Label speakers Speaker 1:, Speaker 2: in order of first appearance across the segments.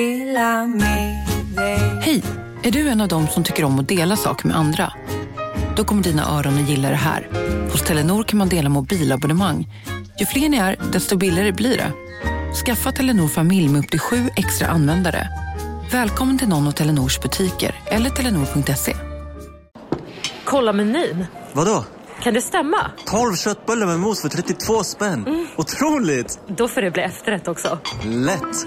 Speaker 1: dela med dig.
Speaker 2: Hej! Är du en av dem som tycker om att dela saker med andra? Då kommer dina öron att gilla det här. Hos Telenor kan man dela mobilabonnemang. Ju fler ni är, desto billigare blir det. Skaffa Telenor familj med upp till sju extra användare. Välkommen till någon av Telenors butiker eller telenor.se.
Speaker 3: Kolla menyn.
Speaker 4: Vadå?
Speaker 3: Kan det stämma?
Speaker 4: 12 köttbullar med mos för 32 spänn. Otroligt!
Speaker 3: Då får det bli efterrätt också.
Speaker 4: Lätt!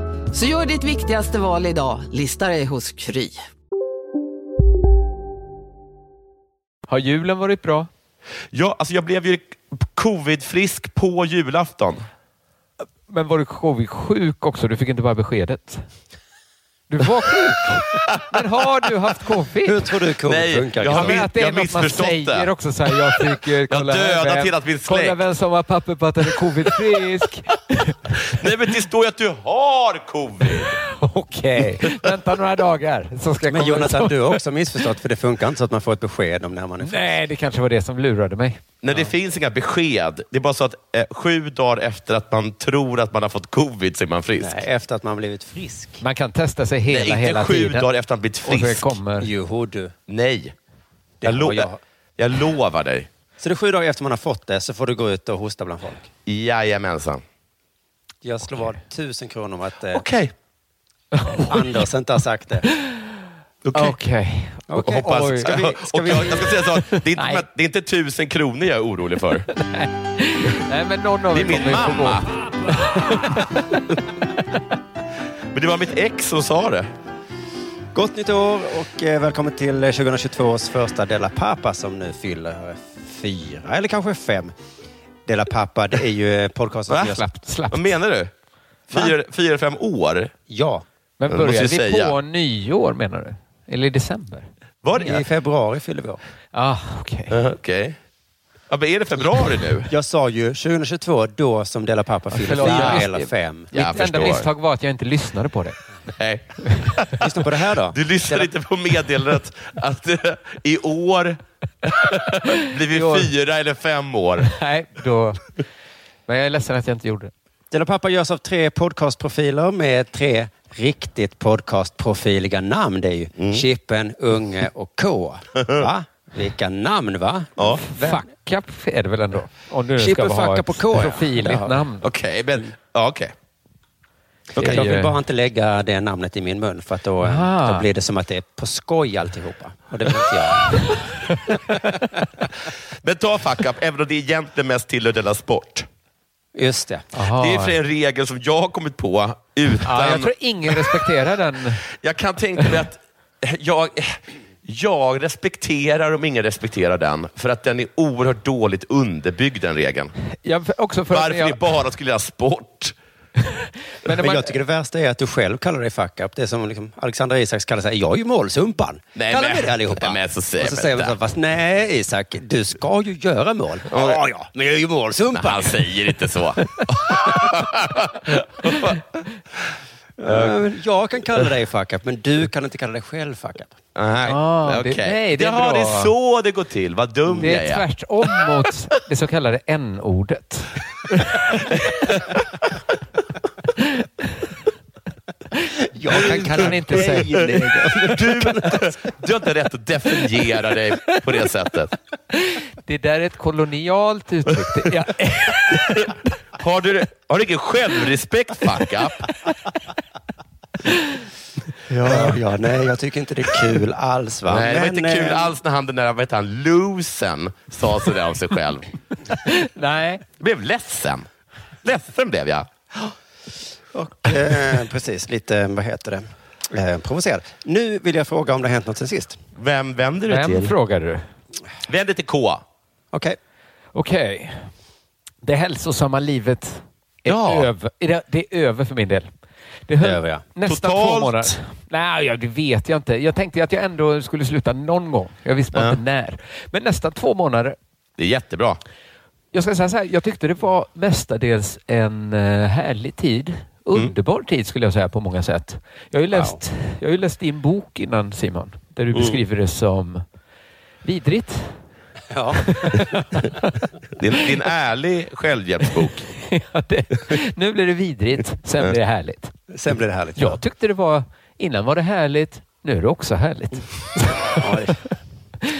Speaker 5: Så gör ditt viktigaste val idag, listar dig hos Kry.
Speaker 6: Har julen varit bra?
Speaker 7: Ja, alltså jag blev ju covid-frisk på julafton.
Speaker 6: Men var du covid-sjuk också? Du fick inte bara beskedet. Du var sjuk. Men har du haft
Speaker 8: Hur
Speaker 6: covid?
Speaker 8: tror du covid
Speaker 7: Nej,
Speaker 8: funkar?
Speaker 7: jag har
Speaker 8: Kalle?
Speaker 6: Men att det är
Speaker 7: jag har
Speaker 6: något man
Speaker 7: missförstått
Speaker 6: säger
Speaker 7: det.
Speaker 6: också så här, jag försöker kolla här
Speaker 7: dödat
Speaker 6: vem-
Speaker 7: hela min
Speaker 6: Kolla
Speaker 7: släkt.
Speaker 6: vem som har papper på att den är covid-frisk.
Speaker 7: Nej, men det står ju att du har covid.
Speaker 6: Okej, vänta några dagar så ska jag
Speaker 8: Men
Speaker 6: komma
Speaker 8: Jonathan, du har också missförstått för det funkar inte så att man får ett besked om när man är
Speaker 6: Nej, det kanske var det som lurade mig.
Speaker 7: Nej, det finns inga besked. Det är bara så att eh, sju dagar efter att man tror att man har fått covid så är man frisk.
Speaker 8: Nej, efter att man blivit frisk.
Speaker 6: Man kan testa sig hela,
Speaker 7: Nej, inte
Speaker 6: hela
Speaker 7: sju
Speaker 6: tiden.
Speaker 7: dagar efter att man blivit
Speaker 6: Och
Speaker 7: frisk.
Speaker 6: så kommer...
Speaker 8: Joho du.
Speaker 7: Nej.
Speaker 8: Det
Speaker 7: Jag, lo-
Speaker 8: har jag.
Speaker 7: jag. jag lovar dig.
Speaker 8: Så det är sju dagar efter man har fått det så får du gå ut och hosta bland folk.
Speaker 7: Jajamensan.
Speaker 8: Jag slår vad tusen kronor om att eh,
Speaker 7: Okej.
Speaker 8: Anders inte har sagt det.
Speaker 7: Okej.
Speaker 6: Okej.
Speaker 7: Och hoppas,
Speaker 6: Oj.
Speaker 7: ska
Speaker 8: vi- ska
Speaker 7: och jag, jag ska säga så, att det är,
Speaker 6: Nej.
Speaker 7: inte, det är inte tusen kronor jag är orolig för.
Speaker 6: Nej, men någon av
Speaker 7: Det
Speaker 6: er
Speaker 7: är min
Speaker 6: kommer ju få
Speaker 7: mamma.
Speaker 6: gå.
Speaker 7: Men det var mitt ex som sa det.
Speaker 8: Gott nytt år och eh, välkommen till eh, 2022 års första Della Pappa som nu fyller eh, fyra eller kanske fem. Della Pappa, det är ju eh, podcasten
Speaker 7: Va?
Speaker 8: som görs...
Speaker 6: Slappt, slappt.
Speaker 7: Vad menar du? Fyra, fyra fem år?
Speaker 8: Ja,
Speaker 6: Men
Speaker 7: Jag måste
Speaker 6: börjar vi
Speaker 7: ju säga-
Speaker 6: på nyår menar du? Eller i december?
Speaker 7: Var det?
Speaker 8: i februari fyller vi år.
Speaker 6: Ah, okej.
Speaker 7: Okej. Ja, men är det februari nu?
Speaker 8: Jag sa ju 2022 då som Della Pappa fyller
Speaker 6: förlåt, jag
Speaker 8: fyra
Speaker 6: visste-
Speaker 8: eller fem.
Speaker 7: Jag
Speaker 6: Mitt enda
Speaker 7: förstår.
Speaker 6: misstag var att jag inte lyssnade på det.
Speaker 7: Nej.
Speaker 8: Lyssna på det här då.
Speaker 7: Du lyssnar inte på meddelandet att eh, i år blir
Speaker 6: I år.
Speaker 7: vi fyra eller fem år.
Speaker 6: Nej, då... Men jag är ledsen att jag inte gjorde det.
Speaker 8: Della Pappa görs av tre podcastprofiler med tre riktigt podcastprofiliga namn. Det är ju Chippen, Unge och K. Va? Vilka namn va?
Speaker 7: Ja.
Speaker 6: Fuck up är det väl ändå? Om du nu
Speaker 8: Chipper
Speaker 6: ska ha
Speaker 8: fuck
Speaker 6: ett
Speaker 8: up på K, ja.
Speaker 6: profiligt
Speaker 8: Ja.
Speaker 6: namn.
Speaker 7: Okej, men... Ja, okej.
Speaker 6: Det är
Speaker 8: Jag
Speaker 6: ju-
Speaker 8: vill bara inte lägga det namnet i min mun för att då,
Speaker 6: Aha.
Speaker 8: då blir det som att det är på skoj alltihopa. Och det vill inte jag.
Speaker 7: Men ta fuck up, även om det egentligen mest tillhör Della Sport.
Speaker 8: Just det.
Speaker 6: Aha.
Speaker 7: Det är för en regel som jag har kommit på utan...
Speaker 6: Ja, jag
Speaker 7: jag,
Speaker 6: tror ingen respekterar den.
Speaker 7: kan tänka mig att jag, jag respekterar om ingen respekterar den, för att den är oerhört dåligt underbyggd, den regeln.
Speaker 6: Jag, också för
Speaker 7: Varför
Speaker 6: jag,
Speaker 7: ni bara skulle göra sport?
Speaker 6: men när
Speaker 8: Men
Speaker 6: man,
Speaker 8: jag tycker det värsta är att du själv kallar dig fuck up. Det är som liksom Alexander Isak kallar sig, jag är ju målsumpan.
Speaker 7: Nej,
Speaker 8: kallar
Speaker 7: men-
Speaker 8: mig det allihopa.
Speaker 7: Nej, men så säger
Speaker 8: och så
Speaker 7: man
Speaker 8: säger man
Speaker 7: inte.
Speaker 8: så, här, fast nej Isak, du ska ju göra mål. Ja, ja, men jag är ju målsumpan.
Speaker 7: Han säger inte så.
Speaker 8: Ja, men Jag kan kalla dig fuck up, men du kan inte kalla dig själv fuck up.
Speaker 7: Nej,
Speaker 6: Ah,
Speaker 7: okej.
Speaker 6: det- nej, det är
Speaker 7: Jaha,
Speaker 6: bra.
Speaker 7: det är så det går till. Vad dum
Speaker 6: det
Speaker 7: jag
Speaker 6: är
Speaker 7: är.
Speaker 6: tvärtom mot det så kallade n-ordet.
Speaker 8: Jag kan
Speaker 6: kalla dig inte dig säga.
Speaker 7: Du, du har inte rätt att definiera dig på det sättet.
Speaker 6: Det där är ett kolonialt uttryck. Det- Ja,
Speaker 7: Har du, har du ingen självrespekt, fuck up?
Speaker 8: Ja, ja, nej, jag tycker inte det är kul alls. Va?
Speaker 7: Nej, det var
Speaker 8: Men,
Speaker 7: inte kul
Speaker 8: eh,
Speaker 7: alls när han, den där, vad heter han, losen sa sådär om sig själv.
Speaker 6: nej.
Speaker 7: Jag blev ledsen. Ledsen blev jag.
Speaker 8: Och, eh, precis, lite, vad heter det, eh, provocerad. Nu vill jag fråga om det har hänt något sen sist.
Speaker 7: Vem vänder du
Speaker 6: Vem
Speaker 7: till?
Speaker 6: frågar du?
Speaker 7: Vänd dig till K.
Speaker 8: Okej.
Speaker 6: Okej. Det hälsosamma livet är,
Speaker 7: Ja.
Speaker 6: över. är det, det är över för min del. Det höll
Speaker 8: behöver jag.
Speaker 6: nästan
Speaker 7: Totalt?
Speaker 6: två månader. Nej, jag, det vet jag inte. Jag tänkte att jag ändå skulle sluta någon gång. Jag visste bara
Speaker 7: Ja.
Speaker 6: inte när. Men nästan två månader.
Speaker 7: Det är jättebra.
Speaker 6: Jag ska säga så här, jag tyckte det var mestadels en eh, härlig tid.
Speaker 8: Mm.
Speaker 6: Underbar tid skulle jag säga på många sätt. Jag har ju läst, jag har ju läst din bok innan Simon, där
Speaker 8: Mm.
Speaker 6: du beskriver det som vidrigt.
Speaker 8: Ja.
Speaker 7: Din, din ärlig självhjälpsbok.
Speaker 6: Ja, det, nu blir det vidrigt, sen blir det härligt.
Speaker 8: Sen blir det härligt.
Speaker 6: Jag tyckte det var, innan var det härligt, nu är det också härligt.
Speaker 8: Mm. Ja, det-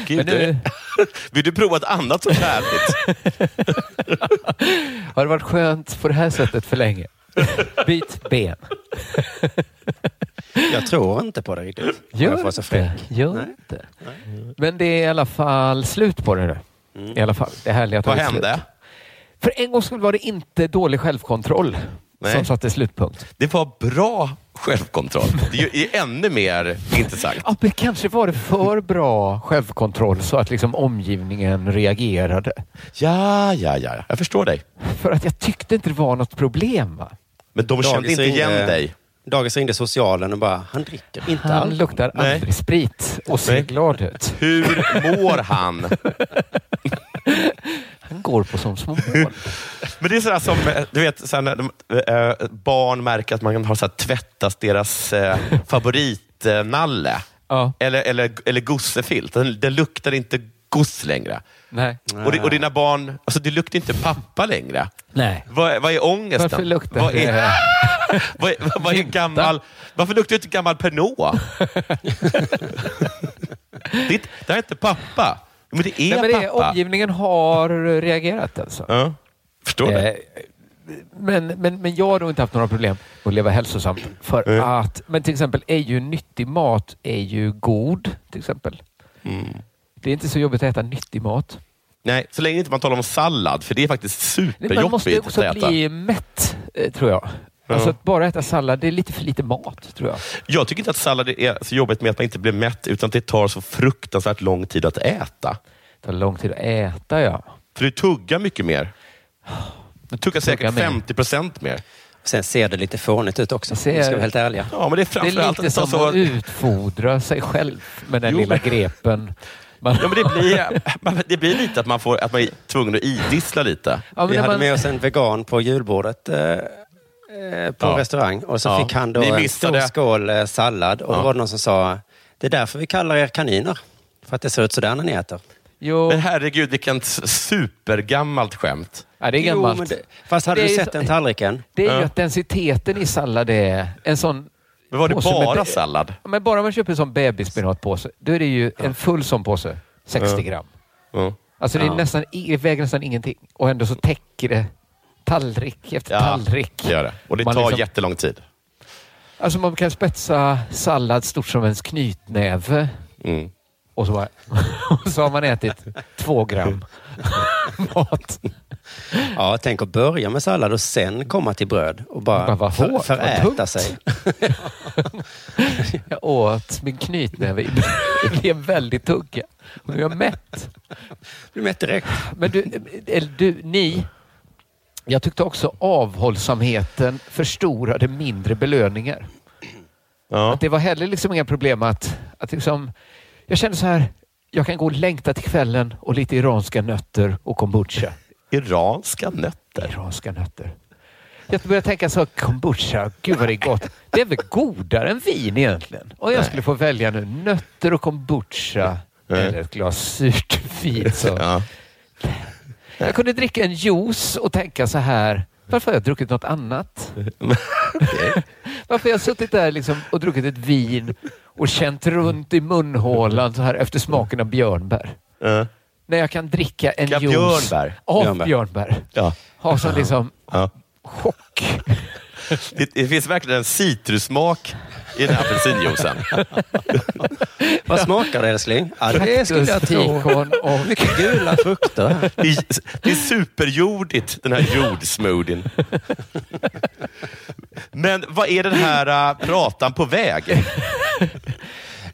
Speaker 7: Gud,
Speaker 6: Men nu-
Speaker 7: det- Vill du prova ett annat som är härligt?
Speaker 6: Har det varit skönt på det här sättet för länge? Byt ben.
Speaker 8: Jag tror inte på det riktigt. Om jag får vara så
Speaker 6: inte.
Speaker 8: fräck.
Speaker 6: Gör inte. Men det är i alla fall slut på det nu.
Speaker 8: Mm.
Speaker 6: I alla fall. Det härliga
Speaker 7: Vad
Speaker 6: tagit slut.
Speaker 7: hände?
Speaker 6: För en gång skulle var det inte dålig självkontroll
Speaker 7: Nej.
Speaker 6: som satte slutpunkt.
Speaker 7: Det var bra självkontroll. Det är ju ännu mer intressant.
Speaker 6: Ja, men kanske var det för bra självkontroll så att liksom omgivningen reagerade.
Speaker 7: Ja, ja, ja. Jag förstår dig.
Speaker 6: För att jag tyckte inte det var något problem. Va?
Speaker 7: Men de
Speaker 8: Dagis
Speaker 7: kände inte igen
Speaker 8: ringde-
Speaker 7: dig.
Speaker 8: Dagis ringde socialen och bara, han dricker inte
Speaker 6: Han
Speaker 8: alls.
Speaker 6: luktar
Speaker 7: Nej.
Speaker 6: aldrig sprit och ser
Speaker 7: Nej.
Speaker 6: glad ut.
Speaker 7: Hur mår han?
Speaker 6: Han går på som små mål.
Speaker 7: Men det är sådär som, eh, du vet, såhär när de, eh, barn märker att man har såhär, tvättat deras eh, favoritnalle.
Speaker 6: Ja.
Speaker 7: Eller, eller, eller gossefilt. Den, den luktar inte goss längre.
Speaker 6: Nej.
Speaker 7: Och, det, och dina barn, alltså det luktar inte pappa längre.
Speaker 6: Nej.
Speaker 7: Vad, är- vad är ångesten?
Speaker 6: Varför luktar
Speaker 7: vad är,
Speaker 6: det?
Speaker 7: vad är, vad är gammal, Varför luktar det inte gammal Pernod? det, det här är inte pappa. Men det är
Speaker 6: Nej, men det är,
Speaker 7: pappa.
Speaker 6: omgivningen har reagerat alltså.
Speaker 7: ja. Förstår du?
Speaker 6: Eh, Men, men, men jag har då inte haft några problem att leva hälsosamt. För att, men till exempel är ju nyttig mat är ju god. till exempel.
Speaker 7: Mm.
Speaker 6: Det är inte så jobbigt att äta nyttig mat.
Speaker 7: Nej, så länge inte man talar om sallad, för det är faktiskt
Speaker 6: Nej, Man måste ju
Speaker 7: superjobbigt att
Speaker 6: också
Speaker 7: äta.
Speaker 6: bli mätt, eh, tror jag. Alltså att bara äta sallad, det är lite för lite mat, tror jag.
Speaker 7: Jag tycker inte att sallad är så jobbigt med att man inte blir mätt, utan att det tar så fruktansvärt lång tid att äta.
Speaker 6: Det tar lång tid att äta, ja.
Speaker 7: För du tuggar mycket mer. Du tuggar säkert
Speaker 6: mer.
Speaker 7: 50 procent mer.
Speaker 8: Sen ser det lite fånigt ut också.
Speaker 6: Jag ser-
Speaker 8: Vi ska vara helt ärliga.
Speaker 7: Ja, men det är
Speaker 6: Det är
Speaker 7: framförallt
Speaker 6: lite
Speaker 7: att ta
Speaker 6: som
Speaker 7: så...
Speaker 6: att utfodra sig själv med den
Speaker 7: Jo,
Speaker 6: lilla
Speaker 7: men-
Speaker 6: grepen. Man,
Speaker 7: Ja, men det, blir, men det blir lite att man, får, att man är tvungen att idissla lite.
Speaker 6: Ja, men
Speaker 8: Vi
Speaker 6: när
Speaker 8: hade
Speaker 6: man-
Speaker 8: med oss en vegan på julbordet eh, eh, på
Speaker 7: Ja.
Speaker 8: restaurang och så
Speaker 7: Ja.
Speaker 8: fick han då
Speaker 7: Ni
Speaker 8: en
Speaker 7: missade.
Speaker 8: stor skål eh, sallad och då var det någon som sa det är därför vi kallar er kaniner. För att det ser ut sådär när ni äter.
Speaker 6: jo,
Speaker 7: Men herregud, vilken s- supergammalt skämt.
Speaker 6: ja, det är gammalt.
Speaker 8: men det, fast hade
Speaker 6: Det är
Speaker 8: du
Speaker 6: ju
Speaker 8: sett
Speaker 6: så-
Speaker 8: den tallriken?
Speaker 6: Det är ju att densiteten i sallad är en sån...
Speaker 7: Men var det
Speaker 6: påse med
Speaker 7: bara
Speaker 6: be-
Speaker 7: sallad?
Speaker 6: Ja, Men bara man köper en sån bebisspenatpåse, då är det ju en full sån påse, 60 gram.
Speaker 7: Ja.
Speaker 6: Alltså det, är nästan, det väger nästan ingenting och ändå så täcker det tallrik efter tallrik.
Speaker 7: det gör det. Och det
Speaker 6: Man
Speaker 7: tar
Speaker 6: liksom-
Speaker 7: jättelång tid.
Speaker 6: Alltså man kan spetsa sallad stort som ens knytnäve
Speaker 7: Mm.
Speaker 6: och så, bara, och så har man ätit två gram mat.
Speaker 8: Ja, tänk att börja med sallad och sen komma till bröd och bara,
Speaker 6: Bara, vad
Speaker 8: för,
Speaker 6: hårt, vad
Speaker 8: föräta
Speaker 6: tungt.
Speaker 8: sig.
Speaker 6: Jag åt min knytnäve i Det är en väldig tugga. Och nu är jag mätt.
Speaker 8: Du mätt direkt.
Speaker 6: Men du, eller du, ni. Jag tyckte också avhållsamheten förstorade mindre belöningar.
Speaker 7: Ja.
Speaker 6: Att det var heller liksom inga problem att, att liksom, jag kände så här, jag kan gå och längta till kvällen och lite iranska nötter och kombucha.
Speaker 7: Iranska nötter.
Speaker 6: Iranska nötter. Jag började tänka så här, kombucha, gud vad det är gott. Det är väl godare än vin egentligen? Om jag skulle få välja nu, nötter och kombucha eller ett glas surt vin. Så.
Speaker 7: Ja.
Speaker 6: Jag kunde dricka en juice och tänka så här, varför har jag druckit något annat? Varför har jag suttit där liksom och druckit ett vin och känt runt i munhålan så här efter smaken av björnbär?
Speaker 7: Ja.
Speaker 6: När jag kan dricka en
Speaker 7: Ja,
Speaker 6: juice
Speaker 7: björnbär.
Speaker 6: av
Speaker 8: Björnbär.
Speaker 6: björnbär.
Speaker 7: Ja.
Speaker 6: Ha som liksom
Speaker 7: Ja.
Speaker 6: chock.
Speaker 7: Det, det finns verkligen en citrussmak i den här apelsinjuicen.
Speaker 8: Vad smakar det älskling? Ja, det skulle jag
Speaker 6: Kaktus,
Speaker 8: tro.
Speaker 6: fikon och...
Speaker 8: Mycket gula frukter.
Speaker 7: Det är, det är superjordigt, den här jordsmoothien. Men vad är den här äh, pratan på väg?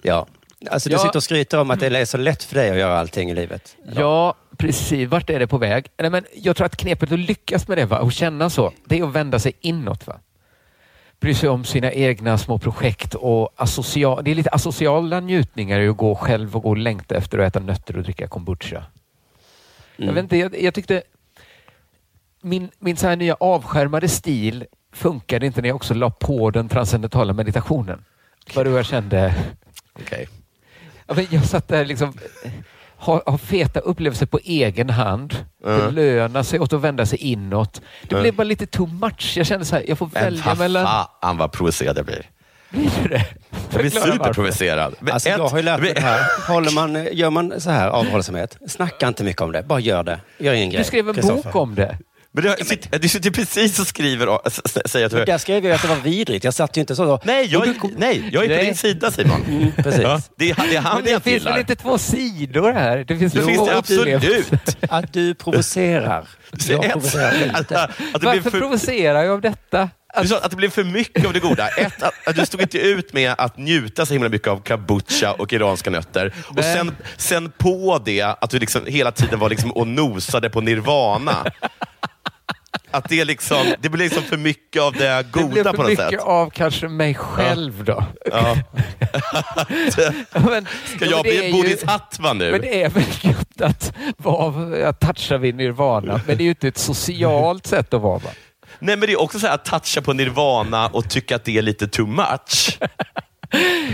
Speaker 8: Ja. Alltså, du
Speaker 6: Ja.
Speaker 8: sitter och skryter om att det är så lätt för dig att göra allting i livet.
Speaker 6: Ja, precis. Vart är det på väg? Nej, men jag tror att knepet att lyckas med det va? och känna så, det är att vända sig inåt. Va? bryr sig om sina egna små projekt och asocial, det är lite asociala njutningar i att gå själv och gå och längta efter att äta nötter och dricka kombucha. Jag, vet inte, jag, jag tyckte min, min så här nya avskärmade stil funkade inte när jag också la på den transcendentala meditationen. Vad det var jag kände.
Speaker 7: Okej.
Speaker 6: Ja, men jag satt där liksom har, har feta upplevelser på egen hand. Belöna sig åt att vända sig inåt. Det blev bara lite too much. Jag kände så här, jag får
Speaker 7: Men
Speaker 6: välja
Speaker 7: vad
Speaker 6: mellan...
Speaker 7: fan vad provocerad jag blir.
Speaker 6: Blir du det?
Speaker 7: Jag blir
Speaker 6: Förklara varför.
Speaker 7: superprovocerad. Men
Speaker 8: Alltså,
Speaker 7: ett-
Speaker 8: jag har ju lärt mig
Speaker 7: men-
Speaker 8: det här. Håller man, gör man så här avhållsamhet, snacka inte mycket om det. Bara gör det. Gör ingen grej.
Speaker 6: Du skrev en
Speaker 8: Kristoffer.
Speaker 6: bok om det.
Speaker 7: Men du, sitter, du sitter precis och skriver och s- s- säger att du...
Speaker 8: Där skrev jag att det var vidrigt. Jag satt ju inte så.
Speaker 7: Nej, jag, är- nej, jag är inte på
Speaker 6: Nej.
Speaker 7: din sida Simon.
Speaker 8: precis.
Speaker 7: Ja, det, är, det är han
Speaker 6: Men det
Speaker 7: jag
Speaker 6: finns väl
Speaker 7: gillar.
Speaker 6: inte två sidor här? Det finns
Speaker 7: Det
Speaker 6: väl
Speaker 7: finns
Speaker 6: två
Speaker 7: det absolut.
Speaker 8: Att du provocerar.
Speaker 7: Det är
Speaker 8: Jag
Speaker 7: ett-
Speaker 8: provocerar
Speaker 7: att,
Speaker 8: inte.
Speaker 7: att, det blev
Speaker 6: Varför
Speaker 7: för,
Speaker 6: provocerar jag av detta?
Speaker 7: du sa att det blev för mycket av det goda. Ett, att, att du stod inte ut med att njuta så himla mycket av kombucha och iranska nötter. Och
Speaker 6: Nej.
Speaker 7: sen, sen på det, att du liksom hela tiden var liksom och nosade på nirvana. Att det, liksom, det blev liksom för mycket av det
Speaker 6: Det blev
Speaker 7: goda
Speaker 6: för
Speaker 7: på något
Speaker 6: mycket
Speaker 7: sätt.
Speaker 6: av kanske mig själv då.
Speaker 7: Ja.
Speaker 6: Men,
Speaker 7: Ska jag bli en bodhisattva
Speaker 6: Men
Speaker 7: nu?
Speaker 6: det är väl gött att, vara, att toucha vid nirvana, men det är ju inte ett socialt sätt att vara. Va?
Speaker 7: Nej, men det är också så här att toucha på nirvana och tycka att det är lite too much.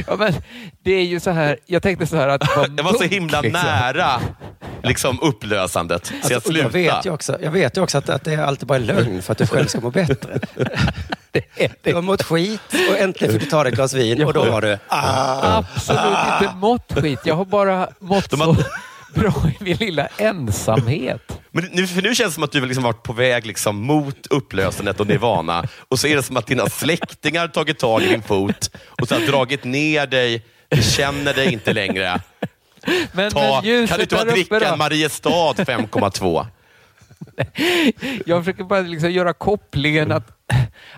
Speaker 6: Ja, men det är ju så här, jag tänkte så här att vara
Speaker 7: Jag var så
Speaker 6: munk,
Speaker 7: himla
Speaker 6: liksom.
Speaker 7: nära liksom, upplösandet, så jag
Speaker 8: Alltså, och jag, vet ju
Speaker 7: slutade.
Speaker 8: också, jag vet ju också att, att det är alltid bara lögn för att du själv ska må bättre.
Speaker 6: Det är det.
Speaker 8: Du har mått skit och äntligen fick du ta dig ett glas vin och då var du... Ah,
Speaker 6: Absolut inte mått skit. Jag har bara mått
Speaker 7: De har-
Speaker 6: så bra i min lilla ensamhet.
Speaker 7: Men nu, för nu känns det som att du liksom varit på väg liksom, mot upplösandet och nirvana och så är det som att dina släktingar tagit tag i din fot och så har dragit ner dig. Du känner dig inte längre.
Speaker 6: Men,
Speaker 7: Ta,
Speaker 6: men ljuset
Speaker 7: kan du inte bara
Speaker 6: där uppe
Speaker 7: dricka
Speaker 6: då?
Speaker 7: en Mariestad 5,2?
Speaker 6: Jag försöker bara liksom göra kopplingen att,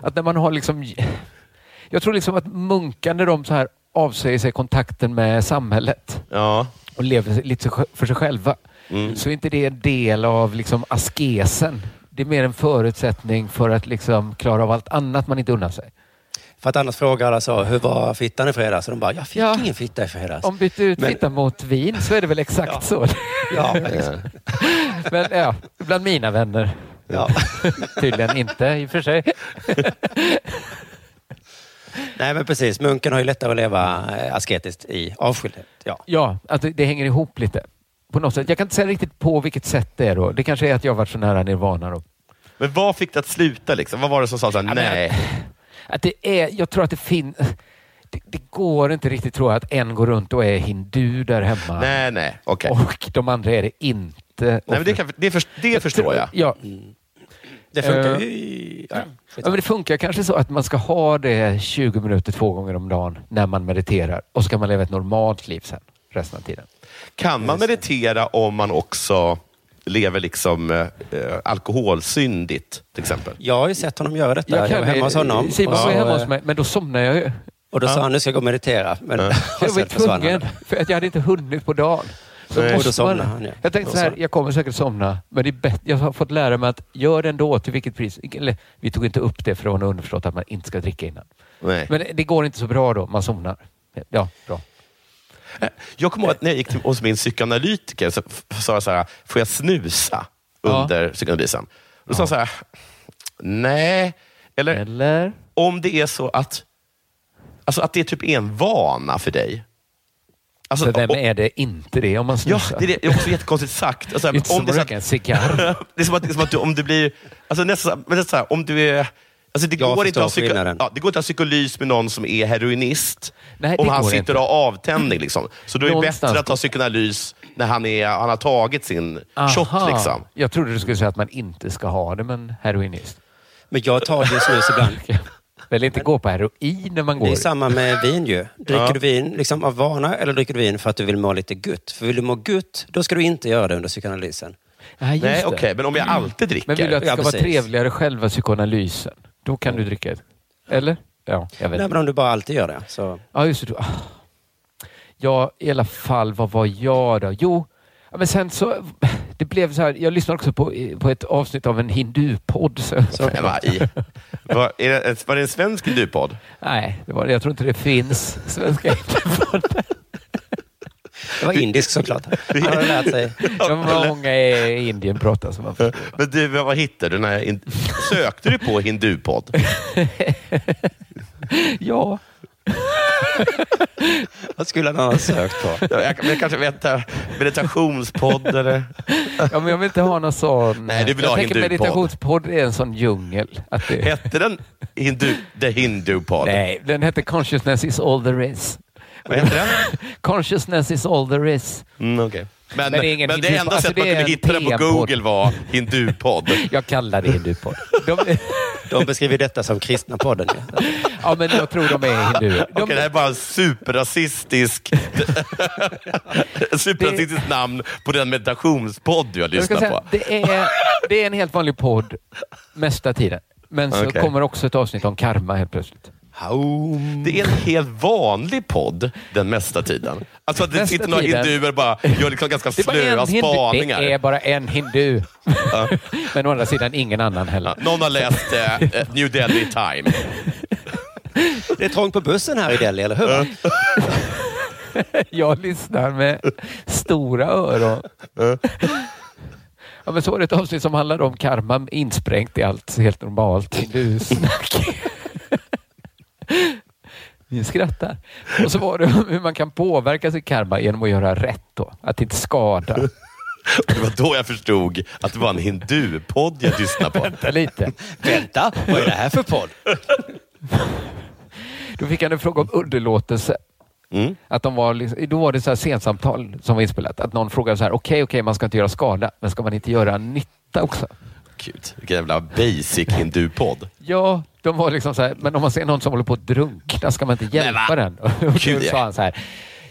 Speaker 6: att när man har liksom... Jag tror liksom att munkar när de så här avsäger sig kontakten med samhället
Speaker 7: Ja.
Speaker 6: och lever lite så- för sig själva så är inte det en del av liksom askesen. Det är mer en förutsättning för att liksom klara av allt annat man inte unnar sig.
Speaker 8: För att annars frågar alla så, hur var fittan i fredags? Och de bara, jag fick
Speaker 6: Ja.
Speaker 8: ingen fitta i fredags.
Speaker 6: Om byter ut
Speaker 8: Men-
Speaker 6: fitta mot vin så är det väl exakt så.
Speaker 8: Ja, liksom.
Speaker 6: Men ja, bland mina vänner.
Speaker 8: ja.
Speaker 6: Tydligen inte i och för sig.
Speaker 8: Nej men precis, munken har ju lättare att leva eh, asketiskt i avskildhet. Ja.
Speaker 6: Ja, att det, det hänger ihop lite. På något sätt. Jag kan inte säga riktigt på vilket sätt det är då. Det kanske är att jag har varit så nära nirvana då.
Speaker 7: Men vad fick det att sluta? Liksom? Vad var det som sa så här,
Speaker 6: men-
Speaker 7: nej?
Speaker 6: Att det är, jag tror att det finns... Det, det går inte riktigt tror jag att en går runt och är hindu där hemma.
Speaker 7: Nej, nej. Okej.
Speaker 6: Och de andra är det inte.
Speaker 7: Nej, men det, kan, det, för, det förstår jag.
Speaker 6: Ja,
Speaker 8: Det funkar
Speaker 6: Eh,
Speaker 8: ju... i- Ja.
Speaker 6: Ja, men det funkar kanske så att man ska ha det 20 minuter två gånger om dagen när man mediterar och så kan man leva ett normalt liv sen resten av tiden.
Speaker 7: Kan man meditera om man också lever liksom eh, eh, alkoholsyndigt till exempel?
Speaker 8: Jag har ju sett honom göra detta. Jag,
Speaker 6: kan-
Speaker 8: var hemma hos honom.
Speaker 6: Simon
Speaker 8: och,
Speaker 6: var
Speaker 8: så,
Speaker 6: hemma hos
Speaker 8: eh,
Speaker 6: mig, men då somnade jag ju.
Speaker 8: Och då sa han, nu ska jag gå och meditera. Men,
Speaker 6: Jag
Speaker 8: och
Speaker 6: var
Speaker 8: sen försvann
Speaker 6: tvungen,
Speaker 8: han.
Speaker 6: för att jag hade inte hunnit på dagen. Så
Speaker 7: Nej.
Speaker 6: måste
Speaker 7: Och
Speaker 8: då somnade
Speaker 6: man-
Speaker 8: han, ja.
Speaker 6: Jag tänkte så här, jag kommer säkert somna, men det är bättre. jag har fått lära mig att gör det ändå till vilket pris. Eller, vi tog inte upp det för det var nog underförstått att man inte ska dricka innan.
Speaker 7: Nej.
Speaker 6: Men det går inte så bra då, man somnar. Ja, bra.
Speaker 7: Jag kommer ihåg att när jag gick till, hos min psykoanalytiker så f- sa jag så här, får jag snusa
Speaker 6: Ja.
Speaker 7: under psykoanalysen? Då sa han så här, nej. Eller
Speaker 6: Eller?
Speaker 7: om det är så att, alltså att det typ är en vana för dig. Alltså,
Speaker 6: För vem
Speaker 7: och-
Speaker 6: är det inte det om man
Speaker 7: Ja,
Speaker 6: snusar?
Speaker 7: det är, det. det är också jättekonstigt sagt. Alltså,
Speaker 6: Inte
Speaker 7: om
Speaker 6: som
Speaker 7: det är
Speaker 6: att
Speaker 7: så att-
Speaker 6: röka en cigarr.
Speaker 7: det är som att, det är som att du, om du blir... Alltså nästan, men nästan, så här, om du är... Alltså det,
Speaker 8: Jag
Speaker 7: går inte att ha
Speaker 8: förstår
Speaker 7: psyko,
Speaker 8: skillnaden.
Speaker 7: ja, det går inte att ha psykolys med någon som är heroinist.
Speaker 6: Nej, det
Speaker 7: om han
Speaker 6: går
Speaker 7: sitter
Speaker 6: inte.
Speaker 7: och har avtändning. Liksom. Så då är det
Speaker 6: Någonstans
Speaker 7: bättre att ha psykoanalys när han, är, han har tagit sin shot.
Speaker 6: Aha.
Speaker 7: Liksom.
Speaker 6: Jag trodde du skulle säga att man inte ska ha det, men heroinist.
Speaker 8: Men jag tar ju snus ibland.
Speaker 6: Väl inte gå på heroin när man går.
Speaker 8: Det är samma med vin ju. Dricker
Speaker 7: Ja.
Speaker 8: du vin liksom av vana eller dricker du vin för att du vill må lite gutt? För vill du må gutt, då ska du inte göra det under psykoanalysen.
Speaker 6: Nej, just
Speaker 7: Nej,
Speaker 6: det. Mm.
Speaker 7: okej, men om jag alltid dricker?
Speaker 6: Men vill du att det ska
Speaker 8: Ja,
Speaker 6: vara
Speaker 8: precis.
Speaker 6: trevligare själva psykoanalysen? Då kan du
Speaker 7: Mm.
Speaker 6: dricka ett. Eller? Ja, jag vet
Speaker 8: Nej,
Speaker 6: inte.
Speaker 8: men om du bara alltid gör det. Så.
Speaker 6: Ja, just det. Du- ah. Ja, i alla fall, vad var jag då? Jo, ja, men sen så... det blev så här, jag lyssnade också på, på ett avsnitt av en hindupodd. Så,
Speaker 7: Så, men vad i, var, är det, var det en svensk du-podd?
Speaker 6: nej, det var, jag tror inte det finns svenska hindupoddar.
Speaker 8: Det var indisk såklart. Han hade lärt sig.
Speaker 6: De var många i Indien pratar som man förstår.
Speaker 7: Men du, vad vad hittade du? När jag in, sökte du på hindupodd?
Speaker 6: Ja,
Speaker 8: Vad skulle han ha sökt på?
Speaker 7: Jag, jag, jag kanske vet eh, meditationspodd eller...
Speaker 6: ja, men jag vill inte ha någon sån...
Speaker 7: Nej, du vill
Speaker 6: jag
Speaker 7: ha
Speaker 6: tänker
Speaker 7: hindupodd.
Speaker 6: meditationspodd är en sån djungel. Att det,
Speaker 7: Hette den hindu, The Hindu-podd?
Speaker 6: nej, den hette Consciousness is all there is.
Speaker 7: Vad hette den?
Speaker 6: Consciousness is all there is.
Speaker 7: Mm, okej.
Speaker 6: Men
Speaker 7: Men, men
Speaker 6: det är
Speaker 7: det,
Speaker 6: ingen hindu-
Speaker 7: enda
Speaker 6: alltså,
Speaker 7: sättet
Speaker 6: det
Speaker 7: man
Speaker 6: är
Speaker 7: kunde
Speaker 6: en
Speaker 7: hitta den på
Speaker 6: PM-podd.
Speaker 7: Google var hindupodd.
Speaker 6: Jag kallar det hindupodd. De,
Speaker 8: De beskriver detta som kristna podden. ju.
Speaker 6: ja, men jag tror de är hinduer. De,
Speaker 7: Okej, det här är bara en superrasistisk, superrasistiskt namn på den meditationspodd jag
Speaker 6: jag ska
Speaker 7: lyssnar
Speaker 6: säga,
Speaker 7: på.
Speaker 6: det, är, det är en helt vanlig podd mesta tiden. Men så
Speaker 7: Okej.
Speaker 6: kommer också ett avsnitt om karma helt plötsligt.
Speaker 7: Det är en helt vanlig podd den mesta tiden. Alltså att det
Speaker 6: Mesta
Speaker 7: sitter några
Speaker 6: tiden.
Speaker 7: hinduer och bara gör liksom ganska
Speaker 6: Det är, bara
Speaker 7: slöa
Speaker 6: en hindu.
Speaker 7: spaningar.
Speaker 6: det är bara en hindu. men å andra sidan ingen annan heller.
Speaker 7: Ja, Någon har läst eh, eh, New Delhi Time.
Speaker 8: Det är trångt på bussen här i Delhi, eller hur?
Speaker 6: Jag lyssnar med stora öron. Ja, men så var det ett avsnitt som handlade om karma insprängt i allt helt normalt hindusnack. Ni skrattar. Och så var det hur man kan påverka sitt karma genom att göra rätt då. Att inte skada.
Speaker 7: Det var då jag förstod att det var en hindu-podd jag lyssnade på.
Speaker 6: Vänta lite.
Speaker 8: Vänta, vad är det här för podd?
Speaker 6: Då fick han en fråga om underlåtelse. Att de var, liksom- då var det så här sensamtal som var inspelat. Att någon frågade så här, okej, okej, man ska inte göra skada, men ska man inte göra nytta också?
Speaker 7: Gud, vilken jävla basic hindu-podd.
Speaker 6: Ja, de var liksom så här, men om man ser någon som håller på att drunkna, ska man inte hjälpa
Speaker 7: Men va?
Speaker 6: den? Och då
Speaker 7: Gud, ja.
Speaker 6: sa han så här,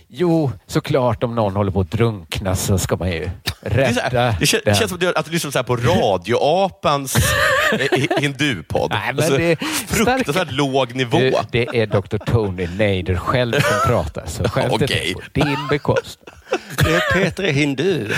Speaker 6: jo, såklart om någon håller på att drunkna så ska man ju
Speaker 7: Det, är så
Speaker 6: rädda
Speaker 7: här, det, kän, det
Speaker 6: den.
Speaker 7: känns som att du, att du lyssnar så här på radioapans eh, hi- hindu-podd.
Speaker 6: Nej,
Speaker 7: Alltså,
Speaker 6: men det är
Speaker 7: fruktansvärt
Speaker 6: starka-
Speaker 7: låg nivå.
Speaker 6: Du, det är Dr. Tony Nader själv som pratar, så skämt inte
Speaker 7: Okej.
Speaker 6: på din bekostnad.
Speaker 8: Det är Petri Hindu.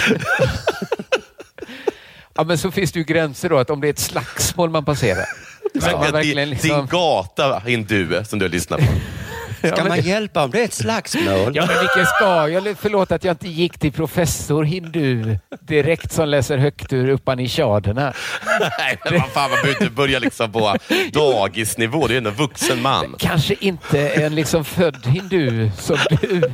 Speaker 6: Ja, men så finns det ju gränser då, att om det är ett slagsmål man passerar.
Speaker 7: Verkligen,
Speaker 6: Ska man verkligen
Speaker 7: din, din
Speaker 6: liksom...
Speaker 7: gata hindu som du lyssnar på.
Speaker 8: Ska man hjälpa om det är ett slagsmål?
Speaker 6: Ja, men vilken ska jag? Förlåt att jag inte gick till professor hindu direkt som läser högt ur Upanishaderna.
Speaker 7: Nej, men vad fan, man behöver inte börja liksom på dagisnivå. Du är ändå en vuxen man.
Speaker 6: Kanske inte en liksom född hindu som du.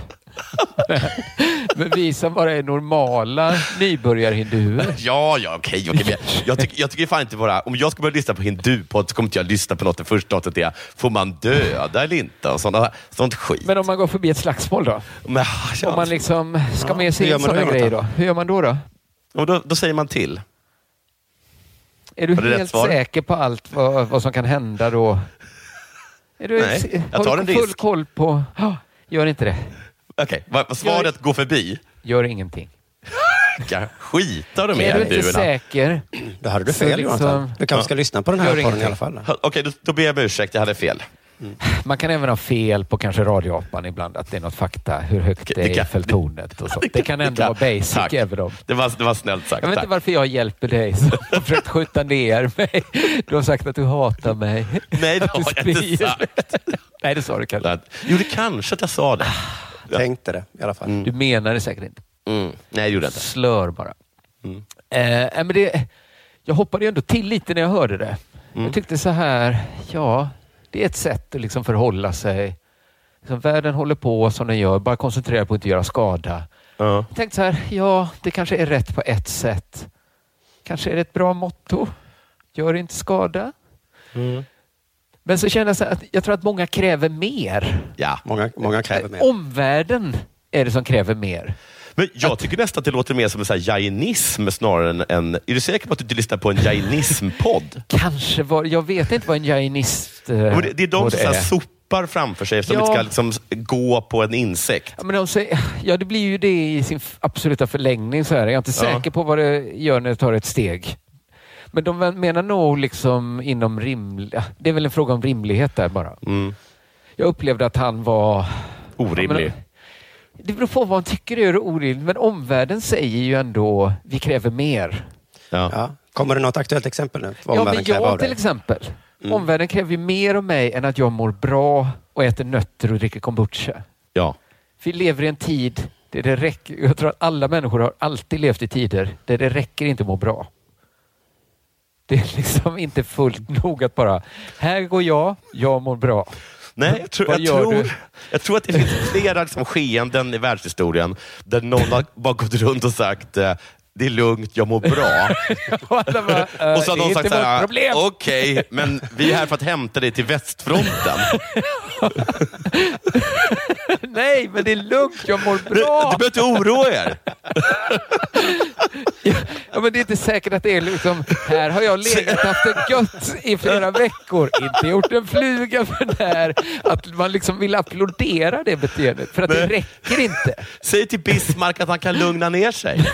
Speaker 6: Men vi som bara är normala nybörjarhinduer.
Speaker 7: Ja, ja, okej. okej. men jag- Jag, tycker jag tycker fan inte bara... Om jag ska börja lyssna på hindupodd så kommer inte jag lyssna på något. Det första något är, får man döda eller inte? Och sådana, sånt skit.
Speaker 6: Men om man går förbi ett slagsmål då?
Speaker 7: Men, ja,
Speaker 6: Om man liksom ska med sig
Speaker 8: hur gör
Speaker 6: in
Speaker 8: man
Speaker 6: sådana
Speaker 8: då, Jonathan?
Speaker 6: grejer då? Hur gör man då? då?
Speaker 7: och då, då säger man till.
Speaker 6: Är du
Speaker 7: Var det rätt
Speaker 6: helt
Speaker 7: svar?
Speaker 6: säker på allt vad, vad som kan hända då? Är du
Speaker 7: Nej,
Speaker 6: se-
Speaker 7: jag
Speaker 6: har
Speaker 7: tar
Speaker 6: du
Speaker 7: en
Speaker 6: full
Speaker 7: risk.
Speaker 6: koll på... Ah, gör inte det.
Speaker 7: Okej, vad- vad svaret går förbi.
Speaker 6: Gör ingenting.
Speaker 7: Ska skita de i
Speaker 6: är du inte
Speaker 7: hinduerna.
Speaker 6: säker?
Speaker 8: Då hade du
Speaker 6: Så
Speaker 8: fel
Speaker 6: liksom-
Speaker 8: Jonathan. Du kanske ska lyssna på den här
Speaker 6: Gör
Speaker 8: podden i
Speaker 6: ingenting.
Speaker 8: alla fall.
Speaker 7: Okej, då, då ber jag om ursäkt. Jag hade fel.
Speaker 6: Man kan även ha fel på kanske radioapan ibland, att det är något fakta, hur högt det,
Speaker 7: det
Speaker 6: är
Speaker 7: kan-
Speaker 6: i fälttornet och sånt. Det kan ändå
Speaker 7: Ja,
Speaker 6: vara basic
Speaker 7: tack.
Speaker 6: även om.
Speaker 7: Det var, det var snällt sagt.
Speaker 6: Jag vet
Speaker 7: tack.
Speaker 6: inte varför jag hjälper dig som har försökt skjuta ner mig. Du har sagt att du hatar mig.
Speaker 7: Nej, det
Speaker 6: Att du
Speaker 7: har jag inte
Speaker 6: spyr.
Speaker 7: sagt.
Speaker 6: Nej, det sa du kanske.
Speaker 7: Jo, det kanske att jag sa det.
Speaker 6: Ah.
Speaker 8: Jag tänkte det i alla fall.
Speaker 6: Du menar det säkert inte.
Speaker 7: Mm. Nej, det gjorde jag inte.
Speaker 6: Slör bara.
Speaker 8: Mm.
Speaker 6: Eh, nej, men det, jag hoppade ju ändå till lite när jag hörde det.
Speaker 8: Mm.
Speaker 6: Jag tyckte så här, ja, det är ett sätt att liksom förhålla sig. Liksom, världen håller på som den gör, bara koncentrera på att inte göra skada.
Speaker 7: Ja.
Speaker 6: Jag tänkte så här, ja, det kanske är rätt på ett sätt. Kanske är det ett bra motto. Gör inte skada.
Speaker 8: Mm.
Speaker 6: Men så känner jag så här att jag tror att många kräver mer.
Speaker 7: Ja.
Speaker 8: Många, många kräver mer.
Speaker 6: Omvärlden är det som kräver mer.
Speaker 7: Men jag tycker nästan att det låter mer som en så här jainism snarare än en... Är du säker på att du inte lyssnar på en jainism-podd?
Speaker 6: Kanske var, jag vet inte vad en jainist eh,
Speaker 7: Men Det, det är de
Speaker 6: vad
Speaker 7: som så här sopar framför sig eftersom
Speaker 6: Ja.
Speaker 7: de inte ska liksom gå på en insekt.
Speaker 6: Ja, men de säger, ja, det blir ju det i sin f- absoluta förlängning. Så här. Jag är inte säker på vad det gör när det tar ett steg. Men de menar nog liksom inom rimlig... Det är väl en fråga om
Speaker 7: Mm.
Speaker 6: rimlighet där bara. Jag upplevde att han var...
Speaker 7: Orimlig.
Speaker 6: Ja, men- det beror på vad man tycker är orimligt, men omvärlden säger ju ändå vi kräver mer.
Speaker 7: Ja.
Speaker 8: Ja. Kommer det något aktuellt exempel nu? Vad
Speaker 6: Ja, men
Speaker 8: omvärlden kräver av
Speaker 6: jag
Speaker 8: dig?
Speaker 6: till exempel.
Speaker 7: Mm.
Speaker 6: Omvärlden kräver ju mer av mig än att jag mår bra och äter nötter och dricker kombucha.
Speaker 7: ja.
Speaker 6: Vi lever i en tid där det räcker. Jag tror att alla människor har alltid levt i tider där det räcker inte att må bra. Det är liksom inte fullt nog att bara, här går jag, jag mår bra.
Speaker 7: Nej, jag tror,
Speaker 6: Vad
Speaker 7: jag,
Speaker 6: gör
Speaker 7: tror,
Speaker 6: du?
Speaker 7: jag tror att det finns flera liksom, skeenden i världshistorien där någon har bara gått runt och sagt eh, det är lugnt, jag mår bra.
Speaker 6: Och alla bara, "Eh,
Speaker 7: Och
Speaker 6: det
Speaker 7: så har
Speaker 6: är
Speaker 7: någon
Speaker 6: inte
Speaker 7: sagt så
Speaker 6: vårt
Speaker 7: här,
Speaker 6: problem.
Speaker 7: okej, men vi är här för att hämta dig till västfronten.
Speaker 6: Nej, men det är lugnt, jag mår
Speaker 7: Du, du
Speaker 6: bra.
Speaker 7: behöver inte oroa er.
Speaker 6: Ja, men det är inte säkert att det är liksom, här har jag legat och haft det gött i flera veckor. Inte gjort en fluga för det här. Att man liksom vill applådera det beteendet, för att det
Speaker 7: Nej.
Speaker 6: räcker inte.
Speaker 7: Säg till Bismarck att han kan lugna ner sig.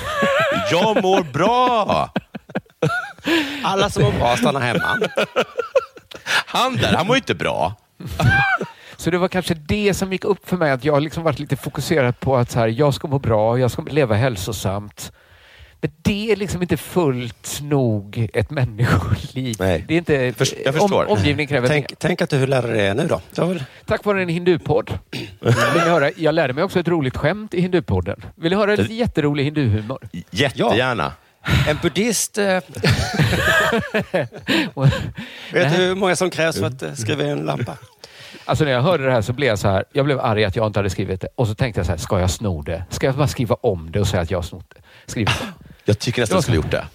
Speaker 7: Jag mår bra.
Speaker 8: Alla som mår bra stannar hemma.
Speaker 7: Han där, han mår ju inte bra.
Speaker 6: Så det var kanske det som gick upp för mig, att jag har liksom varit lite fokuserad på att så här, jag ska må bra, jag ska leva hälsosamt. Men det är liksom inte fullt nog ett människoliv.
Speaker 7: Nej.
Speaker 6: Det är inte,
Speaker 7: Förs- jag förstår.
Speaker 6: Om, omgivning kräver mer.
Speaker 8: Tänk, tänk att du lärde dig det nu då. Det var väl
Speaker 6: Tack vare en hindupodd. Vill ni höra? Jag lärde mig också ett roligt skämt i hindupodden. Vill ni höra lite jätterolig hinduhumor?
Speaker 7: Jättegärna.
Speaker 8: en buddhist. Eh, vet du
Speaker 6: Nej.
Speaker 8: hur många som krävs för att eh, skriva i en lampa?
Speaker 6: Alltså när jag hörde det här så blev jag så här. Jag blev arg att jag inte hade skrivit det. Och så tänkte jag så här, ska jag sno det? Ska jag bara skriva om det och säga att jag har snott det? Skrivit det?
Speaker 7: Jag tycker nästan jag skulle gjort det.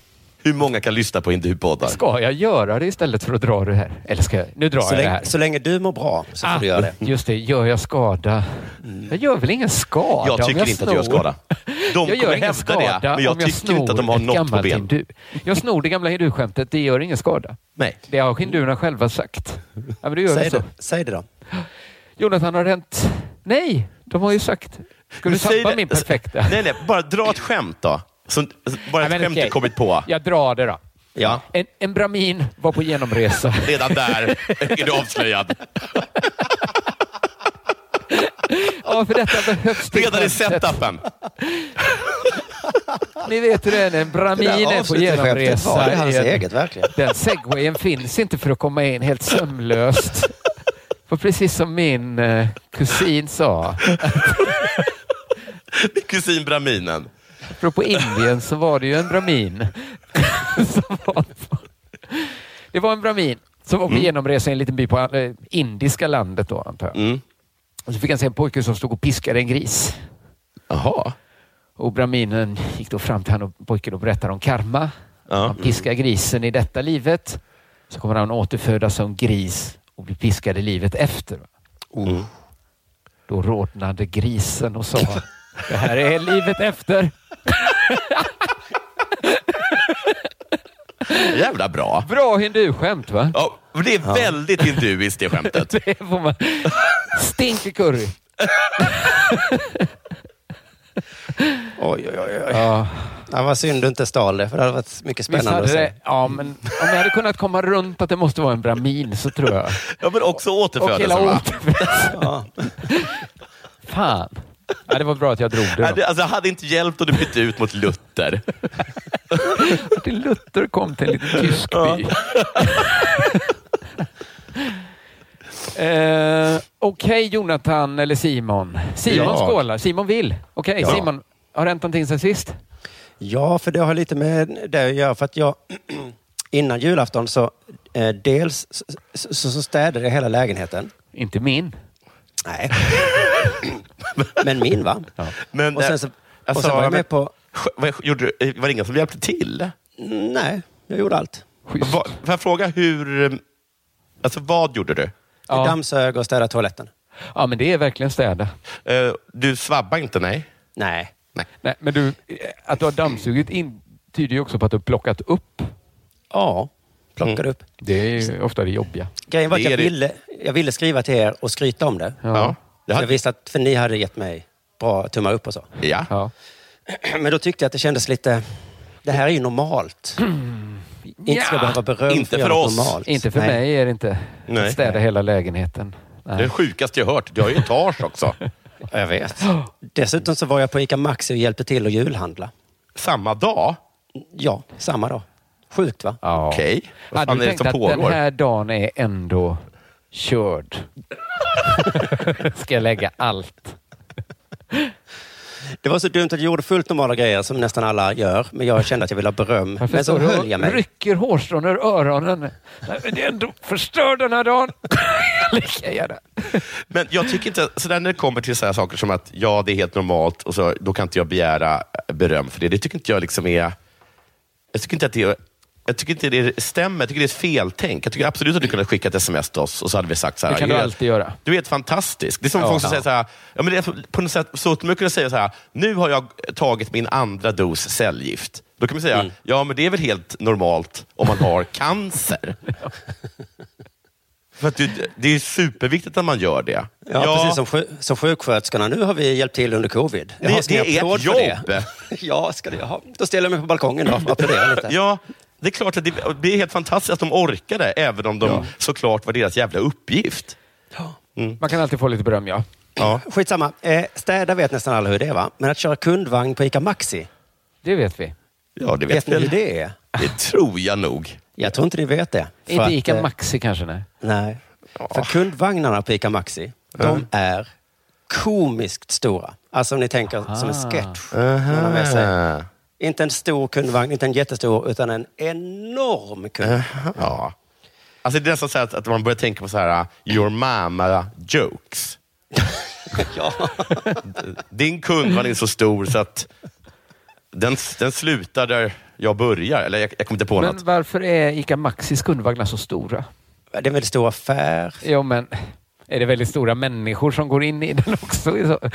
Speaker 7: Hur många kan lyssna på intervjupoddar?
Speaker 6: Ska jag göra det istället för att dra det här? Eller ska jag? Nu drar
Speaker 8: Så
Speaker 6: jag det
Speaker 8: länge,
Speaker 6: här. Ah.
Speaker 8: så länge du mår bra så får du göra det.
Speaker 6: Just det, gör jag skada? Jag gör väl ingen skada om
Speaker 7: Mm. Jag tycker inte att du gör
Speaker 6: snor.
Speaker 7: skada. De
Speaker 6: jag gör
Speaker 7: kommer
Speaker 6: ingen
Speaker 7: hävda
Speaker 6: skada
Speaker 7: det, men jag
Speaker 6: om jag
Speaker 7: tycker
Speaker 6: snor
Speaker 7: inte att de har
Speaker 6: ett
Speaker 7: något på
Speaker 6: gammalt typ.
Speaker 7: ben.
Speaker 6: hindu. Jag snor det gamla hinduskämtet, det gör ingen skada.
Speaker 7: Nej.
Speaker 6: Det har hinduerna själva sagt. Ja, men det gör
Speaker 8: Säg
Speaker 6: det så.
Speaker 8: det, säg det då.
Speaker 6: Jonathan har hänt... Nej, de har ju sagt... Ska du
Speaker 7: Men säg
Speaker 6: sabba
Speaker 7: det-
Speaker 6: min perfekta?
Speaker 7: Nej, nej. Bara dra ett skämt då. Som, bara ett
Speaker 6: men
Speaker 7: skämt
Speaker 6: okej.
Speaker 7: du kommit på.
Speaker 6: Jag drar det då.
Speaker 7: Ja.
Speaker 6: En, en bramin var på genomresa.
Speaker 7: Redan där är du avslöjad.
Speaker 6: Ja, för detta behövs det.
Speaker 7: Redan i
Speaker 6: skämtet.
Speaker 7: setupen.
Speaker 6: Ni vet hur det är när en bramin är på genomresa.
Speaker 8: var det hans
Speaker 6: i en-
Speaker 8: eget verkligen.
Speaker 6: Den segwayen finns inte för att komma in helt sömlöst. För precis som min eh, kusin sa,
Speaker 7: Kusin Braminen.
Speaker 6: apropå Indien så var det ju en bramin. som var på, det var en bramin som var på
Speaker 8: Mm.
Speaker 6: genomresa i en liten by på eh, indiska landet då antar jag.
Speaker 7: Mm.
Speaker 6: Och så fick han se en pojke som stod och piskade en gris.
Speaker 7: Jaha.
Speaker 6: Och braminen gick då fram till han och pojken och berättade om karma.
Speaker 7: Ja.
Speaker 6: Han piskar grisen i detta livet. Så kommer han återfödas som gris och bli piskad i livet efter. va.
Speaker 8: Oh.
Speaker 7: Mm.
Speaker 6: Då rodnade grisen och sa det här är livet efter.
Speaker 7: Jävla bra.
Speaker 6: Bra hinduskämt va?
Speaker 7: Ja, men det är väldigt hinduiskt det skämtet.
Speaker 6: Det får man. Stinker curry.
Speaker 8: Oj, oj, oj. oj.
Speaker 6: Ja,
Speaker 8: Ja, vad synd du inte stal det, för det hade varit mycket
Speaker 6: visst
Speaker 8: spännande
Speaker 6: hade
Speaker 8: att
Speaker 6: det.
Speaker 8: se.
Speaker 6: Ja, men om jag hade kunnat komma runt att det måste vara en bramin så tror jag.
Speaker 7: Ja, men också
Speaker 6: Och hela
Speaker 7: återfödelsen. va?
Speaker 6: återfödelsen.
Speaker 8: Ja.
Speaker 6: Fan. Ja, det var bra att jag drog det.
Speaker 7: Nej,
Speaker 6: då.
Speaker 7: det- Alltså, det hade inte hjälpt om du bytte ut mot Luther.
Speaker 6: Martin Luther kom till en liten tysk by. eh, Okej, Jonathan eller Simon. Simon
Speaker 7: Ja.
Speaker 6: skålar. Simon vill. Okej,
Speaker 7: Ja.
Speaker 6: Simon. Har det hänt någonting sen sist?
Speaker 8: Ja, för det har lite med det att göra. För att jag, innan julafton så eh, dels så, så, så städade jag hela lägenheten.
Speaker 6: Inte min.
Speaker 8: Nej. Men min va?
Speaker 7: Men,
Speaker 8: Och sen,
Speaker 7: eh,
Speaker 8: så, och
Speaker 7: alltså,
Speaker 8: sen var jag
Speaker 7: men-
Speaker 8: med på...
Speaker 7: Sk- Vad, gjorde, du- eh, var det ingen som hjälpte till?
Speaker 8: Nej, jag gjorde allt.
Speaker 6: Schysst.
Speaker 7: Va, får jag fråga hur... eh, Alltså vad gjorde du?
Speaker 8: Jag
Speaker 6: Ja.
Speaker 8: dammsög och städade toaletten.
Speaker 6: ja, men det är verkligen städa.
Speaker 7: Eh, Du svabbade inte, nej?
Speaker 8: Nej.
Speaker 6: Nej, men du, eh, att du har dammsugit in tyder ju också på att du har plockat upp.
Speaker 8: Ja, plockade upp.
Speaker 6: Det är ju ofta det jobbiga.
Speaker 8: Grejen var att
Speaker 7: Mm. Det är det.
Speaker 8: jag ville, jag ville skriva till er och skryta om det.
Speaker 6: Ja.
Speaker 7: Jag
Speaker 8: Jag,
Speaker 7: hade,
Speaker 8: visste att, för ni hade gett mig bra tummar upp och så.
Speaker 7: ja.
Speaker 6: Ja.
Speaker 8: Men då tyckte jag att det kändes lite... Det här är ju normalt. Inte ska
Speaker 6: Ja.
Speaker 8: jag behöva beröm
Speaker 7: Inte
Speaker 8: att
Speaker 7: för
Speaker 8: göra något
Speaker 7: oss.
Speaker 8: Normalt.
Speaker 6: Inte för
Speaker 8: Nej.
Speaker 6: mig är det inte.
Speaker 7: Nej.
Speaker 6: Att städa hela lägenheten.
Speaker 7: Det är det
Speaker 6: Nej.
Speaker 7: sjukaste jag hört. Du har ju etage också.
Speaker 8: Ja, jag vet. Dessutom så var jag på ICA Maxi och hjälpte till att julhandla.
Speaker 7: Samma dag?
Speaker 8: Ja, samma dag. Sjukt va?
Speaker 6: Ja.
Speaker 7: Okej. Vad fan är det som
Speaker 6: att den
Speaker 7: pågår?
Speaker 6: här dagen är ändå körd? Ska jag lägga allt?
Speaker 8: Det var så dumt att jag gjorde fullt normala grejer som nästan alla gör. Men jag kände att jag ville ha beröm.
Speaker 6: Varför
Speaker 8: Men så
Speaker 6: står du och
Speaker 8: höll jag mig.
Speaker 6: rycker hårstrån ur öronen. Nej, men det är ändå förstör den här dagen. Lika gärna.
Speaker 7: Men jag tycker inte, så där när det kommer till så här saker som att ja, det är helt normalt och så, då kan inte jag begära beröm för det. Det tycker inte jag liksom är... Jag tycker inte att det är... Jag tycker inte det stämmer. Jag tycker det är ett feltänk. Jag tycker absolut att du kunde ha skickat ett sms till oss och så hade vi sagt så här.
Speaker 6: Det kan du
Speaker 7: "Yes,
Speaker 6: alltid göra."
Speaker 7: Du är helt fantastisk. Det är som folk som säger så här, ja, men det är på något sätt, så skulle man kunna säga så här, nu har jag tagit min andra dos cellgift. Då kan man
Speaker 6: Mm.
Speaker 7: säga, ja men det är väl helt normalt om man har cancer. För att det, det är superviktigt att man gör det.
Speaker 8: Ja, precis som, sju, som sjuksköterskorna. Nu har vi hjälpt till under covid. Jaha,
Speaker 7: Det,
Speaker 8: ska ni
Speaker 7: det är
Speaker 8: applåd
Speaker 7: ett
Speaker 8: för det?
Speaker 7: jobb.
Speaker 8: Ja, ska det, jaha. då ställer jag mig på balkongen då och applåderar lite.
Speaker 7: Ja, det är klart att det, det är helt fantastiskt att de orkade, även om de såklart var deras jävla uppgift.
Speaker 6: Man kan alltid få lite beröm, ja.
Speaker 7: Ja.
Speaker 8: Skitsamma. Eh, städa vet nästan alla hur det är va? Men att köra kundvagn på ICA Maxi,
Speaker 6: Det vet vi.
Speaker 7: Ja, det
Speaker 8: vet
Speaker 7: vet,
Speaker 8: ni hur
Speaker 7: väl.
Speaker 8: det är?
Speaker 7: Det tror jag nog.
Speaker 8: Jag tror inte ni vet det. För
Speaker 6: Inte
Speaker 8: att,
Speaker 6: ICA
Speaker 8: eh,
Speaker 6: Maxi kanske, nej.
Speaker 8: Nej. För kundvagnarna på ICA Maxi, de är komiskt stora. Alltså om ni tänker som en sketch. Man har med sig. Inte en stor kundvagn, inte en jättestor, utan en enorm kundvagn.
Speaker 7: Ja. Alltså det är nästan så här att, att man börjar tänka på så här, uh, your mama jokes.
Speaker 8: Ja.
Speaker 7: Din kund var inte så stor så att den, den slutar där jag börjar. Eller jag, jag kommer inte på
Speaker 6: Men
Speaker 7: något.
Speaker 6: varför är ICA Maxis kundvagnar så stora?
Speaker 8: Det är en väldigt stor affär.
Speaker 6: Jo, men är det väldigt stora människor som går in i den också? i så-
Speaker 7: Det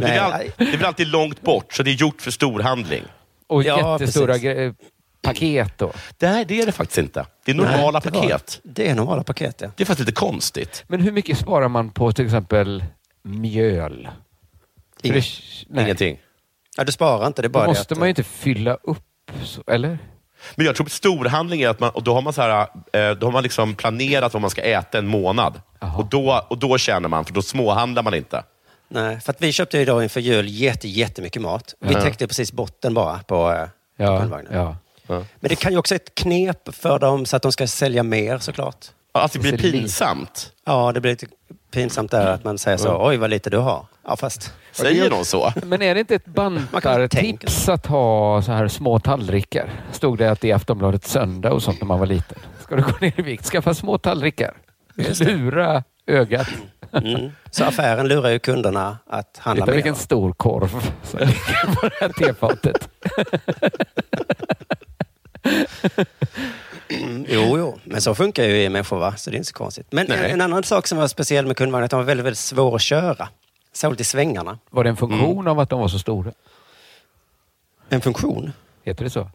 Speaker 7: blir, all,
Speaker 8: Nej.
Speaker 7: det blir alltid långt bort, så det är gjort för storhandling.
Speaker 6: Och
Speaker 8: Ja,
Speaker 6: jättestora
Speaker 8: precis.
Speaker 6: gre- paket då.
Speaker 7: Nej, det är det faktiskt inte. Det är normala
Speaker 8: Nej, det var-
Speaker 7: paket.
Speaker 8: Det är normala paket, ja.
Speaker 7: Det är faktiskt lite konstigt.
Speaker 6: Men hur mycket sparar man på till exempel mjöl? För
Speaker 8: Inget.
Speaker 6: det- nej.
Speaker 7: Ingenting.
Speaker 8: ja. Du sparar inte, det är bara
Speaker 6: Då
Speaker 8: det
Speaker 6: måste
Speaker 8: att- eh,
Speaker 6: man ju inte fylla upp, så, eller?
Speaker 7: Men jag tror att storhandling är att man, och då har man, så här, eh, då har man liksom planerat vad man ska äta en månad. Och då, och då tjänar man, för då småhandlar man inte.
Speaker 8: Nej, för att vi köpte ju idag inför jul jätte, jättemycket mat. Vi täckte precis botten bara på, eh, på
Speaker 6: Ja,
Speaker 8: kundvagnen.
Speaker 6: ja.
Speaker 8: Men det kan ju också vara ett knep för dem så att de ska sälja mer såklart.
Speaker 7: Alltså det
Speaker 6: Det
Speaker 7: blir
Speaker 6: är lite-
Speaker 7: pinsamt.
Speaker 8: Ja, det blir lite pinsamt där att man säger så. Oj, vad lite du har. Ja, fast...
Speaker 7: Säger någon så?
Speaker 6: Men är det inte ett
Speaker 8: tänka
Speaker 6: bantartips att ha så här små tallrikar? Stod det att det är Aftonbladet söndag och sånt när man var liten. Ska du gå ner i vikt, skaffa små tallrikar. Lura ögat.
Speaker 8: Mm. Så affären lurar ju kunderna att handla
Speaker 6: Titta
Speaker 8: mer.
Speaker 6: vilken stor korv som ligger på det här tefatet.
Speaker 8: Mm. Jo, jo. Men så funkar ju vi människor, va? Så det är inte så konstigt. Men en,
Speaker 7: Nej.
Speaker 8: en annan sak som var speciell med kundvagnen är att de var väldigt, väldigt svår att köra. Särskilt i svängarna.
Speaker 6: Var det en funktion av att de var så stora?
Speaker 8: En funktion?
Speaker 6: Heter det så?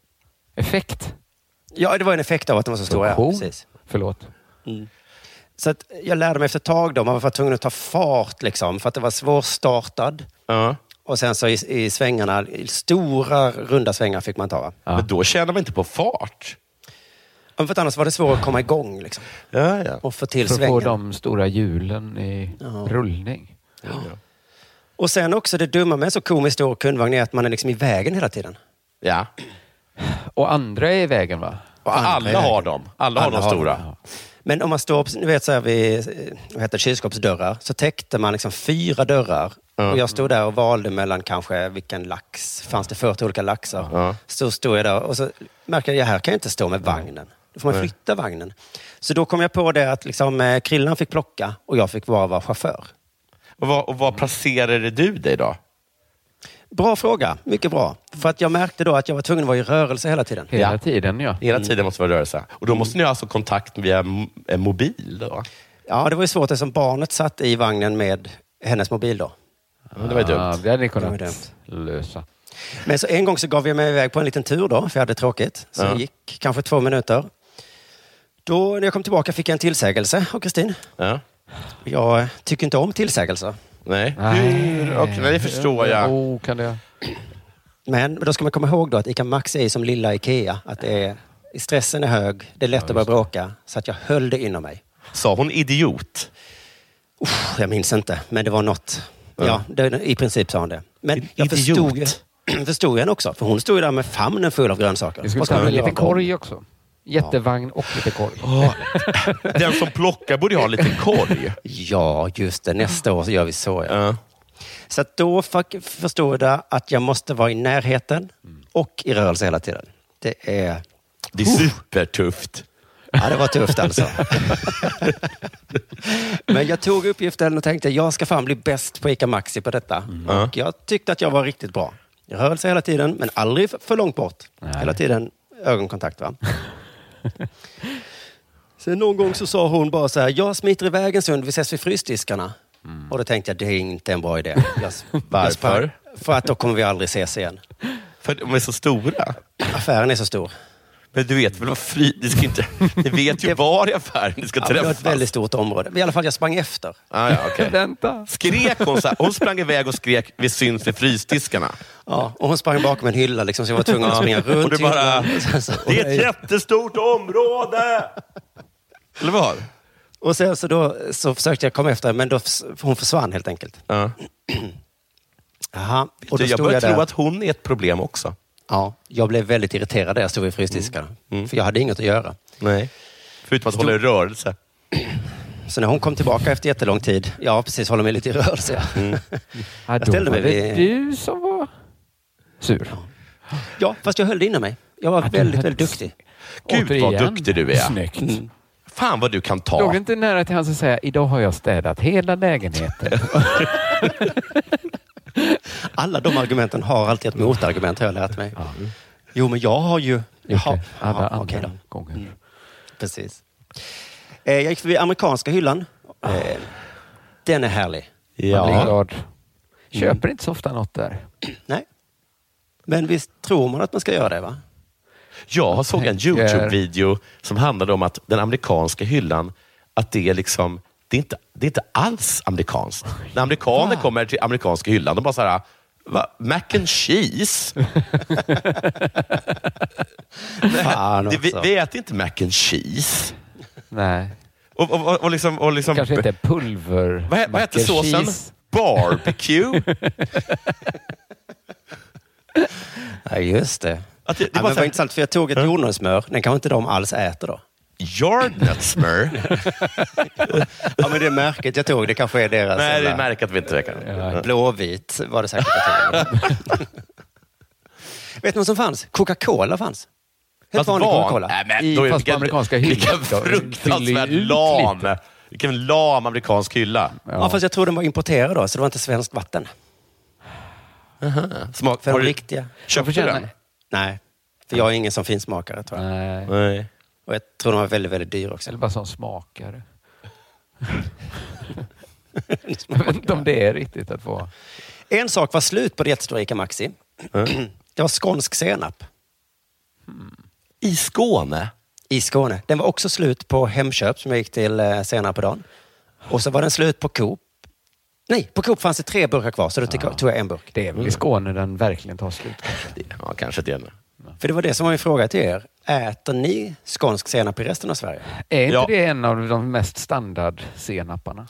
Speaker 6: Effekt?
Speaker 8: Ja, det var en effekt av att de var så stora. Ja,
Speaker 6: Funktion?
Speaker 8: precis.
Speaker 6: Förlåt.
Speaker 8: Så att jag lärde mig efter ett tag då, man var tvungen att ta fart liksom, för att det var svårstartad.
Speaker 7: Ja.
Speaker 8: Och sen så i, i svängarna, i stora runda svängar fick man ta. Va?
Speaker 7: Men då tjänar man inte på fart.
Speaker 8: Ja, För att annars var det svårt att komma igång liksom,
Speaker 7: Ja, ja.
Speaker 8: och få till
Speaker 6: För att få
Speaker 8: svängen.
Speaker 6: de stora hjulen i rullning.
Speaker 8: Och sen också det dumma med en så komiskt stor kundvagn är att man är liksom i vägen hela tiden.
Speaker 7: ja.
Speaker 6: Och andra är i vägen va?
Speaker 7: Och alla har dem. Alla har
Speaker 8: Alla
Speaker 7: de
Speaker 8: har
Speaker 7: stora.
Speaker 8: Men om man står ni vet, så här vid eh, vad heter det, kylskåpsdörrar så täckte man liksom fyra dörrar. Och jag stod där och valde mellan kanske vilken lax. Fanns det 40 olika laxar? Så stod jag där och så märkte jag här kan jag inte stå med vagnen. Då får man flytta vagnen. Så då kom jag på det att liksom, eh, Krillan fick plocka och jag fick bara vara chaufför.
Speaker 7: Och var, och var placerade du dig då?
Speaker 8: Bra fråga. Mycket bra. För att jag märkte då att jag var tvungen att vara i rörelse hela tiden.
Speaker 6: Hela
Speaker 7: Ja.
Speaker 6: tiden ja.
Speaker 7: Hela tiden måste vara rörelse. Och då måste ni ha alltså kontakt via m- en mobil? Då.
Speaker 8: Ja, det var ju svårt eftersom barnet satt i vagnen med hennes mobil då.
Speaker 7: Men det var ju
Speaker 6: Ah,
Speaker 7: dumt.
Speaker 6: det hade ni
Speaker 8: Det var
Speaker 6: kunnat
Speaker 8: dumt.
Speaker 6: lösa.
Speaker 8: Men så en gång så gav jag mig iväg på en liten tur då, för jag hade tråkigt. Så det gick kanske två minuter. Då när jag kom tillbaka fick jag en tillsägelse av Kristin.
Speaker 7: Ja.
Speaker 8: Jag eh, tycker inte om tillsägelser.
Speaker 7: Nej. Hur? Okej, nej, det förstår jag.
Speaker 6: Oh, kan det...
Speaker 8: Men då ska man komma ihåg då att ICA Maxi är som lilla IKEA. Att det är, stressen är hög, det är lätt att börja bråka. Så att jag höll det inom mig.
Speaker 7: Sa hon idiot?
Speaker 8: Jag minns inte, men det var något. Ja, det, i princip sa hon det. Men jag
Speaker 7: Idiot.
Speaker 8: förstod, ju- förstod ju henne också. För hon stod ju där med famnen full av grönsaker.
Speaker 6: Vi skulle
Speaker 8: Vad ska
Speaker 6: ta
Speaker 8: man
Speaker 6: med lite
Speaker 8: göra då?
Speaker 6: korg också. Jättevagn och lite korg.
Speaker 7: Den som plockar borde ju ha lite korg.
Speaker 8: Ja, just det. Nästa år så gör vi så. Ja.
Speaker 7: Ja.
Speaker 8: Så att då fack- förstod jag att jag måste vara i närheten och i rörelse hela tiden. Det, är,
Speaker 7: Det är supertufft.
Speaker 8: ja, det var tufft alltså. Men jag tog uppgiften och tänkte jag ska fan bli bäst på ICA Maxi på detta.
Speaker 7: Mm.
Speaker 8: Och jag tyckte att jag var riktigt bra. I rörelse hela tiden, men aldrig f- för långt bort. Hela tiden ögonkontakt. Va? Sen någon gång så sa hon bara så här, jag smiter iväg en stund, vi ses vid frysdiskarna. Och då tänkte jag, det är inte en bra idé. Jag, s- jag
Speaker 7: Mm. Varför?
Speaker 8: sprang, för att då kommer vi aldrig ses igen.
Speaker 7: För de är så stora.
Speaker 8: Affären är så stor.
Speaker 7: Men du vet väl vad fri... Ni, ska inte... ni vet ju var i affären ni ska
Speaker 8: Ja, det var
Speaker 7: träffas.
Speaker 8: ett väldigt stort område. Men I alla fall, jag sprang efter.
Speaker 7: ah, ja, okej.
Speaker 6: Vänta.
Speaker 7: Skrek hon så här? Hon sprang iväg och skrek vi syns vid frysdiskarna.
Speaker 8: Ja, och hon sprang bakom en hylla liksom, så jag var tvungen att springa runt
Speaker 7: Och
Speaker 8: Alltså,
Speaker 7: du bara,
Speaker 8: hyllan. Sen så-
Speaker 7: Det är ett jättestort område! Eller vad?
Speaker 8: Och sen så, då, så försökte jag komma efter, men då, förs- hon försvann helt enkelt.
Speaker 7: Ja.
Speaker 8: Jaha, och
Speaker 7: Och
Speaker 8: då
Speaker 7: jag
Speaker 8: stod
Speaker 7: börjar
Speaker 8: jag
Speaker 7: tro
Speaker 8: där.
Speaker 7: att hon är ett problem också.
Speaker 8: Ja, jag blev väldigt irriterad där jag stod vid frysdiskarna.
Speaker 7: Mm.
Speaker 8: För jag hade inget att göra.
Speaker 7: Nej. Förutom att hålla i rörelse.
Speaker 8: Så när hon kom tillbaka efter jättelång tid, ja precis, håller mig lite i rörelse. ja.
Speaker 7: Mm.
Speaker 6: Ja,
Speaker 8: Jag
Speaker 6: då
Speaker 8: ställde
Speaker 6: var
Speaker 8: mig
Speaker 6: det
Speaker 8: vid...
Speaker 6: du som var sur.
Speaker 8: Ja, fast jag höll det inom mig. Jag var väldigt, väldigt duktig.
Speaker 7: Gud vad
Speaker 6: Återigen.
Speaker 7: duktig du är.
Speaker 6: Snyggt.
Speaker 8: Mm.
Speaker 7: Fan vad du kan
Speaker 6: Låg det
Speaker 7: ta.
Speaker 6: inte nära till hans att säga idag har jag städat hela lägenheten.
Speaker 8: Alla de argumenten har alltid ett motargument, har jag lärt mig. Jo, men jag har ju... Jaha,
Speaker 6: Alla
Speaker 8: ja, okej
Speaker 6: andra
Speaker 8: då. Mm.
Speaker 6: gånger.
Speaker 8: Precis. Eh, jag gick förbi amerikanska hyllan. Eh, den är härlig.
Speaker 6: Man blir
Speaker 7: Ja.
Speaker 6: glad. Köper inte så ofta något där.
Speaker 8: Nej. Men visst tror man att man ska göra det, va?
Speaker 7: Jag såg en
Speaker 6: Tänker-
Speaker 7: YouTube-video som handlade om att den amerikanska hyllan, att det är liksom det är, inte, det är inte alls amerikanskt. När amerikaner kommer till amerikanska hyllan, de bara så här, Va? Mac and cheese?
Speaker 8: Fan
Speaker 7: Det, vi,
Speaker 8: också.
Speaker 7: vi äter inte mac and cheese.
Speaker 6: Nej,
Speaker 7: Och, och, och, och liksom, och liksom,
Speaker 6: kanske inte pulver.
Speaker 7: Vad, he- vad heter
Speaker 6: mac and
Speaker 7: såsen?
Speaker 6: cheese.
Speaker 7: Barbecue?
Speaker 8: Ja, just det.
Speaker 7: Att det- det
Speaker 8: ja,
Speaker 7: var så
Speaker 8: men
Speaker 7: här-
Speaker 8: var intressant, för jag tog ett jordnötssmör. Den kanske inte de alls äter då.
Speaker 7: Yardnutsmör?
Speaker 8: Ja, men det märket jag tog, det kanske är deras.
Speaker 7: Nej, det
Speaker 8: jävla-
Speaker 7: märker att vi inte räcker.
Speaker 8: Blåvit var det säkert. jag tog. Vet ni vad som fanns? Coca-Cola fanns. Helt
Speaker 7: Fast
Speaker 8: vanlig
Speaker 7: van-
Speaker 8: Coca-Cola.
Speaker 7: Nej, men
Speaker 6: I-
Speaker 7: då är det
Speaker 6: fast på
Speaker 7: vilken-
Speaker 6: amerikanska hyllan.
Speaker 7: Vilken
Speaker 6: Då fyller
Speaker 7: fruktansvärt
Speaker 6: ju ut
Speaker 7: lam.
Speaker 6: lite.
Speaker 7: Vilken lam amerikansk hylla.
Speaker 8: ja. fast jag tror den var importerad då, så det var inte svenskt vatten.
Speaker 7: Smak,
Speaker 8: För
Speaker 7: har
Speaker 8: de
Speaker 7: du
Speaker 8: riktiga.
Speaker 7: köpt
Speaker 6: Jag får känna-
Speaker 7: den?
Speaker 8: Nej, för jag är ingen som finsmakare tror jag.
Speaker 6: Nej,
Speaker 7: Nej.
Speaker 8: Och jag tror de var väldigt, väldigt dyra också.
Speaker 6: eller bara som smakare. Jag vet inte om det är riktigt att vara...
Speaker 8: En sak var slut på det jättestora Ica Maxi. Det var skånsk senap
Speaker 7: I Skåne?
Speaker 8: i Skåne. Den var också slut på Hemköp som jag gick till eh, senare på dagen. Och så var den slut på Coop. Nej, på Coop fanns det tre burkar kvar så då tog jag- tog jag en burk.
Speaker 6: Det är väl i Skåne den verkligen tar slut.
Speaker 7: Det- Ja, kanske det. nu.
Speaker 8: För det var det som var min fråga till er. Äter ni skånsk senap i resten av Sverige?
Speaker 6: Är inte
Speaker 7: Ja. Alltså,
Speaker 6: det en av de mest standard senapparna?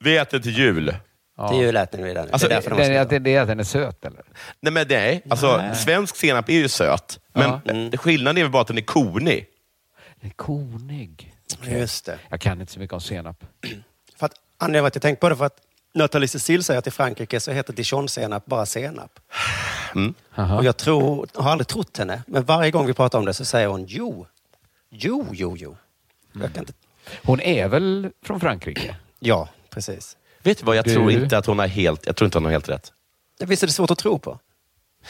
Speaker 7: Vi äter till jul.
Speaker 6: Ja.
Speaker 8: Det är ju lät ni vid den.
Speaker 7: Alltså,
Speaker 8: det är
Speaker 6: Det
Speaker 8: därför de
Speaker 6: är,
Speaker 8: var
Speaker 6: att
Speaker 8: slut.
Speaker 6: det är att den är söt eller?
Speaker 7: Nej, men nej. Alltså, svensk senap är ju söt. Men eh, skillnaden är väl bara att den är konig.
Speaker 6: Den är konig.
Speaker 8: Just det.
Speaker 6: Jag kan inte så mycket om senap.
Speaker 8: För att, anledningen till att jag tänkte på det för att Nathalie Cecil säger att i Frankrike så heter dijonsenap bara senap.
Speaker 6: Aha.
Speaker 8: Och jag tror, har aldrig trott henne, men varje gång vi pratar om det så säger hon jo. Jo, jo, jo. Jag kan inte...
Speaker 6: Hon är väl från Frankrike?
Speaker 8: Ja, precis.
Speaker 7: Vet du vad? Jag
Speaker 6: Du-
Speaker 7: tror inte att hon har helt, jag tror inte hon har helt rätt.
Speaker 8: Det Visst är det svårt att tro på?
Speaker 6: Att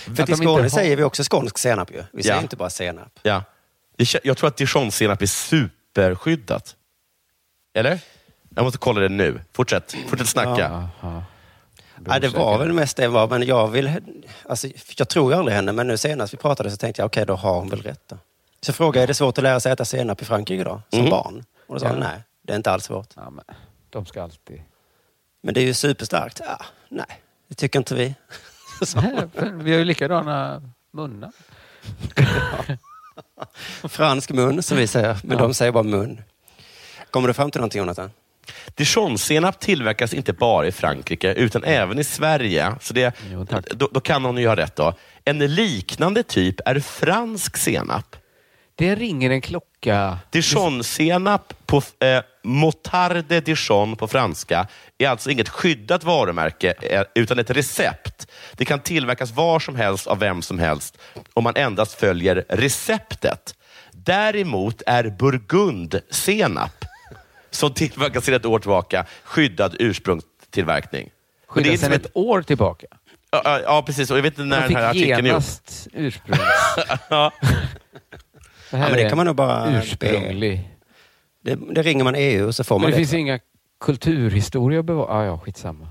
Speaker 8: För
Speaker 6: de
Speaker 8: i
Speaker 6: inte
Speaker 8: Skåne
Speaker 6: har-
Speaker 8: säger vi också skånsk senap ju. Vi säger
Speaker 7: Ja.
Speaker 8: inte bara senap.
Speaker 7: Ja. Jag, kö- jag tror att dijonsenap är superskyddat. Eller? Jag måste kolla det nu. Fortsätt, Fortsätt snacka.
Speaker 8: Ja, det var väl mest det var, men jag vill... Alltså, jag tror ju aldrig henne, men nu senast vi pratade så tänkte jag okej, då har hon väl rätt då. Så frågade jag, är det svårt att lära sig äta senap i Frankrike då? Som
Speaker 6: Mm.
Speaker 8: barn? Och då sa hon, nej, det är inte alls svårt.
Speaker 6: Ja, men, de ska alltid...
Speaker 8: Men det är ju superstarkt. Ja, nej, det tycker inte vi.
Speaker 6: Nej, för vi har ju likadana munnar.
Speaker 8: Fransk mun, som vi säger. Men de säger bara mun. Kommer du fram till någonting, Jonathan?
Speaker 7: Dijonsenap tillverkas inte bara i Frankrike, utan även i Sverige. Så det, då, då kan hon ju ha rätt. då. En liknande typ är fransk senap.
Speaker 6: Det ringer en klocka.
Speaker 7: Dijonsenap på eh, Motarde Dijon på franska är alltså inget skyddat varumärke eh, utan ett recept. Det kan tillverkas var som helst av vem som helst om man endast följer receptet. Däremot är burgundsenap som tillverkas sedan ett år tillbaka skyddad ursprungstillverkning. Men det
Speaker 6: Skyddas
Speaker 7: är inte
Speaker 6: sedan
Speaker 7: som ett-
Speaker 6: liksom ett år tillbaka.
Speaker 7: Ja, ja, Ja, precis. Och jag vet inte när
Speaker 6: Man
Speaker 7: den här
Speaker 6: fick
Speaker 7: artikeln är gjord.
Speaker 6: genast ursprungs...
Speaker 7: Ja.
Speaker 6: Det här
Speaker 8: men det
Speaker 6: är
Speaker 8: kan man nog bara-
Speaker 6: Ursprunglig.
Speaker 8: Det, det ringer man EU så får
Speaker 6: Men
Speaker 8: man
Speaker 6: det
Speaker 8: det.
Speaker 6: finns inga kulturhistorier att bevara. Ah, ja, skitsamma.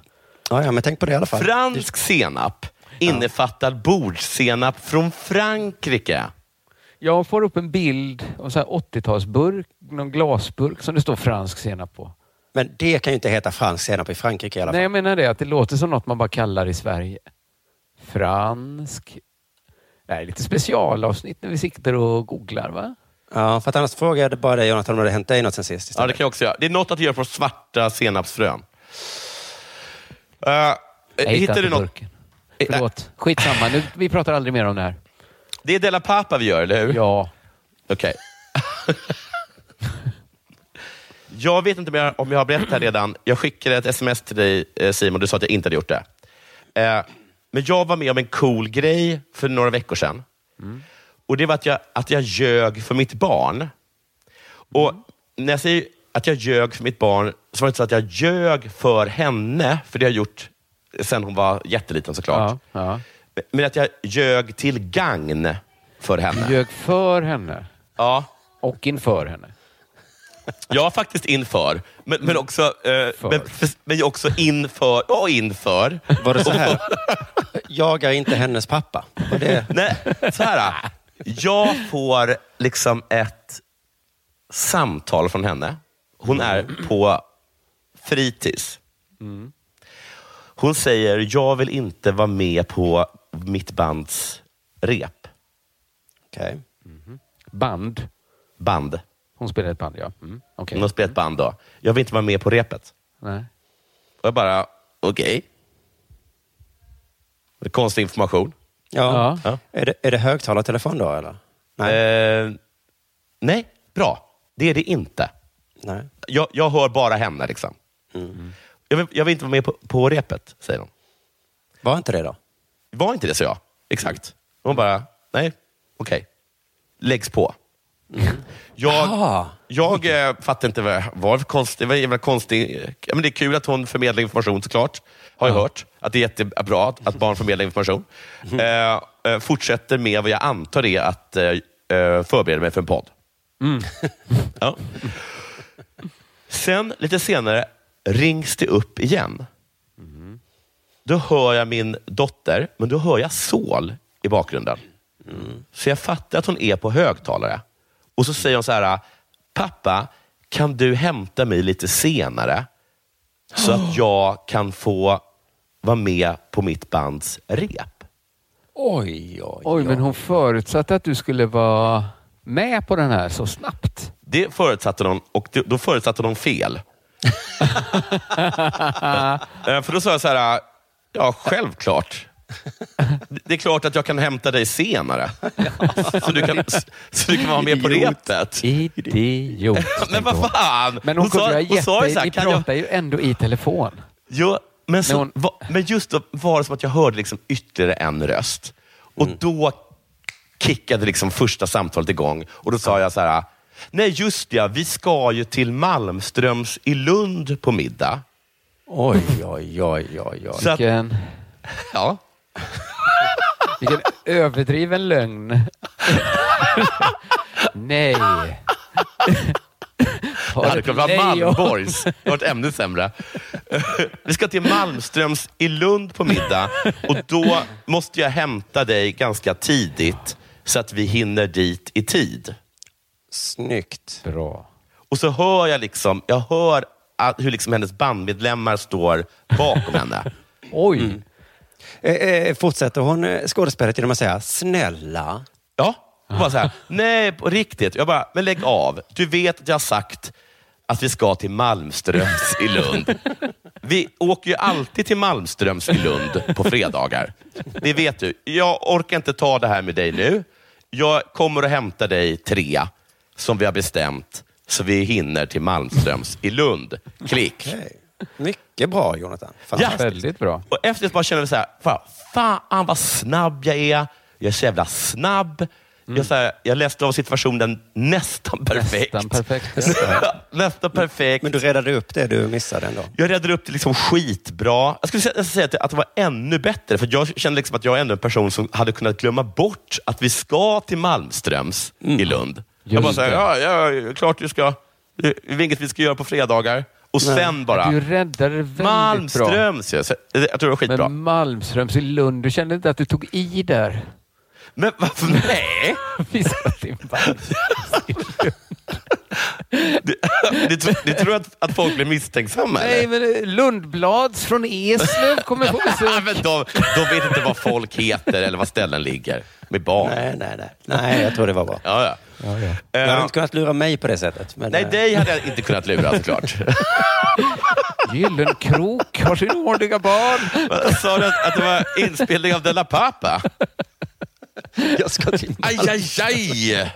Speaker 8: Ja, ja, men tänk på det i alla fall.
Speaker 7: Fransk senap innefattar bordssenap från Frankrike.
Speaker 6: Jag får upp en bild av en sån här 80-talsburk, någon glasburk som det står fransk senap på.
Speaker 8: Men det kan ju inte heta fransk senap i Frankrike i alla fall.
Speaker 6: Nej, jag menar det att det låter som något man bara kallar i Sverige. Fransk. Det här är lite specialavsnitt när vi sitter och googlar, va?
Speaker 8: Ja, för att annars frågade jag bara dig Jonathan om det hade hänt dig något sen sist.
Speaker 7: Ja, det
Speaker 8: istället.
Speaker 7: kan jag också göra. Det är något att göra från svarta senapsfrön. Eh,
Speaker 6: Jag
Speaker 7: hittar du
Speaker 6: inte
Speaker 7: något?
Speaker 6: burken. Förlåt. Skitsamma. Nu, vi pratar aldrig mer om det här.
Speaker 7: Det är Della Papa vi gör, eller hur?
Speaker 6: Ja.
Speaker 7: Okej. jag vet inte om jag, om jag har berättat det här redan. Jag skickade ett sms till dig eh, Simon, du sa att jag inte hade gjort det. Eh, men jag var med om en cool grej för några veckor sedan.
Speaker 6: Mm.
Speaker 7: Och Det var att jag, att jag ljög för mitt barn. Och
Speaker 6: Mm.
Speaker 7: När jag säger att jag ljög för mitt barn, så var det inte så att jag ljög för henne, för det har jag gjort sen hon var jätteliten såklart.
Speaker 6: ja, ja.
Speaker 7: Men- Men att jag ljög till gagn för henne.
Speaker 6: Du ljög för henne
Speaker 7: Ja.
Speaker 6: och inför henne.
Speaker 7: Ja, faktiskt inför. Men, men, också, eh,
Speaker 6: För.
Speaker 7: men, f- men också inför och inför.
Speaker 8: Var det så här? Jagar inte hennes pappa. Och det,
Speaker 7: Nej, så här. ah. Jag får liksom ett samtal från henne. Hon är på fritids. Hon säger, jag vill inte vara med på mitt bands rep.
Speaker 8: Okej.
Speaker 6: Band.
Speaker 7: Band.
Speaker 6: Hon spelar ett band, ja. Mm. Okej.
Speaker 7: Hon har spelat band då. Jag vill inte vara med på repet.
Speaker 6: Nej.
Speaker 7: Och jag bara, okej. Det är Konstig information.
Speaker 8: Ja.
Speaker 7: Ja.
Speaker 8: Är, det, är det högtalartelefon då eller? Nej.
Speaker 7: Eh, nej, bra. Det är det inte.
Speaker 8: Nej. Mm.
Speaker 7: Jag, jag hör bara henne. Liksom. Jag, vill, jag vill inte vara med på, på repet, säger hon.
Speaker 8: Var inte det då?
Speaker 7: Var inte det, så jag. Exakt. Hon bara, nej, okej. Läggs på. Jag,
Speaker 8: Ah.
Speaker 7: jag eh, fattar inte vad jag- vad det var för konstigt. Det var en jävla konstig... eh, ja, Men det är kul att hon förmedlar information såklart. Har jag hört. Att det är jättebra att, att barn förmedlar information. Eh, eh, fortsätter med vad jag antar är att eh, eh, förbereda mig för en podd. ja. Sen, lite senare, rings det upp igen. Då hör jag min dotter, men då hör jag Sol i bakgrunden. Så jag fattar att hon är på högtalare. Och så säger hon så här, pappa, kan du hämta mig lite senare? Så att jag kan få vara med på mitt bands rep.
Speaker 8: Oj, oj,
Speaker 6: Oj, men hon förutsatte att du skulle vara med på den här så snabbt.
Speaker 7: Det förutsatte hon och det- då förutsatte hon fel. Eh, För då sa jag så här, ja självklart. Det- Det är klart att jag kan hämta dig senare. Så du kan, så du kan vara med på repet.
Speaker 6: Idiot.
Speaker 7: Men
Speaker 6: tänkte hon.
Speaker 7: vad fan!
Speaker 6: Men hon, kunde
Speaker 7: sa-
Speaker 6: ju ha
Speaker 7: hon
Speaker 6: gett
Speaker 7: sa ju
Speaker 6: dig,
Speaker 7: så här,
Speaker 6: ni
Speaker 7: kan jag...
Speaker 6: pratar ju ändå i telefon.
Speaker 7: Jo, men, så,
Speaker 6: Men hon-
Speaker 7: va, men just då var det som att jag hörde liksom ytterligare en röst. Och
Speaker 6: Mm.
Speaker 7: då kickade liksom första samtalet igång och då sa jag så här, nej just ja, vi ska ju till Malmströms i Lund på middag.
Speaker 8: oj, oj, oj, oj, oj.
Speaker 7: Så att,
Speaker 6: Vilken,
Speaker 7: ja.
Speaker 6: vilken överdriven lögn. Nej.
Speaker 7: Det hade kunnat vara
Speaker 6: Nej, jag-
Speaker 7: Malmborgs. Det hade varit ännu sämre. Vi ska till Malmströms i Lund på middag och då måste jag hämta dig ganska tidigt så att vi hinner dit i tid.
Speaker 8: Snyggt.
Speaker 6: Bra.
Speaker 7: Och så hör jag liksom, jag hör att, hur liksom hennes bandmedlemmar står bakom henne.
Speaker 6: Oj.
Speaker 8: Eh, eh, fortsätter hon eh, skådespelet genom att säga snälla?
Speaker 7: Ja, och bara så här, nej på riktigt. Jag bara, men lägg av. Du vet att jag har sagt att vi ska till Malmströms i Lund. Vi åker ju alltid till Malmströms i Lund på fredagar. Det vet du. Jag orkar inte ta det här med dig nu. Jag kommer att hämta dig trea, som vi har bestämt, så vi hinner till Malmströms i Lund. Klick.
Speaker 8: Okej. Mycket bra, Jonathan.
Speaker 7: Ja.
Speaker 6: Väldigt bra.
Speaker 7: Och efter det bara känner jag så här, fan, fan vad snabb jag är. Jag är så jävla snabb.
Speaker 6: Mm.
Speaker 7: Jag, så här, jag läste av situationen nästan perfekt.
Speaker 6: Nästan perfekt.
Speaker 7: nästan perfekt.
Speaker 8: Men du räddade upp det du missade ändå.
Speaker 7: Jag räddade upp det liksom skitbra. Jag skulle sä- jag skulle säga att det- att det var ännu bättre. För Jag kände liksom att jag är ändå en person som hade kunnat glömma bort att vi ska till Malmströms i Lund. jag
Speaker 6: Just
Speaker 7: bara såhär,
Speaker 6: det.
Speaker 7: ja, ja, klart vi ska. Det är inget vi ska göra på fredagar. Och sen bara,
Speaker 6: Du räddade det väldigt bra.
Speaker 7: Malmströms! ja. Så Jag, jag tror det var skitbra.
Speaker 6: Men Malmströms i Lund, du kände inte att du tog i där?
Speaker 7: Men varför? Nej!
Speaker 6: Vi sa att det är Malm-
Speaker 7: Det, det, tro- det tror jag att, att folk blir misstänksamma
Speaker 6: Nej,
Speaker 7: eller?
Speaker 6: men eh, Lundblads från Eslöv kommer på
Speaker 7: Ja,
Speaker 6: besök.
Speaker 7: men de, de vet inte vad folk heter eller vad ställen ligger med barn. Nej.
Speaker 8: Nej, nej, nej. Nej, jag tror det var bra.
Speaker 7: Ja, ja.
Speaker 8: Jag hade
Speaker 7: Eh,
Speaker 8: inte kunnat lura mig på det sättet. Men,
Speaker 7: nej,
Speaker 8: eh,
Speaker 7: dig hade jag inte kunnat lura såklart.
Speaker 6: Gyllenkrok har sin ordliga barn.
Speaker 7: Vad Sa du att, att det var inspelning av Della Pappa?
Speaker 8: Jag ska till
Speaker 7: Aj, aj, aj!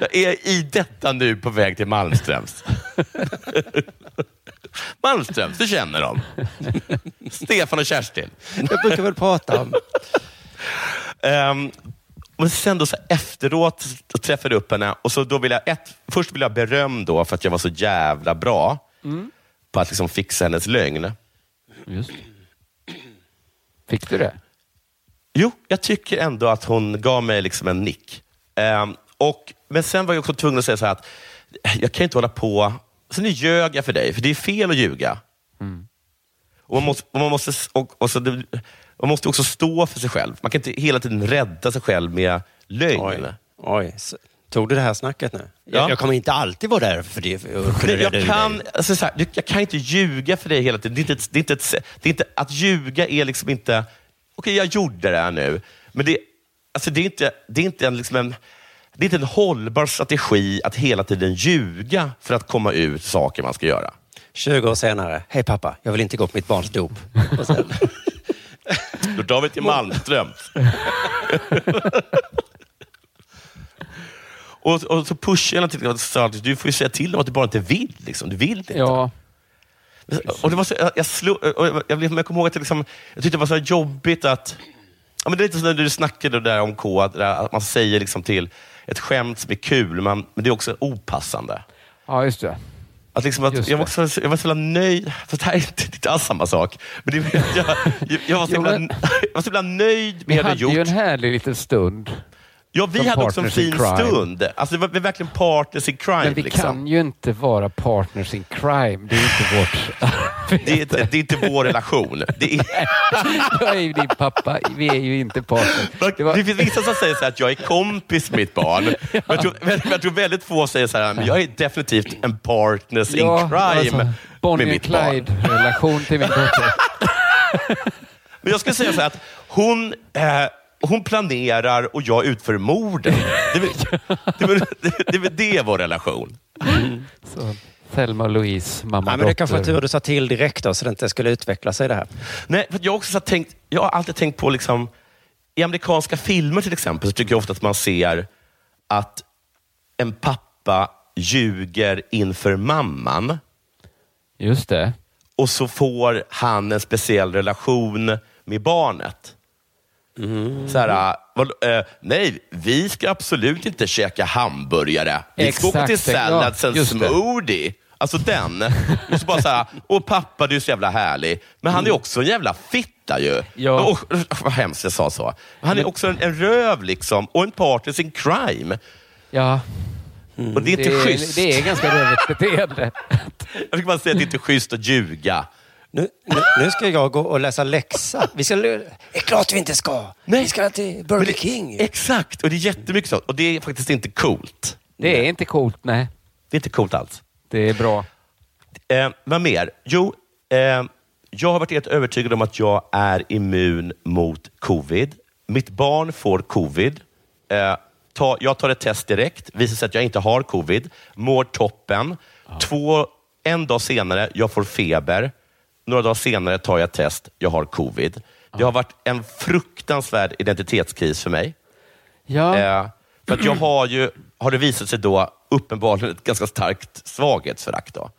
Speaker 7: Jag är i detta nu på väg till Malmströms. Malmströms, du känner dem. Stefan och Kerstin.
Speaker 8: Jag brukar väl prata om...
Speaker 7: Ehm, och sen då så här efteråt så träffade jag upp henne och så då vill jag ett, först vill jag ha beröm då för att jag var så jävla bra på att liksom fixa hennes lögn.
Speaker 6: Just. Fick du det?
Speaker 7: Jo, jag tycker ändå att hon gav mig liksom en nick. Ehm, och, men sen var jag också tvungen att säga så här att jag kan inte hålla på... Så nu ljög jag för dig, för det är fel att ljuga. Och man måste, och man måste, och, och så, det- man måste också stå för sig själv. Man kan inte hela tiden rädda sig själv med lögn.
Speaker 8: Oj. Oj. Så, tog du det här snacket nu?
Speaker 7: Ja.
Speaker 8: Jag, jag kommer inte alltid vara där för det. För att kunna
Speaker 7: Nej,
Speaker 8: rädda
Speaker 7: jag,
Speaker 8: dig.
Speaker 7: kan, alltså så här, du- jag kan inte ljuga för dig hela tiden. Det är inte, ett- det är inte, ett, sä- det är inte, att ljuga är liksom inte... Okej, jag gjorde det här nu, men det, alltså det är inte, det är inte en, liksom en, det är inte en hållbar strategi att hela tiden ljuga för att komma ut saker man ska göra.
Speaker 8: 20 år senare. Hej pappa, jag vill inte gå på mitt barns dop. Och sen,
Speaker 7: Då drar vi till Malmström. och, och så pushar jag hela tiden. och sa att Du får ju säga till dem att du bara inte vill. Liksom. Du vill inte.
Speaker 6: Ja.
Speaker 7: Och det var så, jag, jag, slog, och jag, jag, blev- jag kommer ihåg att jag, liksom, jag tyckte det var så här jobbigt att... Ja, men det är lite som när du snackade där om K, att, det där, att man säger liksom till ett skämt som är kul, men, men det är också opassande.
Speaker 6: ja, just det.
Speaker 7: Att liksom att,
Speaker 6: Just
Speaker 7: jag, var
Speaker 6: det.
Speaker 7: också, jag var så jävla nöjd. För det här är inte, det är inte alls samma sak. Men det, jag, jag, jag, var så
Speaker 6: Jo,
Speaker 7: jävla,
Speaker 6: men-
Speaker 7: jag var så jävla nöjd
Speaker 6: Vi
Speaker 7: med det
Speaker 6: hade
Speaker 7: gjort.
Speaker 6: ju en härlig liten stund.
Speaker 7: ja, vi
Speaker 6: som
Speaker 7: hade också en
Speaker 6: partners in
Speaker 7: fin
Speaker 6: crime.
Speaker 7: stund. Alltså, det var, vi var verkligen partners in crime.
Speaker 6: Men vi
Speaker 7: liksom.
Speaker 6: kan ju inte vara partners in crime. Det är inte vårt...
Speaker 7: det, är, inte- det är inte vår relation. Det är,
Speaker 6: Jag är ju din pappa. Vi är ju inte partners.
Speaker 7: Det,
Speaker 6: Det var...
Speaker 7: finns vissa som säger så här att jag är kompis med mitt barn. men, jag tror, men jag tror väldigt få säger så här, men jag är definitivt en partners in crime
Speaker 6: alltså, Bonnie
Speaker 7: med
Speaker 6: and
Speaker 7: mitt barn.
Speaker 6: Clyde-relation till min dotter.
Speaker 7: Men jag skulle säga så här att hon, eh, hon planerar och jag utför morden. Det är väl det, är väl- det, är väl det vår relation.
Speaker 6: Så, Thelma och Louise, mamma
Speaker 8: ja,
Speaker 6: och
Speaker 8: men det
Speaker 6: dotter.
Speaker 8: kanske var tur du sa till direkt då, så det inte skulle utveckla sig det här.
Speaker 7: Nej, för att jag, har också så här tänkt, jag har alltid tänkt på, liksom, i amerikanska filmer till exempel, så tycker jag ofta att man ser att en pappa ljuger inför mamman.
Speaker 6: Just det.
Speaker 7: och så får han en speciell relation med barnet.
Speaker 6: Mm.
Speaker 7: Så här, äh, vad, äh, nej, vi ska absolut inte käka hamburgare. Vi ska åka
Speaker 6: Exakt,
Speaker 7: till sallads
Speaker 6: ja,
Speaker 7: and
Speaker 6: just det.
Speaker 7: smoothie. Alltså den. Och så bara så här, åh pappa du är så jävla härlig. Men han är också en jävla fitta ju.
Speaker 6: Mm. Ja.
Speaker 7: Och, vad hemskt jag sa så. Han är också en, en röv liksom och en partner sin crime.
Speaker 6: Ja,
Speaker 7: Och det är
Speaker 6: Mm, det
Speaker 7: inte
Speaker 6: är,
Speaker 7: schysst.
Speaker 6: det är ganska rövigt beteende.
Speaker 7: Jag fick bara säga att det är inte schysst att ljuga.
Speaker 8: Nu, nu, nu ska jag gå och läsa läxa. Vi ska... Det är klart vi inte ska! Vi ska till
Speaker 7: Men
Speaker 8: Burger
Speaker 7: det-
Speaker 8: King!
Speaker 7: Exakt, och det är jättemycket sånt. Och det är faktiskt inte coolt.
Speaker 6: Det är inte coolt, nej.
Speaker 7: Det är inte coolt alls.
Speaker 6: Det är bra.
Speaker 7: Eh, vad mer? Jo, eh, jag har varit helt övertygad om att jag är immun mot covid. Mitt barn får covid. Eh, Ta, jag tar ett test direkt, visar sig att jag inte har covid, mår toppen. Två, en dag senare, jag får feber. Några dagar senare tar jag ett test, jag har covid. Det har varit en fruktansvärd identitetskris för mig.
Speaker 6: Ja.
Speaker 7: Eh, för att jag har ju, har det visat sig då, uppenbarligen ett ganska starkt svaghetsförakt. Då.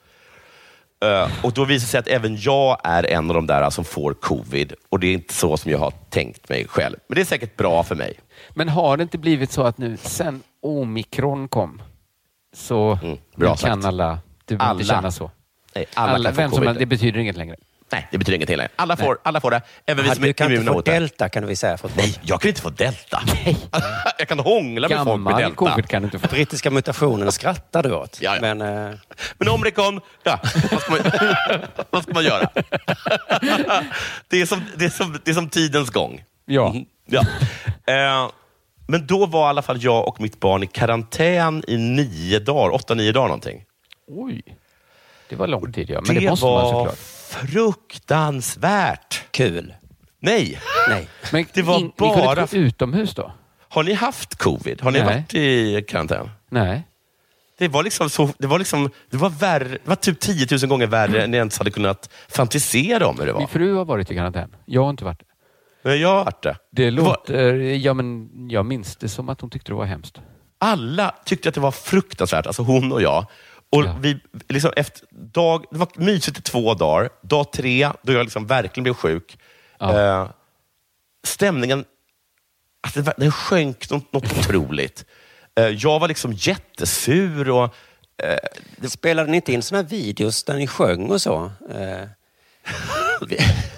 Speaker 7: Eh, och då visar det sig att även jag är en av de där som får covid. Och det är inte så som jag har tänkt mig själv. Men det är säkert bra för mig.
Speaker 6: Men har det inte blivit så att nu sen omikron kom så
Speaker 7: Mm,
Speaker 6: nu
Speaker 7: bra
Speaker 6: kan
Speaker 7: sagt.
Speaker 6: alla, du behöver inte
Speaker 7: Alla.
Speaker 6: känna så.
Speaker 7: Nej, alla, kan få
Speaker 6: vem som,
Speaker 7: covid.
Speaker 6: helst, det betyder inget längre.
Speaker 7: Nej, det betyder ingenting längre. Alla får, alla får det, även vi
Speaker 8: Ja,
Speaker 7: som
Speaker 8: Du
Speaker 7: är
Speaker 8: kan inte
Speaker 7: immuna
Speaker 8: få
Speaker 7: mot det.
Speaker 8: delta kan vi säga. För att
Speaker 7: Nej, jag kan inte få delta. jag kan hångla med folk med
Speaker 6: Gammal
Speaker 7: delta.
Speaker 6: covid kan du inte få.
Speaker 8: brittiska mutationen skrattar du åt.
Speaker 7: Ja, ja.
Speaker 8: Men, eh,
Speaker 7: Men omikron, ja, vad, ska man, vad ska man göra? det, är som, det, är som, det är som tidens gång.
Speaker 6: Ja.
Speaker 7: Mhm. Ja. Eh, men då var i alla fall jag och mitt barn i karantän i nio dagar, åtta, nio dagar någonting.
Speaker 6: Oj. Det var lång tid, ja. Men det, måste man
Speaker 7: var
Speaker 6: såklart.
Speaker 7: fruktansvärt.
Speaker 8: kul.
Speaker 7: Nej.
Speaker 8: Nej.
Speaker 6: Men
Speaker 7: det var
Speaker 6: in- ni kunde
Speaker 7: bara-
Speaker 6: inte gå utomhus då?
Speaker 7: Har ni haft covid? Har ni
Speaker 6: Nej.
Speaker 7: varit i karantän?
Speaker 6: Nej.
Speaker 7: Det var liksom så, det var liksom, det var värre, det var typ 10 000 gånger värre än jag ens hade kunnat fantisera om hur det
Speaker 6: Min
Speaker 7: var.
Speaker 6: fru har varit i karantän. Jag har inte varit det.
Speaker 7: Men jag har varit det.
Speaker 6: Det
Speaker 7: var-
Speaker 6: låter... Ja, men jag minns det som att hon tyckte det var hemskt.
Speaker 7: alla tyckte att det var fruktansvärt, alltså hon och jag. Och
Speaker 6: Ja.
Speaker 7: vi, liksom, efter dag, det var mysigt i två dagar. Dag tre, då jag liksom verkligen blev sjuk. Eh, stämningen att det, var- den sjönk något, något otroligt. Eh, jag var liksom jättesur. Och,
Speaker 8: Spelade ni inte in såna här videos där ni sjöng och så? Eh,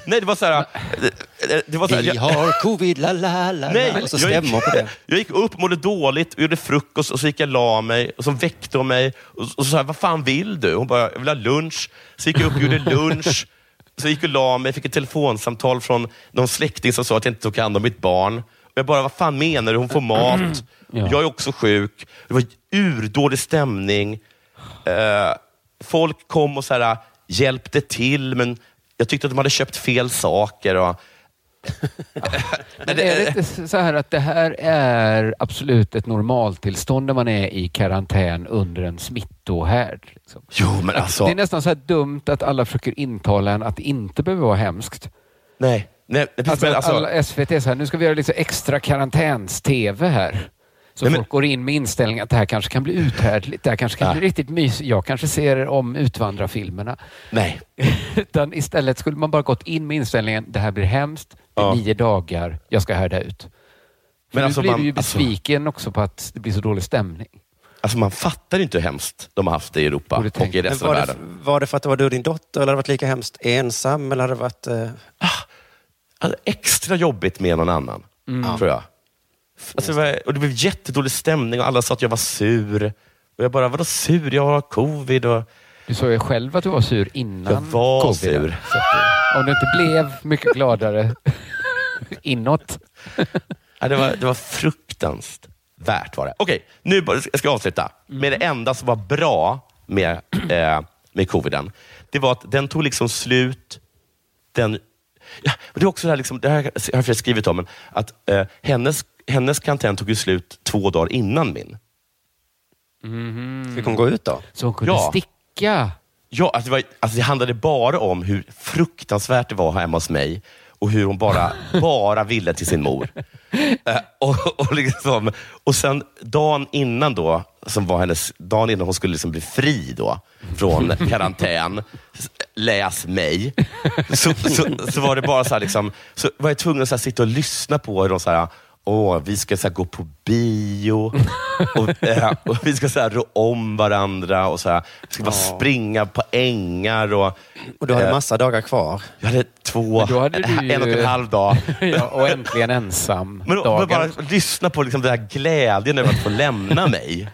Speaker 7: nej, det var så här... Det, det var så här
Speaker 8: vi har covid, la la la la.
Speaker 7: Nej,
Speaker 8: Och så
Speaker 7: jag,
Speaker 8: stämmor
Speaker 7: gick,
Speaker 8: på det.
Speaker 7: jag gick upp, mådde dåligt, och gjorde frukost och så gick jag och la mig. Och så väckte hon mig och, och så sa jag, vad fan vill du? Hon bara, jag vill ha lunch. Så gick jag upp och gjorde lunch. Så gick jag och la mig, fick ett telefonsamtal från någon släkting som sa att jag inte tog hand om mitt barn. Och jag bara, vad fan menar du? Hon får mat.
Speaker 6: Mm. Ja.
Speaker 7: Jag är också sjuk. Det var urdålig stämning. Eh, folk kom och så här, hjälpte till, men jag tyckte att de hade köpt fel saker. Och,
Speaker 6: Men är det inte så här att det här är absolut ett normaltillstånd när man är i karantän under en smittohärd? Liksom?
Speaker 7: jo, men alltså...
Speaker 6: Det är nästan så här dumt att alla försöker intala en att det inte behöver vara hemskt.
Speaker 7: Nej. Nej, nej, precis,
Speaker 6: Alltså,
Speaker 7: men, alltså,
Speaker 6: alla SVT är så här, nu ska vi göra liksom extra karantäns-TV här. Så
Speaker 7: Nej, men-
Speaker 6: folk går in med inställningen att det här kanske kan bli uthärdligt. Det här kanske kan bli riktigt mysigt. Jag kanske ser om Utvandrarfilmerna.
Speaker 7: nej.
Speaker 6: Utan istället skulle man bara gått in med inställningen, det här blir hemskt, det är
Speaker 7: Ja.
Speaker 6: nio dagar, jag ska härda ut. Men
Speaker 7: Men
Speaker 6: nu
Speaker 7: alltså,
Speaker 6: blir du
Speaker 7: man-
Speaker 6: ju
Speaker 7: alltså-
Speaker 6: besviken också på att det blir så dålig stämning.
Speaker 7: Alltså, man fattar inte hur hemskt de har haft det i Europa
Speaker 6: Borde
Speaker 7: och
Speaker 6: tänka.
Speaker 7: i
Speaker 8: Men
Speaker 7: resten av
Speaker 8: var, det,
Speaker 7: världen.
Speaker 8: var det för att det var du och din dotter eller hade det varit lika hemskt ensam? Eller hade det varit, eh,
Speaker 7: Alltså, extra jobbigt med någon annan, tror jag. Alltså, det, var, och det blev jättedålig stämning och alla sa att jag var sur. Och jag bara, vadå sur? Jag har covid. Och
Speaker 6: Du sa ju själv att du var sur innan
Speaker 7: jag var
Speaker 6: covid.
Speaker 7: sur.
Speaker 6: Så att, eh, Om du inte blev mycket gladare inåt.
Speaker 7: Ja, det, var, det var fruktansvärt. Var det. Okej, nu bara- jag ska jag avsluta med det enda som var bra med, eh, med coviden. Det var att den tog liksom slut den... Ja, men det är också det här, liksom, det här har jag förresten skrivit om, men att eh, hennes, hennes karantän tog ju slut två dagar innan min. Mm.
Speaker 8: fick hon gå ut då?
Speaker 6: Så hon kunde
Speaker 7: Ja.
Speaker 6: sticka.
Speaker 7: Ja, alltså det, var, alltså det handlade bara om hur fruktansvärt det var här hemma hos mig och hur hon bara, bara ville till sin mor. Eh, och, och, liksom, och sen dagen innan då, som var hennes, dagen innan hon skulle liksom bli fri då från karantän, s- läs mig, så, så, så var det bara så här, liksom, så var jag tvungen att så här, sitta och lyssna på hur de så här, Åh, vi ska så här, gå på bio och, eh, och vi ska så här, rå om varandra och så här, vi ska bara springa på ängar. Och,
Speaker 8: Och
Speaker 7: Eh.
Speaker 8: du hade massa dagar kvar.
Speaker 7: jag hade två,
Speaker 6: Men då hade du ju-
Speaker 7: en och en halv dag.
Speaker 6: Ja, och äntligen ensam
Speaker 7: Men,
Speaker 6: dagen.
Speaker 7: men bara lyssna på liksom den här glädjen över att få lämna mig.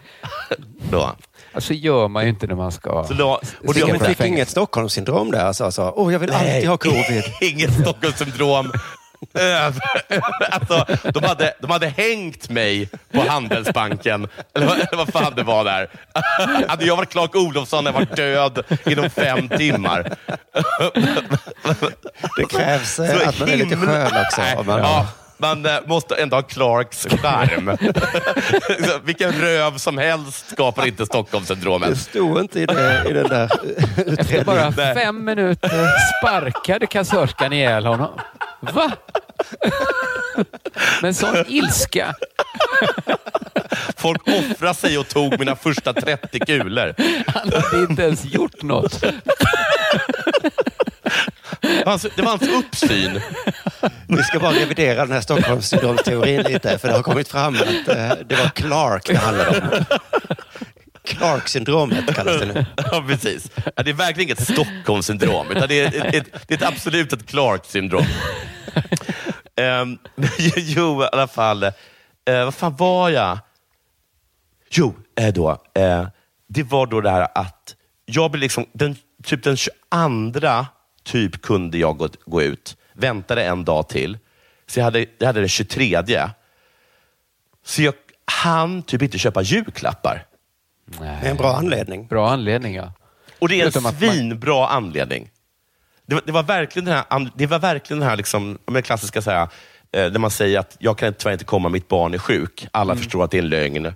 Speaker 7: Då.
Speaker 6: Alltså gör man ju inte när man ska...
Speaker 7: Så la, och det,
Speaker 6: Ja,
Speaker 8: Men
Speaker 6: men
Speaker 8: fick
Speaker 6: fängelse.
Speaker 8: inget Stockholmssyndrom där? Alltså, alltså, Åh, jag vill alltid ha covid.
Speaker 7: Inget Stockholmssyndrom. Över- alltså, de, hade, de hade hängt mig på Handelsbanken, eller, vad- eller vad fan det var där. Hade jag varit Clark Olofsson hade jag varit död inom fem timmar.
Speaker 8: Det krävs eh,
Speaker 7: Så
Speaker 8: att man är lite
Speaker 7: himla-
Speaker 8: skön också.
Speaker 7: Nej,
Speaker 8: Om man,
Speaker 7: ja. man eh, måste ändå ha Clarks charm. Så Vilken röv som helst skapar inte Stockholmssyndromet.
Speaker 8: Det stod inte i, det, i den där
Speaker 6: Efter bara
Speaker 7: Nej.
Speaker 6: fem minuter sparkade kassörskan ihjäl honom. Va? Men sån ilska.
Speaker 7: Folk offrade sig och tog mina första 30 kulor.
Speaker 6: Han hade inte ens gjort något.
Speaker 7: Hans, det var hans uppsyn.
Speaker 8: Vi ska bara revidera den här Stockholmssyndromteorin lite, för det har kommit fram att eh, det var Clark det handlade om. Clark-syndromet kallas det nu.
Speaker 7: Ja, precis. Ja, det är verkligen inget Stockholmssyndrom, utan det är, ett, ett, det är ett absolut ett Clark-syndrom. Ehm, jo, i alla fall. Eh, vad fan var jag? Jo, eh, då. Eh, det var då det här att jag blev liksom, den, typ den 22 typ kunde jag gå, gå ut. Väntade en dag till. Så jag hade, jag hade den 23. Så jag hann typ inte köpa julklappar.
Speaker 8: Med en bra anledning.
Speaker 6: Bra anledning, ja.
Speaker 7: Och det är
Speaker 6: Förutom
Speaker 7: en
Speaker 6: att man-
Speaker 7: svinbra anledning. Det var, det var verkligen den här, an- det var verkligen den här liksom, ja, men klassiska, så här, eh, när man säger att jag kan tyvärr inte komma, mitt barn är sjuk. Alla
Speaker 6: Mm.
Speaker 7: förstår att det är en lögn,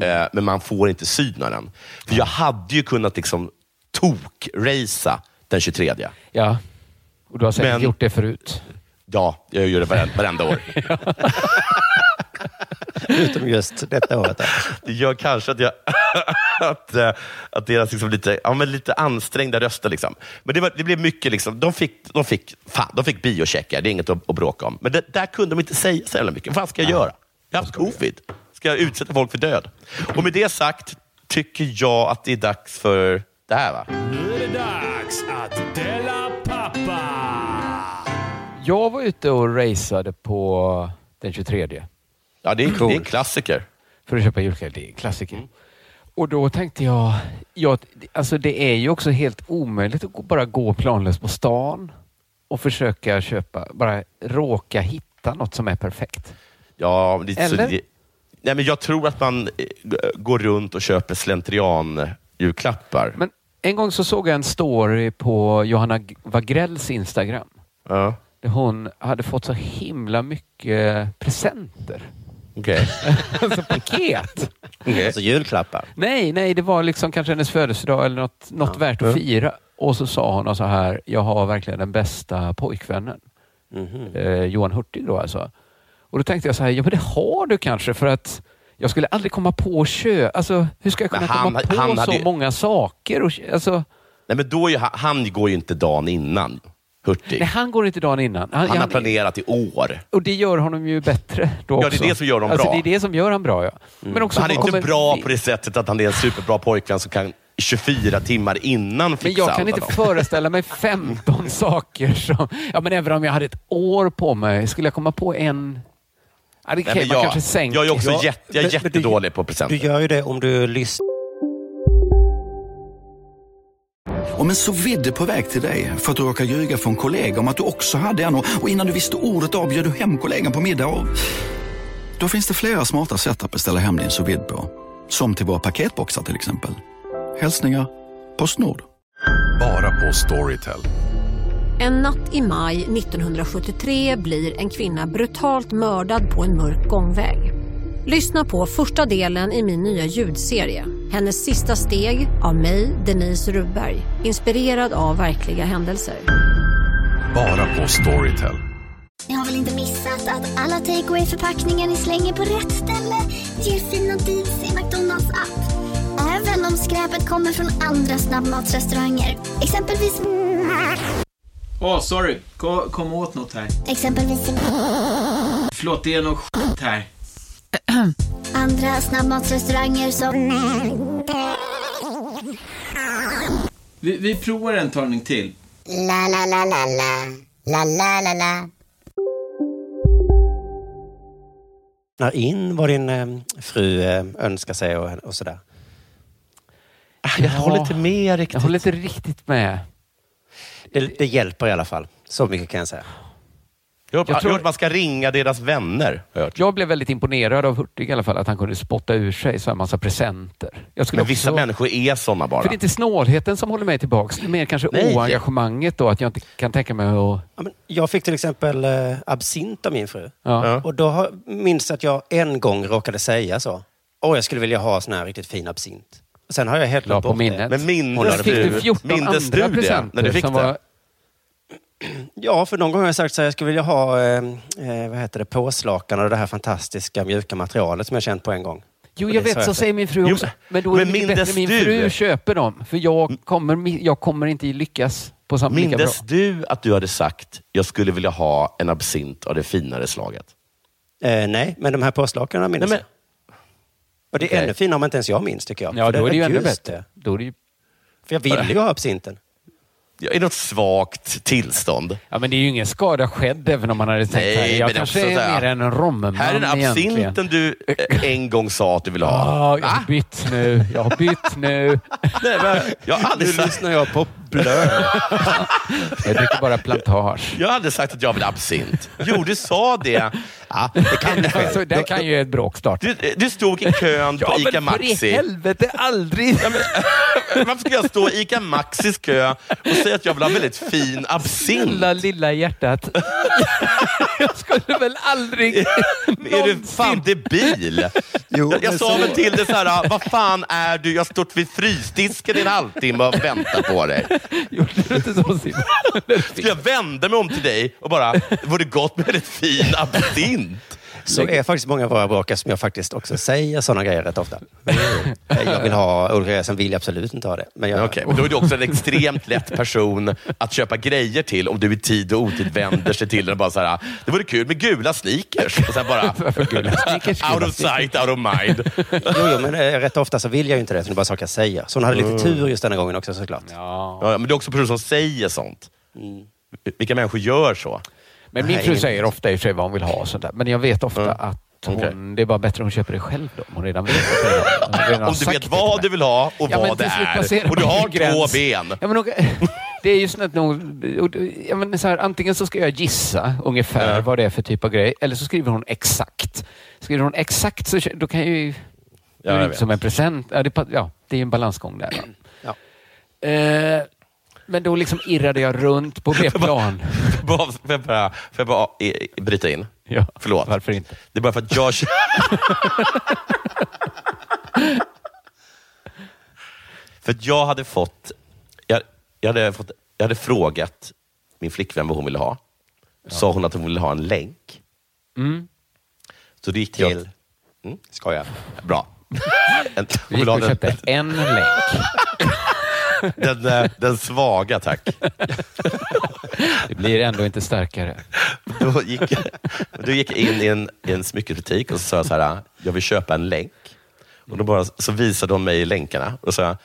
Speaker 7: eh, men man får inte syna den. För jag hade ju kunnat liksom, tok-racea den 23.
Speaker 6: ja. Och du har säkert
Speaker 7: Men-
Speaker 6: gjort det förut.
Speaker 7: Ja, jag gör det varenda, varenda år.
Speaker 8: Utom just detta året. där.
Speaker 7: Det gör kanske att, jag, att, eh, att deras liksom lite, ja, men lite ansträngda röster. Liksom. Men det, var, det blev mycket, liksom, de fick, de fick, fan, de fick biocheckar, det är inget att, att bråka om. Men det, där kunde de inte säga så jävla mycket. Vad ska jag göra? Jag har haft covid. Ska jag utsätta folk för död? Och med det sagt tycker jag att det är dags för det här. Va?
Speaker 6: Jag var ute och raceade på den 23.
Speaker 7: Ja, det, är, det är en klassiker.
Speaker 6: för att köpa julklappar. Det är en klassiker. Och då tänkte jag, ja, alltså det är ju också helt omöjligt att gå- bara gå planlöst på stan och försöka köpa, bara råka hitta något som är perfekt.
Speaker 7: Ja, det, så
Speaker 6: Eller?
Speaker 7: det, nej, men jag tror att man eh, g- går runt och köper slentrian-julklappar.
Speaker 6: Men en gång så såg jag en story på Johanna G- Wagrells Instagram.
Speaker 7: Ja,
Speaker 6: Där hon hade fått så himla mycket presenter.
Speaker 7: okej.
Speaker 6: Alltså paket.
Speaker 7: Okej.
Speaker 8: Alltså julklappar.
Speaker 6: Nej, nej, det var liksom kanske hennes födelsedag eller något, något värt att fira. Och så sa hon så här, jag har verkligen den bästa pojkvännen.
Speaker 7: Mhm.
Speaker 6: Eh, Johan Hurtig då alltså. Och då tänkte jag så här, ja men det har du kanske för att jag skulle aldrig komma på att kö... Alltså, hur ska jag kunna
Speaker 7: Men han-
Speaker 6: komma på
Speaker 7: han hade
Speaker 6: så
Speaker 7: ju- Eh.
Speaker 6: många saker? Och, kö- alltså,
Speaker 7: Nej, men då är ju, han- han går ju inte dagen innan, Hurtig.
Speaker 6: nej, han går inte dagen innan.
Speaker 7: Han har planerat i år.
Speaker 6: och det gör honom ju bättre då
Speaker 7: Ja, det är
Speaker 6: också.
Speaker 7: det som gör dem
Speaker 6: alltså,
Speaker 7: bra. Mm.
Speaker 6: Det är det som gör han bra, ja. Men också,
Speaker 7: Men han är inte
Speaker 6: kommer-
Speaker 7: bra på det sättet att han är en superbra pojkvän som kan 24 timmar innan fixa
Speaker 6: Men jag kan
Speaker 7: allt
Speaker 6: inte
Speaker 7: annat.
Speaker 6: föreställa mig 15 saker som... Ja, men även om jag hade ett år på mig, skulle jag komma på en... Ja, det är
Speaker 7: Nej,
Speaker 6: okej,
Speaker 7: men
Speaker 6: man
Speaker 7: jag,
Speaker 6: kanske sänker...
Speaker 7: jag är också
Speaker 8: Ja,
Speaker 7: jätte, jag är
Speaker 8: men- men du-
Speaker 7: jättedålig på
Speaker 8: Du
Speaker 7: presenter.
Speaker 8: gör ju det om du lyssnar.
Speaker 9: Om en så vidde på väg till dig för att du råkar ljuga från kollega om att du också hade en och och innan du visste ordet av bjöd du hem kollegan på middag och... Då finns det flera smarta sätt att beställa hem din sous vide på. Som till våra paketboxar till exempel. Hälsningar Postnord.
Speaker 10: Bara på Storytel.
Speaker 2: En natt i maj 1973 blir en kvinna brutalt mördad på en mörk gångväg. Lyssna på första delen i min nya ljudserie. Hennes sista steg av mig, Denise Rubberg. Inspirerad av verkliga händelser.
Speaker 10: Bara på Storytel.
Speaker 2: Ni har väl inte missat att alla takeaway förpackningar ni slänger på rätt ställe ger fina deals i McDonalds app. Även om skräpet kommer från andra snabbmatsrestauranger. Exempelvis...
Speaker 9: Åh, sorry. Kom, kom åt något här.
Speaker 2: Exempelvis...
Speaker 9: Förlåt, det är något skit här.
Speaker 2: Andra snabbmatsrestauranger som...
Speaker 9: Vi, vi provar en talning till.
Speaker 8: in vad din eh, fru eh, önskar sig och, och sådär.
Speaker 7: Ah, Jag håller inte med
Speaker 6: Jag
Speaker 7: riktigt.
Speaker 6: håller inte riktigt med.
Speaker 8: Det, det hjälper i alla fall. Så mycket kan jag säga.
Speaker 7: Jag har
Speaker 6: Jag
Speaker 7: jag
Speaker 6: tror-
Speaker 7: hört att man ska ringa deras vänner. har jag hört.
Speaker 6: Jag blev väldigt imponerad av Hurtig i alla fall, att han kunde spotta ur sig så här massa presenter. Jag skulle
Speaker 7: Men vissa
Speaker 6: också-
Speaker 7: människor är såna bara.
Speaker 6: För det är inte snålheten som håller mig tillbaks, det är mer kanske
Speaker 8: Nej.
Speaker 6: oengagemanget då, att jag inte kan tänka mig att...
Speaker 8: Ja, men jag fick till exempel eh, absint av min fru.
Speaker 6: Ja.
Speaker 8: Och då har, minns jag att jag en gång råkade säga så. Åh, jag skulle vilja ha sån här riktigt fin absint. Och Sen har jag helt
Speaker 6: La
Speaker 8: glömt
Speaker 6: på
Speaker 8: bort
Speaker 6: minnet.
Speaker 8: det.
Speaker 7: Men mindes
Speaker 8: Hon hade
Speaker 6: Fick du
Speaker 8: blivit-
Speaker 6: 14
Speaker 7: mindes du
Speaker 6: andra
Speaker 7: det,
Speaker 6: presenter
Speaker 7: när du fick
Speaker 6: som
Speaker 7: det?
Speaker 6: var...
Speaker 8: Ja, för någon gång har jag sagt så här, jag skulle vilja ha eh, eh, vad heter det, påslakan och det här fantastiska mjuka materialet som jag känt på en gång.
Speaker 6: Jo,
Speaker 8: Och
Speaker 6: jag
Speaker 8: det sa
Speaker 6: vet, så
Speaker 8: inte.
Speaker 6: säger min fru
Speaker 7: Jo,
Speaker 6: också. Men då är
Speaker 7: men
Speaker 6: det mycket
Speaker 7: mindes
Speaker 6: bättre min
Speaker 7: du? Mm.
Speaker 6: fru köper dem, för jag kommer, mi- jag kommer inte lyckas på samma lika bra.
Speaker 7: Mindes du att du hade sagt jag skulle vilja ha en absint av det finare slaget?
Speaker 8: Eh, nej, men de här påslakanen minns
Speaker 7: Nej, men-
Speaker 8: jag. Och det är
Speaker 6: Okej.
Speaker 8: ännu finare om inte ens jag minns, tycker jag.
Speaker 6: Ja,
Speaker 8: För
Speaker 6: då är det ju ännu
Speaker 8: just
Speaker 6: bättre.
Speaker 8: det.
Speaker 6: Då är det ju...
Speaker 8: För jag ville ju ha absinten.
Speaker 7: Jag är något svagt tillstånd.
Speaker 6: Ja, men det är ju ingen skada skedd även om man hade tänkt
Speaker 7: Nej,
Speaker 6: här.
Speaker 7: men det
Speaker 6: Jag
Speaker 7: är
Speaker 6: kanske
Speaker 7: också så
Speaker 6: är
Speaker 7: här-
Speaker 6: mer en romman
Speaker 7: Här är den
Speaker 6: egentligen.
Speaker 7: absinten du eh, en gång sa att du ville ha.
Speaker 6: Ja, jag har bytt nu. Jag har bytt nu.
Speaker 7: Nej, men, jag, har aldrig sagt,
Speaker 8: lyssnar jag på blöd.
Speaker 6: Jag dricker bara plantage.
Speaker 7: jag har aldrig sagt att jag vill ha absint. Jo, du sa det. Ja, det kan du själv.
Speaker 6: Alltså, där kan ju ett bråk starta.
Speaker 7: Du, du stod i kön på ICA
Speaker 6: för i
Speaker 7: Maxi.
Speaker 6: helvete aldrig!
Speaker 7: Varför ska jag stå i ICA Maxis kö och säga att jag vill ha väldigt fin absint?
Speaker 6: Lilla, lilla hjärtat. Jag skulle väl aldrig
Speaker 7: Är du
Speaker 6: någonsin...
Speaker 7: fan debil?
Speaker 11: Jo,
Speaker 7: jag jag
Speaker 11: men
Speaker 7: sa
Speaker 11: så-
Speaker 7: väl till dig såhär, vad fan är du? Jag har stått vid frysdisken i en halvtimme och väntat på dig.
Speaker 6: Gjorde du inte så Simon?
Speaker 7: Så jag vände mig om till dig och bara, vore gott med väldigt fin absint?
Speaker 8: Så är faktiskt många av våra bråkar som jag faktiskt också säger sådana grejer rätt ofta. jag vill ha olika grejer, sen vill jag absolut inte ha det. Men jag,
Speaker 7: Okej, men då är du också en extremt lätt person att köpa grejer till om du i tid och otid vänder sig till den och bara så här, det vore kul med gula sneakers. Och sen bara, out of sight, out of mind.
Speaker 8: jo, jo, men eh, rätt ofta så vill jag ju inte det, så det är bara saker jag säger. Så hon hade lite tur just denna gången också såklart.
Speaker 7: Ja, men det är också personer som säger sånt.
Speaker 6: Mm.
Speaker 7: Vilka människor gör så?
Speaker 6: Men min
Speaker 8: Nej,
Speaker 6: fru
Speaker 8: ingen-
Speaker 6: säger ofta i och för sig vad hon vill ha och sånt där. Men jag vet ofta att hon,
Speaker 7: Okej.
Speaker 6: det är bara bättre om hon köper det själv då. om Hon redan vet vad det är. Hon redan har
Speaker 7: Om du
Speaker 6: sagt det
Speaker 7: vet
Speaker 6: till mig.
Speaker 7: vad du vill ha och
Speaker 6: Ja, men
Speaker 7: vad det
Speaker 6: till slut
Speaker 7: är.
Speaker 6: passerar
Speaker 7: Och du
Speaker 6: man
Speaker 7: har
Speaker 6: en gräns.
Speaker 7: två ben.
Speaker 6: Ja, men, och, det är ju snett nog... och det- Ja, men, så här, antingen så ska jag gissa ungefär
Speaker 7: Ja.
Speaker 6: vad det är för typ av grej, eller så skriver hon exakt. Skriver hon exakt så då kan jag ju... då
Speaker 7: Ja,
Speaker 6: är
Speaker 7: jag
Speaker 6: det
Speaker 7: vet.
Speaker 6: inte som en present. Ja, det, pa- ja, det är ju en balansgång där. va? Eh, men då liksom irrade jag runt på det plan.
Speaker 7: Bara- Får jag bara, får jag bara eh, bryta in?
Speaker 6: Ja,
Speaker 7: Förlåt.
Speaker 6: Varför inte?
Speaker 7: Det är bara för att jag... kö- för att jag hade fått... Jag, jag, hade fått, jag hade frågat min flickvän vad hon ville ha. Sa hon att hon ville ha en länk.
Speaker 6: Mm.
Speaker 7: Så då gick jag...
Speaker 8: Till?
Speaker 7: Mm, skojar. Bra. En,
Speaker 6: Vi gick och köpte en länk.
Speaker 7: den, eh, den svaga, tack.
Speaker 6: Det blir ändå inte starkare.
Speaker 7: Då gick, jag- då gick jag in i en, i en smyckesbutik och så sa jag så här, jag vill köpa en länk. Och då bara, så visade de mig länkarna och sa,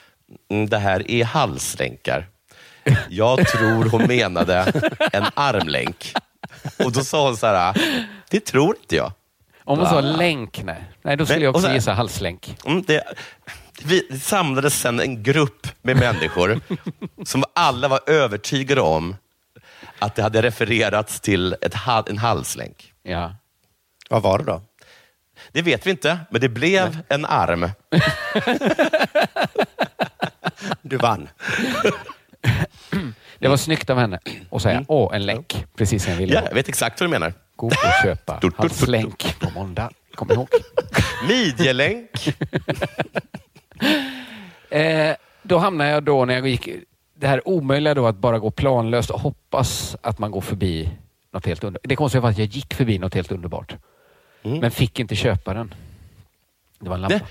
Speaker 7: "Mm, det här är halslänkar. Jag tror hon menade en armlänk. Och då sa hon så här, det tror inte jag.
Speaker 6: Om hon sa länk, nej. Nej, då skulle
Speaker 7: Men-
Speaker 6: jag
Speaker 7: och
Speaker 6: också
Speaker 7: så här-
Speaker 6: gissa halslänk.
Speaker 7: Mm, det, vi det samlades sen en grupp med människor som alla var övertygade om att det hade refererats till ett, ha- en halslänk.
Speaker 6: Ja.
Speaker 8: Vad var det då?
Speaker 7: Det vet vi inte, men det blev en arm.
Speaker 8: Du vann.
Speaker 6: Det var snyggt av henne att säga åh, en länk. Precis som jag ville.
Speaker 7: Mm. Ja,
Speaker 6: ha.
Speaker 7: jag vet exakt vad du menar.
Speaker 6: Gå och köpa
Speaker 7: Tut, tut,
Speaker 6: hans
Speaker 7: tut.
Speaker 6: länk på måndag. Kom ihåg.
Speaker 7: Midjelänk.
Speaker 6: Eh, då hamnade jag då när jag gick... Det här omöjliga då att bara gå planlöst och hoppas att man går förbi något helt underbart. Det konstiga var att jag gick förbi något helt underbart.
Speaker 7: Mm.
Speaker 6: Men fick inte köpa den. Det var en lampa.
Speaker 7: Det-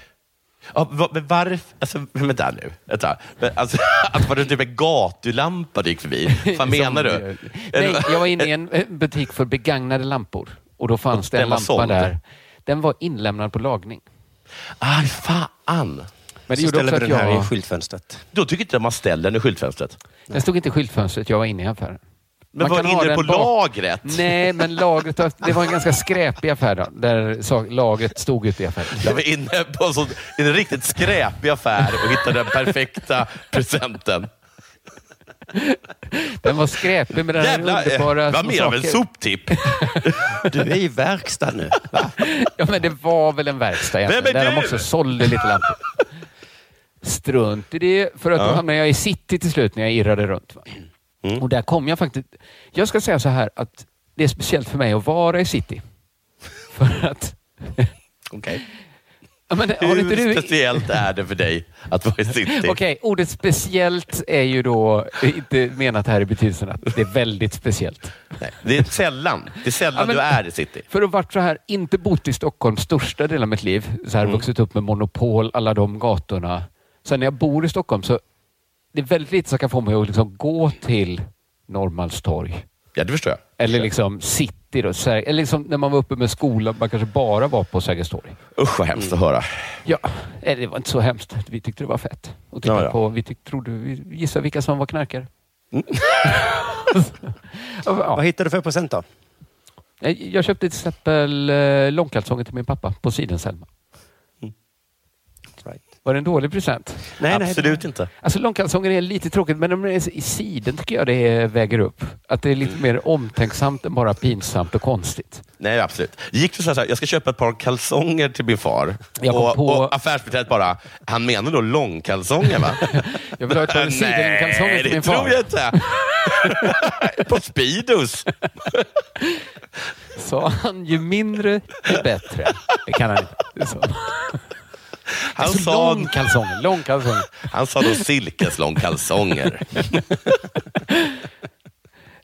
Speaker 7: Ja, va- men varför? Alltså, men vänta nu. Vänta. Men, alltså, att var det typ en gatulampa du gick förbi? Vad menar du?
Speaker 6: eh, Nej, jag var inne i en eh, butik för begagnade lampor. Och då fanns
Speaker 7: Och
Speaker 6: det en
Speaker 7: den var
Speaker 6: lampa
Speaker 7: såld.
Speaker 6: där. Den var inlämnad på lagning.
Speaker 7: Aj, fan.
Speaker 6: Men det
Speaker 8: Så
Speaker 6: gjorde
Speaker 8: ställer
Speaker 6: också
Speaker 8: vi
Speaker 6: att
Speaker 8: den här
Speaker 6: jag...
Speaker 8: i skyltfönstret.
Speaker 7: Då tycker inte jag man ställer den i skyltfönstret.
Speaker 6: Den stod inte i skyltfönstret, jag var inne i affären.
Speaker 7: Men
Speaker 6: Man
Speaker 7: var
Speaker 6: kan ha
Speaker 7: inne
Speaker 6: den
Speaker 7: på
Speaker 6: bak-
Speaker 7: lagret?
Speaker 6: Nej, men lagret har- det var en ganska skräpig affär då, där sa- lagret stod ute i affären.
Speaker 7: Jag var inne på en, sån, en riktigt skräpig affär och hittade den perfekta presenten.
Speaker 6: Den var skräpig men den hade
Speaker 7: Jävla, eh,
Speaker 6: underbara
Speaker 7: vad
Speaker 6: små
Speaker 7: mer av en
Speaker 6: saker.
Speaker 7: soptipp.
Speaker 11: Du är i verkstad nu.
Speaker 6: Ja, men det var väl en verkstad egentligen,
Speaker 7: Vem är
Speaker 6: där de
Speaker 7: du?
Speaker 6: också sålde lite lampor. Strunt i det, för att
Speaker 7: Ja. Mm.
Speaker 6: då hamnade jag i city till slut när jag irrade runt. Va? Och där kom jag faktiskt... Jag ska säga så här att det är speciellt för mig att vara i city. För att...
Speaker 7: Okej.
Speaker 6: Ja, men, har
Speaker 7: Hur
Speaker 6: inte du...
Speaker 7: speciellt är det för dig att vara i city?
Speaker 6: Okej, ordet speciellt är ju då eh, inte menat här i betydelsen att det är väldigt speciellt.
Speaker 7: Nej, det är sällan, det är sällan
Speaker 6: Ja, men-
Speaker 7: du är i city.
Speaker 6: För att varit så här, inte bott i Stockholm största delen av mitt liv, så här vuxit upp med Monopol, alla de gatorna. Sen när jag bor i Stockholm så det är väldigt lite som kan få mig att liksom gå till Norrmalmstorg.
Speaker 7: Ja, det förstår jag.
Speaker 6: Eller liksom city då. Sär- Eller liksom när man var uppe med skolan, man kanske bara var på Sergels torg.
Speaker 7: Usch vad hemskt
Speaker 6: Mm.
Speaker 7: att höra.
Speaker 6: Ja, eh, det var inte så hemskt. Vi tyckte det var fett. Och titta
Speaker 7: Ja, Mm. ja.
Speaker 6: på, vi tyck, trodde, vi gissade vilka som var knarkare.
Speaker 11: Vad
Speaker 6: ja, Eh,
Speaker 11: hittade du för procent då?
Speaker 6: jag köpte till exempel eh, långkalsonger till min pappa på Sidenselma.
Speaker 11: Right.
Speaker 6: Var det en dålig present?
Speaker 11: Nej, nej,
Speaker 7: Absolut inte.
Speaker 6: Alltså långkalsonger är lite tråkigt, men om det är i siden tycker jag det väger upp. Att det är lite mer omtänksamt än bara pinsamt och konstigt.
Speaker 7: Nej, absolut. Gick du så här, så här, jag ska köpa ett par kalsonger till min far.
Speaker 6: Jag kom
Speaker 7: och,
Speaker 6: på-
Speaker 7: och affärsbiträdet bara, han menar då långkalsonger va?
Speaker 6: Jag vill ha ett par
Speaker 7: Äh,
Speaker 6: sidenkalsonger
Speaker 7: Nej,
Speaker 6: till
Speaker 7: det
Speaker 6: min far.
Speaker 7: tror jag inte. På Speedos.
Speaker 6: Sa han ju mindre, ju bättre. Det kan han inte. Det sa han.
Speaker 7: Han
Speaker 6: Alltså,
Speaker 7: sa,
Speaker 6: Långkalsonger, långkalsonger.
Speaker 7: han sa då silkeslångkalsonger.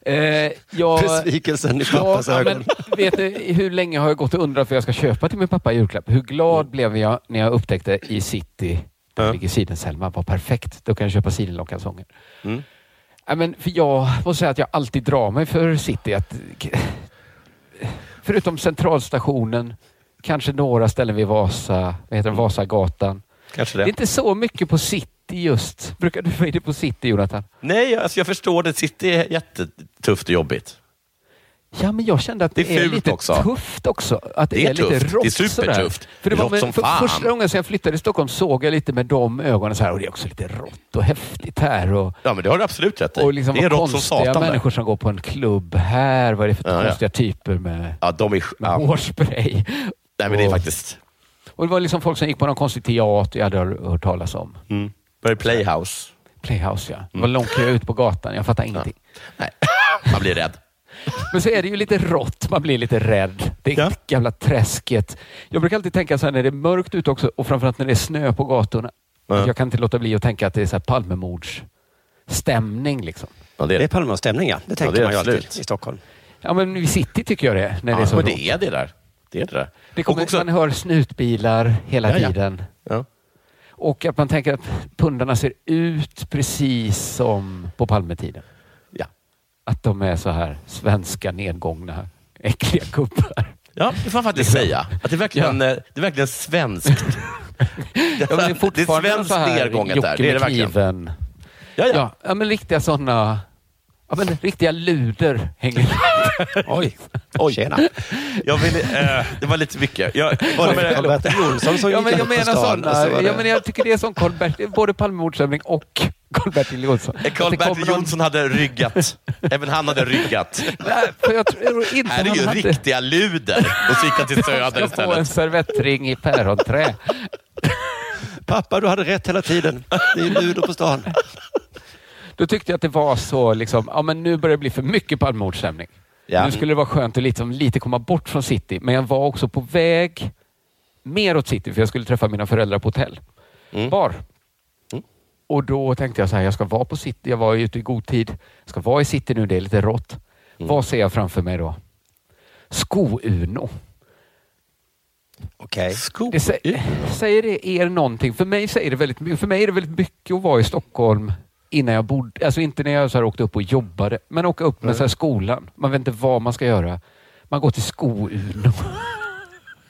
Speaker 6: Eh, jag,
Speaker 11: Besvikelsen i pappas
Speaker 6: ja,
Speaker 11: ögon.
Speaker 6: men vet du, hur länge har jag gått och undrat för jag ska köpa till min pappa i julklapp? Hur glad
Speaker 11: Mm.
Speaker 6: blev jag när jag upptäckte i city, där
Speaker 7: Ja.
Speaker 6: ligger sidenselma, var perfekt. Då kan jag köpa sidenlångkalsonger.
Speaker 11: Mm.
Speaker 6: Ja, men för jag måste säga att jag alltid drar mig för city. Att, förutom centralstationen, kanske några ställen vid Vasa, vad
Speaker 11: Mm.
Speaker 6: heter det, Vasagatan.
Speaker 7: Kanske
Speaker 6: Det är
Speaker 7: det.
Speaker 6: inte så mycket på city just. Brukar du vara inne på city, Jonathan?
Speaker 7: Nej, alltså jag förstår det. City är jättetufft och jobbigt.
Speaker 6: Ja, men jag kände att det,
Speaker 7: Det är
Speaker 6: är,
Speaker 7: fult
Speaker 6: lite
Speaker 7: också.
Speaker 6: tufft också. Att det,
Speaker 7: Det är
Speaker 6: är, lite
Speaker 7: tufft. Det är
Speaker 6: rått
Speaker 7: supertufft.
Speaker 6: sådär. För det var
Speaker 7: Rått
Speaker 6: med,
Speaker 7: som
Speaker 6: för
Speaker 7: fan.
Speaker 6: Första gången sedan jag flyttade till Stockholm såg jag lite med de ögonen så här, och det är också lite rått och häftigt här. Och,
Speaker 7: Ja, men det har du absolut rätt i.
Speaker 6: och liksom
Speaker 7: det är
Speaker 6: vad
Speaker 7: rått som
Speaker 6: konstiga
Speaker 7: satan. där.
Speaker 6: människor som går på en klubb här. Vad är det för
Speaker 7: Ja, ja.
Speaker 6: konstiga typer med,
Speaker 7: Ja, de är...
Speaker 6: med
Speaker 7: Ja.
Speaker 6: hårspray?
Speaker 7: Nej, men det är
Speaker 6: Och-
Speaker 7: faktiskt...
Speaker 6: Och det var liksom folk som gick på någon konstig teater jag hade hör- hört talas om.
Speaker 7: Mm. Var det Playhouse?
Speaker 6: Playhouse, ja.
Speaker 7: Mm.
Speaker 6: Det var långkö ut på gatan. Jag fattar ingenting.
Speaker 7: Nej, man blir rädd.
Speaker 6: Men så är det ju lite rått. Man blir lite rädd. Det är
Speaker 7: Ja.
Speaker 6: jävla träsket. Jag brukar alltid tänka så här när det är mörkt ute också och framförallt när det är snö på gatorna.
Speaker 7: Ja.
Speaker 6: Att Jag kan inte låta bli att tänka att det är så här Palmemordsstämning. Liksom.
Speaker 7: Ja, det är
Speaker 11: Det är
Speaker 7: det.
Speaker 11: Palmemordsstämning, ja. Det tänker
Speaker 7: det är
Speaker 11: man ju
Speaker 7: absolut.
Speaker 11: alltid i Stockholm.
Speaker 6: Ja, men i city tycker jag det är, när det är
Speaker 7: Ja,
Speaker 6: så
Speaker 7: men
Speaker 6: rått.
Speaker 7: det är det där. Det är det där.
Speaker 6: Det kommer,
Speaker 7: Och också-
Speaker 6: Man hör snutbilar hela
Speaker 7: Ja, ja.
Speaker 6: tiden.
Speaker 7: Ja.
Speaker 6: Och att man tänker att pundarna ser ut precis som på Palmetiden.
Speaker 7: Ja.
Speaker 6: Att de är så här svenska nedgångna, äckliga gubbar.
Speaker 7: Ja, det får man faktiskt säga. Att det, är verkligen, eh, det är verkligen svenskt.
Speaker 6: Ja, men det är fortfarande
Speaker 7: det är svenskt
Speaker 6: så här,
Speaker 7: nedgånget där.
Speaker 6: Jocke
Speaker 7: Det är
Speaker 6: med
Speaker 7: det verkligen.
Speaker 6: kniven.
Speaker 7: Ja, ja.
Speaker 6: Ja, ja, men riktiga sådana... Ja, men riktiga luder hänger
Speaker 11: Oj, Oj. tjena.
Speaker 7: Jag vill, eh, det var lite mycket. Jag,
Speaker 11: Var
Speaker 7: men-
Speaker 11: det Alberta Jonsson som
Speaker 6: Ja, men
Speaker 11: gick
Speaker 6: jag
Speaker 11: ut på
Speaker 6: menar
Speaker 11: stan? och så var
Speaker 6: sådana.
Speaker 11: det-
Speaker 6: Ja, men jag tycker det är som Carl Bertil, både Palmemordsstämning och Karl-Bertil Jonsson.
Speaker 7: eh,
Speaker 6: Att det kommer
Speaker 7: Karl-Bertil
Speaker 6: någon-
Speaker 7: Jonsson hade ryggat. Även han hade ryggat.
Speaker 6: Nej, för jag tror inte
Speaker 7: Här är
Speaker 6: han
Speaker 7: ju
Speaker 6: hade...
Speaker 7: riktiga luder. Och så gick han till Söder
Speaker 6: Jag får en
Speaker 7: istället.
Speaker 6: servettring i päronträ.
Speaker 11: Pappa, du hade rätt hela tiden. Det är luder på stan.
Speaker 6: Då tyckte jag att det var så liksom, ja men nu börjar det bli för mycket Palmemordsstämning.
Speaker 7: Ja.
Speaker 6: Nu skulle det vara skönt att liksom, lite komma bort från city, men jag var också på väg mer åt city för jag skulle träffa mina föräldrar på hotell. Bar. Och då tänkte jag så här, jag ska vara på city. Jag var ju ute i god tid. Jag ska vara i city nu, det är lite rått. Vad ser jag framför mig då? Sko-Uno.
Speaker 11: Okej.
Speaker 6: Det sä säger det er någonting? För mig, säger det väldigt, my- för mig är det väldigt mycket att vara i Stockholm innan jag bodde, alltså inte när jag så här åkte upp och jobbade, men åka upp med så här skolan. Man vet inte vad man ska göra. Man går till Sko-Uno.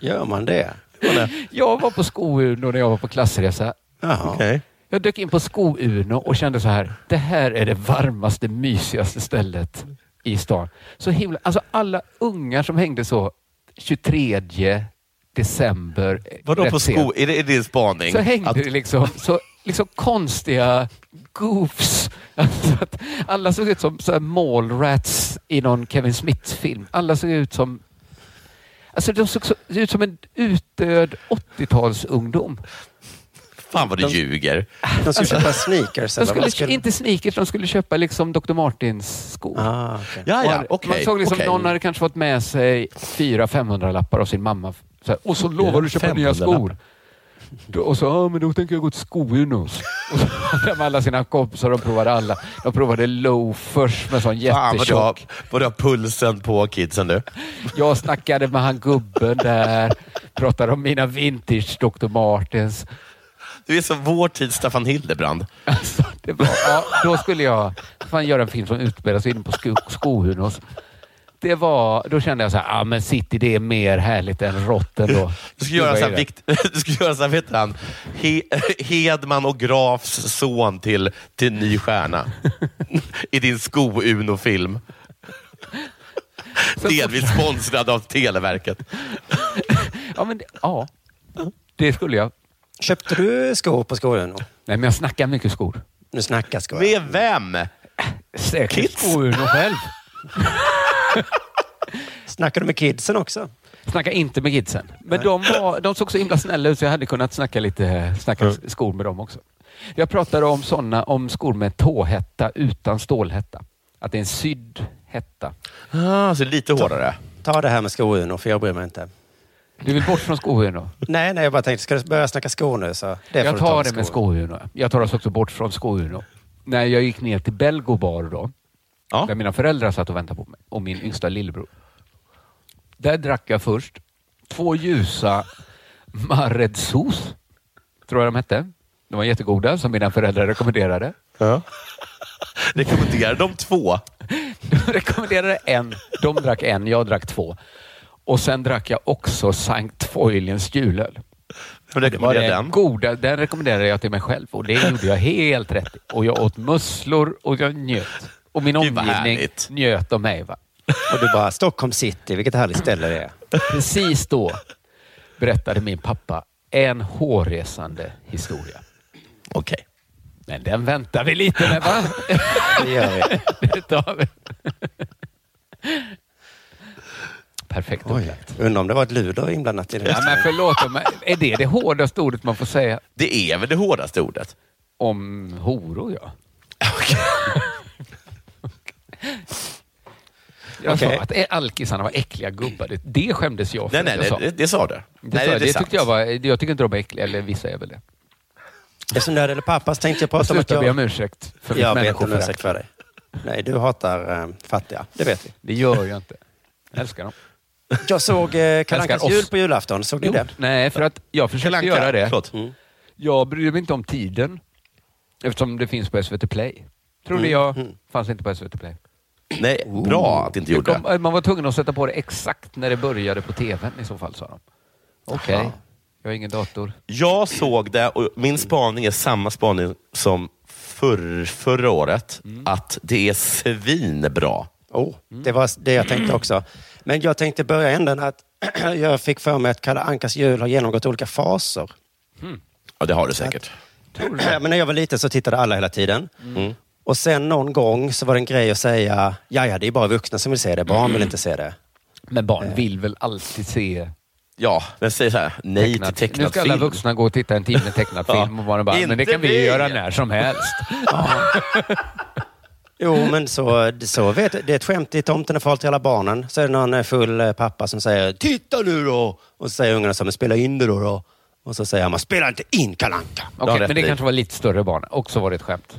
Speaker 11: Gör man det?
Speaker 6: Jag var på Sko-Uno när jag var på klassresa.
Speaker 11: Jaha.
Speaker 7: Okej.
Speaker 6: Jag dök in på Sko-Uno och kände så här, det här är det varmaste, mysigaste stället i stan. Så himla, alltså alla ungar som hängde så 23 december. eh,
Speaker 7: Vadå
Speaker 6: rätt
Speaker 7: på
Speaker 6: sent.
Speaker 7: sko? Är det, är det din spaning?
Speaker 6: Så hängde
Speaker 7: Att-
Speaker 6: det liksom. Så liksom konstiga goofs. Alltså att alla såg ut som så här mallrats i någon Kevin Smith-film. Alla såg ut som Alltså de såg så- ut som en utdöd 80-talsungdom.
Speaker 7: Fan vad du ljuger.
Speaker 8: De skulle köpa sneakers.
Speaker 6: Alltså- De
Speaker 8: eller vad
Speaker 6: skulle,
Speaker 8: de skulle-
Speaker 6: Inte sneakers, de skulle köpa liksom Dr. Martins skor.
Speaker 8: Ah.
Speaker 7: Ja, ja,
Speaker 6: Och hade-
Speaker 7: okej,
Speaker 6: Man såg liksom
Speaker 7: okej.
Speaker 6: någon hade kanske fått med sig 400-500 lappar av sin mamma. Så här, och så lovar du att köpa nya
Speaker 12: 500
Speaker 6: skor. Då- Och så, ja men då tänker jag gå till Skoinus. Och så hade de alla sina kompisar, de provade alla. De provade loafers med sån
Speaker 7: Fan vad du, har,
Speaker 6: jättetjock.
Speaker 7: vad du har pulsen på kidsen du.
Speaker 6: Jag snackade med han gubben där. Pratade om mina vintage Dr. Martens.
Speaker 7: Du är som vår tids Staffan Hildebrand.
Speaker 6: Alltså, Det var, ja, då skulle jag fan göra en film som utspelar sig inne på sko, Skohunås. Det var, då kände jag så här, ah, men city det är mer härligt än rotten då.
Speaker 7: Du ska göra
Speaker 6: Det
Speaker 7: så
Speaker 6: var det.
Speaker 7: här, vikt, du ska göra så här, vet han, He, Hedman och Grafs son till, till ny stjärna. I din sko-Uno-film. Delvis sponsrad av Televerket.
Speaker 6: Ja, men det, ja. det skulle jag.
Speaker 8: Köpte du skor på skolan? Nej,
Speaker 6: men jag snackar mycket skor.
Speaker 8: Du snackar skor.
Speaker 7: Med vem?
Speaker 6: Säkert Skohunå själv.
Speaker 8: Snackar du med kidsen också?
Speaker 6: Snacka inte med kidsen. Men de, var, de såg så himla snälla ut så jag hade kunnat snacka lite snacka
Speaker 7: Mm.
Speaker 6: skor med dem också. Jag pratade om såna, om skor med tåhätta utan stålhätta. Att det är en sydd hätta.
Speaker 7: Ah, så lite hårdare.
Speaker 8: Ta det här med skohunor, för jag bryr mig inte.
Speaker 6: Du vill bort från skohunor?
Speaker 8: Nej, nej, jag bara tänkte, ska du börja snacka skor nu så... Det får
Speaker 6: jag
Speaker 8: du ta
Speaker 6: tar det med skohunor. Jag tar oss också bort från skohunor. När jag gick ner till Belgo bar då, där mina föräldrar satt och väntade på mig och min yngsta lillebror. Där drack jag först två ljusa Maredsos, tror jag de hette. De var jättegoda, som mina föräldrar rekommenderade.
Speaker 7: Ja. Rekommenderar de två?
Speaker 6: De rekommenderade en. De drack en, jag drack två. Och sen drack jag också Sankt Foiliens julöl.
Speaker 7: Vem
Speaker 6: var
Speaker 7: rekommenderar
Speaker 6: den
Speaker 7: den?
Speaker 6: goda. Den rekommenderade jag till mig själv och det gjorde jag helt rätt i. Och jag åt musslor och jag njöt. Och min
Speaker 8: vad
Speaker 6: omgivning
Speaker 8: härligt.
Speaker 6: njöt av mig. Va?
Speaker 8: Och du bara, Stockholm city, vilket härligt ställe det är.
Speaker 6: Precis då berättade min pappa en hårresande historia.
Speaker 7: Okej.
Speaker 6: Men den väntar vi lite med va?
Speaker 8: Det gör vi.
Speaker 6: Det tar vi. Perfekt upplagt.
Speaker 8: Undrar om det var ett luder inblandat i det.
Speaker 6: Ja, men förlåt, men är det det hårdaste ordet man får säga?
Speaker 7: Det är väl det hårdaste ordet?
Speaker 6: Om horor, ja. Jag
Speaker 7: Okej.
Speaker 6: sa att ä- alkisarna var äckliga gubbar. Det, det skämdes jag för.
Speaker 7: Nej, nej,
Speaker 6: att jag
Speaker 7: det- det sa du.
Speaker 6: Det,
Speaker 7: Nej,
Speaker 6: sa,
Speaker 7: det-
Speaker 6: jag.
Speaker 7: det är
Speaker 6: det,
Speaker 7: sant.
Speaker 6: tyckte jag var... Jag tycker inte de är äckliga, eller vissa är väl det.
Speaker 8: Eftersom du hade eller pappas tänkte jag
Speaker 6: Jag
Speaker 8: prata om att
Speaker 6: slutar
Speaker 8: jag...
Speaker 6: be om ursäkt för mitt
Speaker 8: Jag ber om
Speaker 6: människoförakt.
Speaker 8: ursäkt för dig. Nej, du hatar eh, fattiga. Det vet vi.
Speaker 6: Det gör jag inte. Jag älskar dem.
Speaker 8: Jag såg eh, Kalle
Speaker 6: Älskar
Speaker 8: Ankas
Speaker 6: oss.
Speaker 8: jul på julafton. Såg ni
Speaker 6: Jo,
Speaker 8: den?
Speaker 6: Nej, för att jag försökte
Speaker 8: Kalle Anka,
Speaker 6: göra det.
Speaker 8: förlåt. Mm.
Speaker 6: Jag bryr mig inte om tiden eftersom det finns på SVT Play. Trodde
Speaker 7: Mm,
Speaker 6: jag. Fanns inte på SVT Play.
Speaker 7: Nej, bra att det inte
Speaker 6: Det
Speaker 7: gjorde.
Speaker 6: kom- eh, man var tvungen att sätta på det exakt när det började på tvn i så fall, sa de. Okej,
Speaker 7: Jaha.
Speaker 6: jag har ingen dator.
Speaker 7: Jag såg det och min spaning är samma spaning som förr, förra året.
Speaker 6: Mm.
Speaker 7: Att det är svinbra.
Speaker 8: Oh, det var det jag tänkte också. Men jag tänkte börja änden att jag fick för mig att Kalle Ankas jul har genomgått olika faser.
Speaker 7: Ja, det har du säkert.
Speaker 8: Men när jag var liten så tittade alla hela tiden. Mm. Och sen någon gång så var det en grej att säga, ja ja det är bara vuxna som vill se det, barn vill inte se det.
Speaker 6: Men barn vill väl alltid se
Speaker 7: Ja, men säg så här, nej till
Speaker 6: Nu
Speaker 7: tecknad
Speaker 6: ska alla
Speaker 7: film.
Speaker 6: vuxna gå och titta en timme tecknad
Speaker 7: Ja.
Speaker 6: film och barnen bara, men det
Speaker 7: Inte
Speaker 6: kan vi ju
Speaker 7: vi."
Speaker 6: göra när som helst.
Speaker 8: Jo, men så, så vet du, det är ett skämt i Tomten är farlig till alla barnen. Så är det någon eh, full eh, pappa som säger ”Titta nu då!” och så säger ungarna så här, “Men spela in det då då!” och så säger han “Spela inte in Kalle Anka!”
Speaker 6: Okej, men det kanske var lite större barn. Också var det ett skämt.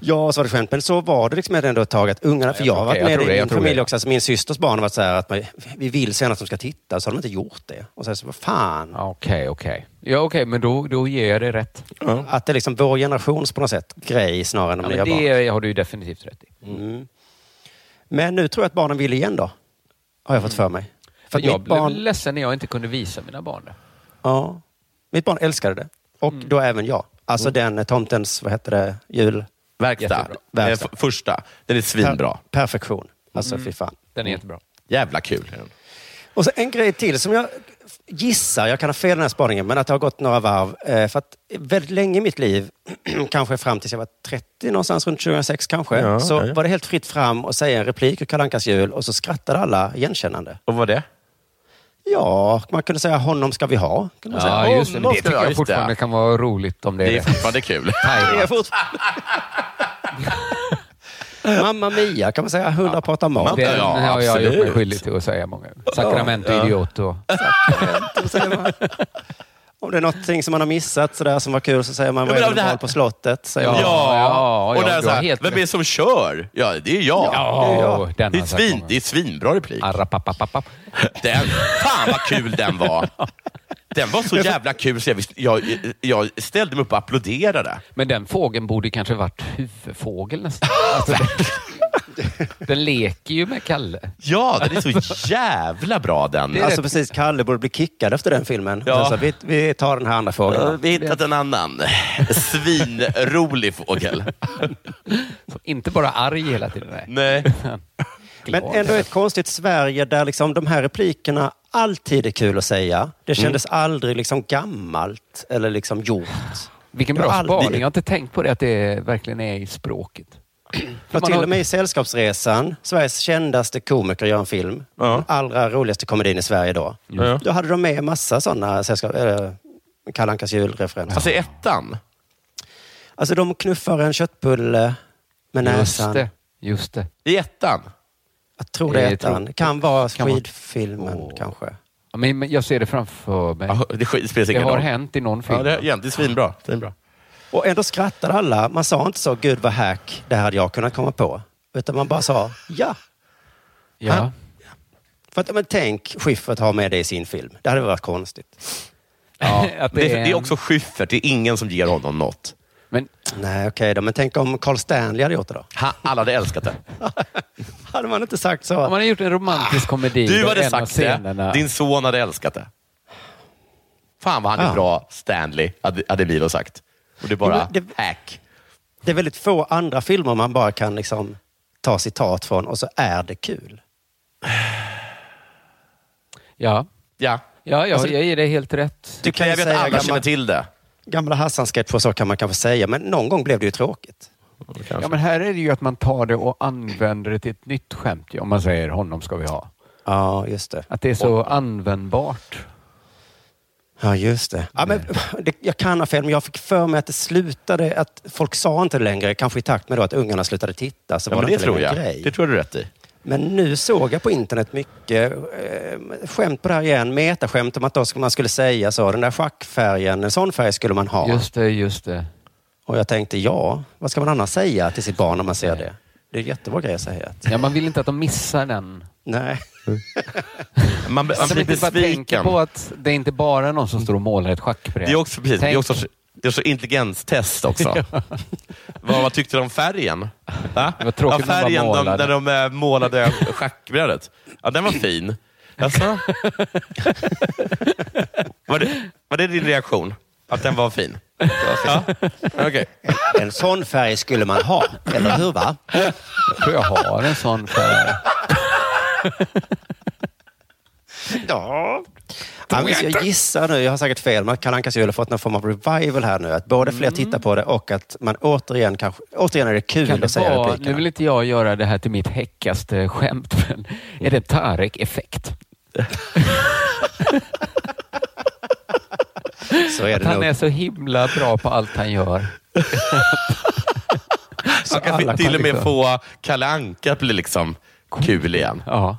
Speaker 8: Ja, så var det skämt. Men så var det liksom ändå ett tag att ungarna, för jag har varit
Speaker 6: okej, jag
Speaker 8: med
Speaker 6: tror det,
Speaker 8: i
Speaker 6: jag
Speaker 8: min
Speaker 6: tror
Speaker 8: familj
Speaker 6: det.
Speaker 8: också, alltså min systers barn har varit så här att man, vi vill så gärna att de ska titta, så har de inte gjort det. Och så är det så, vad fan.
Speaker 6: Okej, okej. Ja, okej, men då, då ger jag dig rätt.
Speaker 8: Att det är liksom vår generations på något sätt grej snarare än de
Speaker 6: Ja,
Speaker 8: nya
Speaker 6: men
Speaker 8: barnen.
Speaker 6: det har du ju definitivt rätt i.
Speaker 8: Mm. Men nu tror jag att barnen vill igen då. Har jag fått för mig. För att
Speaker 6: Mm. jag
Speaker 8: mitt
Speaker 6: blev
Speaker 8: barn-
Speaker 6: ledsen när jag inte kunde visa mina barn det.
Speaker 8: Ja. Mitt barn älskade det. Och
Speaker 6: Mm.
Speaker 8: då även jag. Alltså den eh, tomtens, vad heter det, jul...
Speaker 7: Verkstad. Eh, f- första. Den är svinbra.
Speaker 6: Mm.
Speaker 8: Perfektion. Alltså fy fan.
Speaker 6: Den är jättebra.
Speaker 7: Jävla kul. är den.
Speaker 8: Och så en grej till som jag gissar, jag kan ha fel i den här spaningen, men att det har gått några varv. Eh, För att väldigt länge i mitt liv, kanske fram tills jag var 30, någonstans runt 2006 kanske,
Speaker 7: Ja,
Speaker 8: så
Speaker 7: ja, ja.
Speaker 8: var det helt fritt fram att säga en replik ur Kalle Ankas jul och så skrattade alla igenkännande.
Speaker 7: Och vad det?
Speaker 8: Ja, man kunde säga honom ska vi ha. Kunde man säga.
Speaker 6: Ja, just det. Men
Speaker 8: Honom
Speaker 6: det
Speaker 8: ska vi
Speaker 6: tycker
Speaker 8: ha,
Speaker 6: jag
Speaker 8: just det.
Speaker 6: fortfarande kan vara roligt om det är
Speaker 7: Det är
Speaker 6: det.
Speaker 7: fortfarande kul.
Speaker 8: Det är fortfarande... Mamma Mia kan man säga. Hundar pratar mat.
Speaker 6: Det
Speaker 7: Ja,
Speaker 6: har jag gjort mig
Speaker 7: absolut.
Speaker 6: skyldig till att säga många gånger. Sacramento
Speaker 7: Ja.
Speaker 6: idiot och...
Speaker 8: Om det är någonting som man har missat sådär, som var kul så säger man
Speaker 7: Ja,
Speaker 8: vad
Speaker 7: men
Speaker 8: är
Speaker 7: av
Speaker 8: det
Speaker 7: det
Speaker 8: de
Speaker 7: här-
Speaker 8: har på slottet? Säger man.
Speaker 6: ja,
Speaker 7: och
Speaker 6: ja,
Speaker 7: det är
Speaker 6: du
Speaker 7: så
Speaker 6: har
Speaker 7: här,
Speaker 6: helt
Speaker 7: vem är
Speaker 6: rätt.
Speaker 7: det som kör? Ja, det är jag.
Speaker 6: Ja, alltså,
Speaker 7: det är jag.
Speaker 6: den
Speaker 7: det, är
Speaker 6: har sagt
Speaker 7: svin,
Speaker 6: många.
Speaker 7: det är svinbra replik.
Speaker 6: Arrapapapapp.
Speaker 7: Den, fan vad kul den var. Den var så jävla kul så jag, visste- jag, jag ställde mig upp och applåderade.
Speaker 6: Men den fågeln borde kanske varit huvudfågel nästan. Alltså, den- den leker ju med Kalle.
Speaker 7: Ja, den är så jävla bra den.
Speaker 8: Alltså precis, Kalle borde bli kickad efter den filmen.
Speaker 7: Ja.
Speaker 8: Alltså, vi, vi tar den här andra
Speaker 7: Jag har
Speaker 8: frågan.
Speaker 7: vi hittat en annan svinrolig fågel.
Speaker 6: Inte bara arg hela tiden. Nej.
Speaker 7: Nej.
Speaker 8: Men ändå ett konstigt Sverige där liksom de här replikerna alltid är kul att säga. Det
Speaker 6: Mm.
Speaker 8: kändes aldrig liksom gammalt eller liksom gjort.
Speaker 6: Vilken
Speaker 8: Det var
Speaker 6: bra
Speaker 8: aldrig-
Speaker 6: spaning. Jag har inte tänkt på det, att det verkligen är i språket.
Speaker 8: För
Speaker 6: Man
Speaker 8: till
Speaker 6: har-
Speaker 8: och med i Sällskapsresan, Sveriges kändaste komiker gör en film. Den allra roligaste komedin i Sverige då. Då hade de med massa sådana sällskap... Äh, Kalle Ankas julreferenser.
Speaker 7: Alltså ettan.
Speaker 8: Alltså de knuffar en köttbulle med
Speaker 6: Just
Speaker 8: näsan.
Speaker 6: det. Just det.
Speaker 7: I ettan.
Speaker 8: Jag tror det är
Speaker 6: Eh,
Speaker 8: ettan.
Speaker 6: tror-
Speaker 8: Kan vara
Speaker 6: kan vara-
Speaker 8: skidfilmen kanske.
Speaker 6: Ja, Men, men jag ser det framför mig.
Speaker 7: Ja, Det sk- spelar
Speaker 6: Det
Speaker 7: ingen
Speaker 6: har
Speaker 7: roll.
Speaker 6: hänt i någon film.
Speaker 7: Ja, det, igen, det är svinbra. Det är bra.
Speaker 8: Och ändå skrattade alla. Man sa inte så, gud vad hack, det här hade jag kunnat komma på. Utan man bara sa, ja.
Speaker 6: Ja.
Speaker 8: För att, men tänk Schyffert ha med det i sin film. Det hade varit konstigt.
Speaker 6: Att
Speaker 7: Det,
Speaker 6: en-
Speaker 7: det är också Schyffert. Det är ingen som ger honom något.
Speaker 6: Men
Speaker 8: Nej, okej då. Men tänk om Carl Stanley hade gjort det då?
Speaker 7: Ha, alla hade älskat det.
Speaker 8: Hade man inte sagt så?
Speaker 6: om man har gjort en romantisk komedi
Speaker 7: Ah, Du
Speaker 6: där
Speaker 7: hade
Speaker 6: en av
Speaker 7: sagt det.
Speaker 6: scenerna-
Speaker 7: Din son hade älskat det. Fan vad han är
Speaker 8: Ja.
Speaker 7: bra, Stanley, hade, hade Milo sagt. Och det är bara
Speaker 8: Jo, men det-
Speaker 7: hack.
Speaker 8: Det är väldigt få andra filmer man bara kan liksom ta citat från och så är det kul.
Speaker 6: Ja.
Speaker 7: Ja.
Speaker 6: Ja, ja
Speaker 7: Alltså-
Speaker 6: jag ger dig helt rätt.
Speaker 8: Du
Speaker 7: Jag vet att alla känner till det.
Speaker 8: gamla Hassan-sketch och så kan man kanske säga, men någon gång blev det ju tråkigt.
Speaker 6: Ja, men här är det ju att man tar det och använder det till ett nytt skämt. ju, Om man säger honom ska vi ha.
Speaker 8: Ja, just det.
Speaker 6: Att det är så användbart.
Speaker 8: Ja, just det. Ja, men, det. Jag kan ha fel, men jag fick för mig att det slutade, att folk sa inte det längre, kanske i takt med då att ungarna slutade titta, så
Speaker 7: Ja,
Speaker 8: var
Speaker 7: men
Speaker 8: det,
Speaker 7: det
Speaker 8: inte
Speaker 7: tror
Speaker 8: längre
Speaker 7: jag.
Speaker 8: en grej.
Speaker 7: Det tror jag du har rätt i.
Speaker 8: Men nu såg jag på internet mycket eh, skämt på det här igen, metaskämt om att då ska- man skulle säga så, den där schackfärgen, en sån färg skulle man ha.
Speaker 6: Just det, just det.
Speaker 8: Och jag tänkte, ja, vad ska man annars säga till sitt barn om man ser det? Det är en jättebra grej att säga. Att,
Speaker 6: Ja, man vill inte att de missar den.
Speaker 8: nej.
Speaker 7: Man, man
Speaker 6: Att de
Speaker 7: blir
Speaker 6: inte bara tänker
Speaker 7: besviken.
Speaker 6: på att det är inte bara någon som står och målar ett schackbräde.
Speaker 7: Det är också, precis, det är
Speaker 6: Tänk-
Speaker 7: också det är så intelligenstest också. vad, vad tyckte du om färgen? Va?
Speaker 6: Det var tråkigt när man
Speaker 7: färgen de,
Speaker 6: målade.
Speaker 7: när de eh, målade schackbrädet. Ja, den var fin. Alltså. var, det, var det din reaktion? Att den var fin? Ja. Okej.
Speaker 8: En sån färg skulle man ha, eller hur va?
Speaker 6: Jag tror jag har en sån färg.
Speaker 8: Ja. Ja, men jag gissar nu, jag har säkert fel, men att Kalle Ankas jul har fått någon form av revival här nu. Att både fler tittar på det och att man återigen kanske... Återigen är det kul
Speaker 6: Kan
Speaker 8: att
Speaker 6: det
Speaker 8: säga
Speaker 6: vara,
Speaker 8: replikerna.
Speaker 6: nu vill inte jag göra det här till mitt häckaste skämt, men
Speaker 7: Mm.
Speaker 6: är det Tarek-effekt?
Speaker 8: Så är
Speaker 6: Att
Speaker 8: det
Speaker 6: Typ, han
Speaker 8: nog.
Speaker 6: är så himla bra på allt han gör.
Speaker 7: Man kan
Speaker 6: alla
Speaker 7: till och
Speaker 6: kan-
Speaker 7: med
Speaker 6: liksom-
Speaker 7: få Kalle Anka att bli liksom kul igen.
Speaker 6: Ja.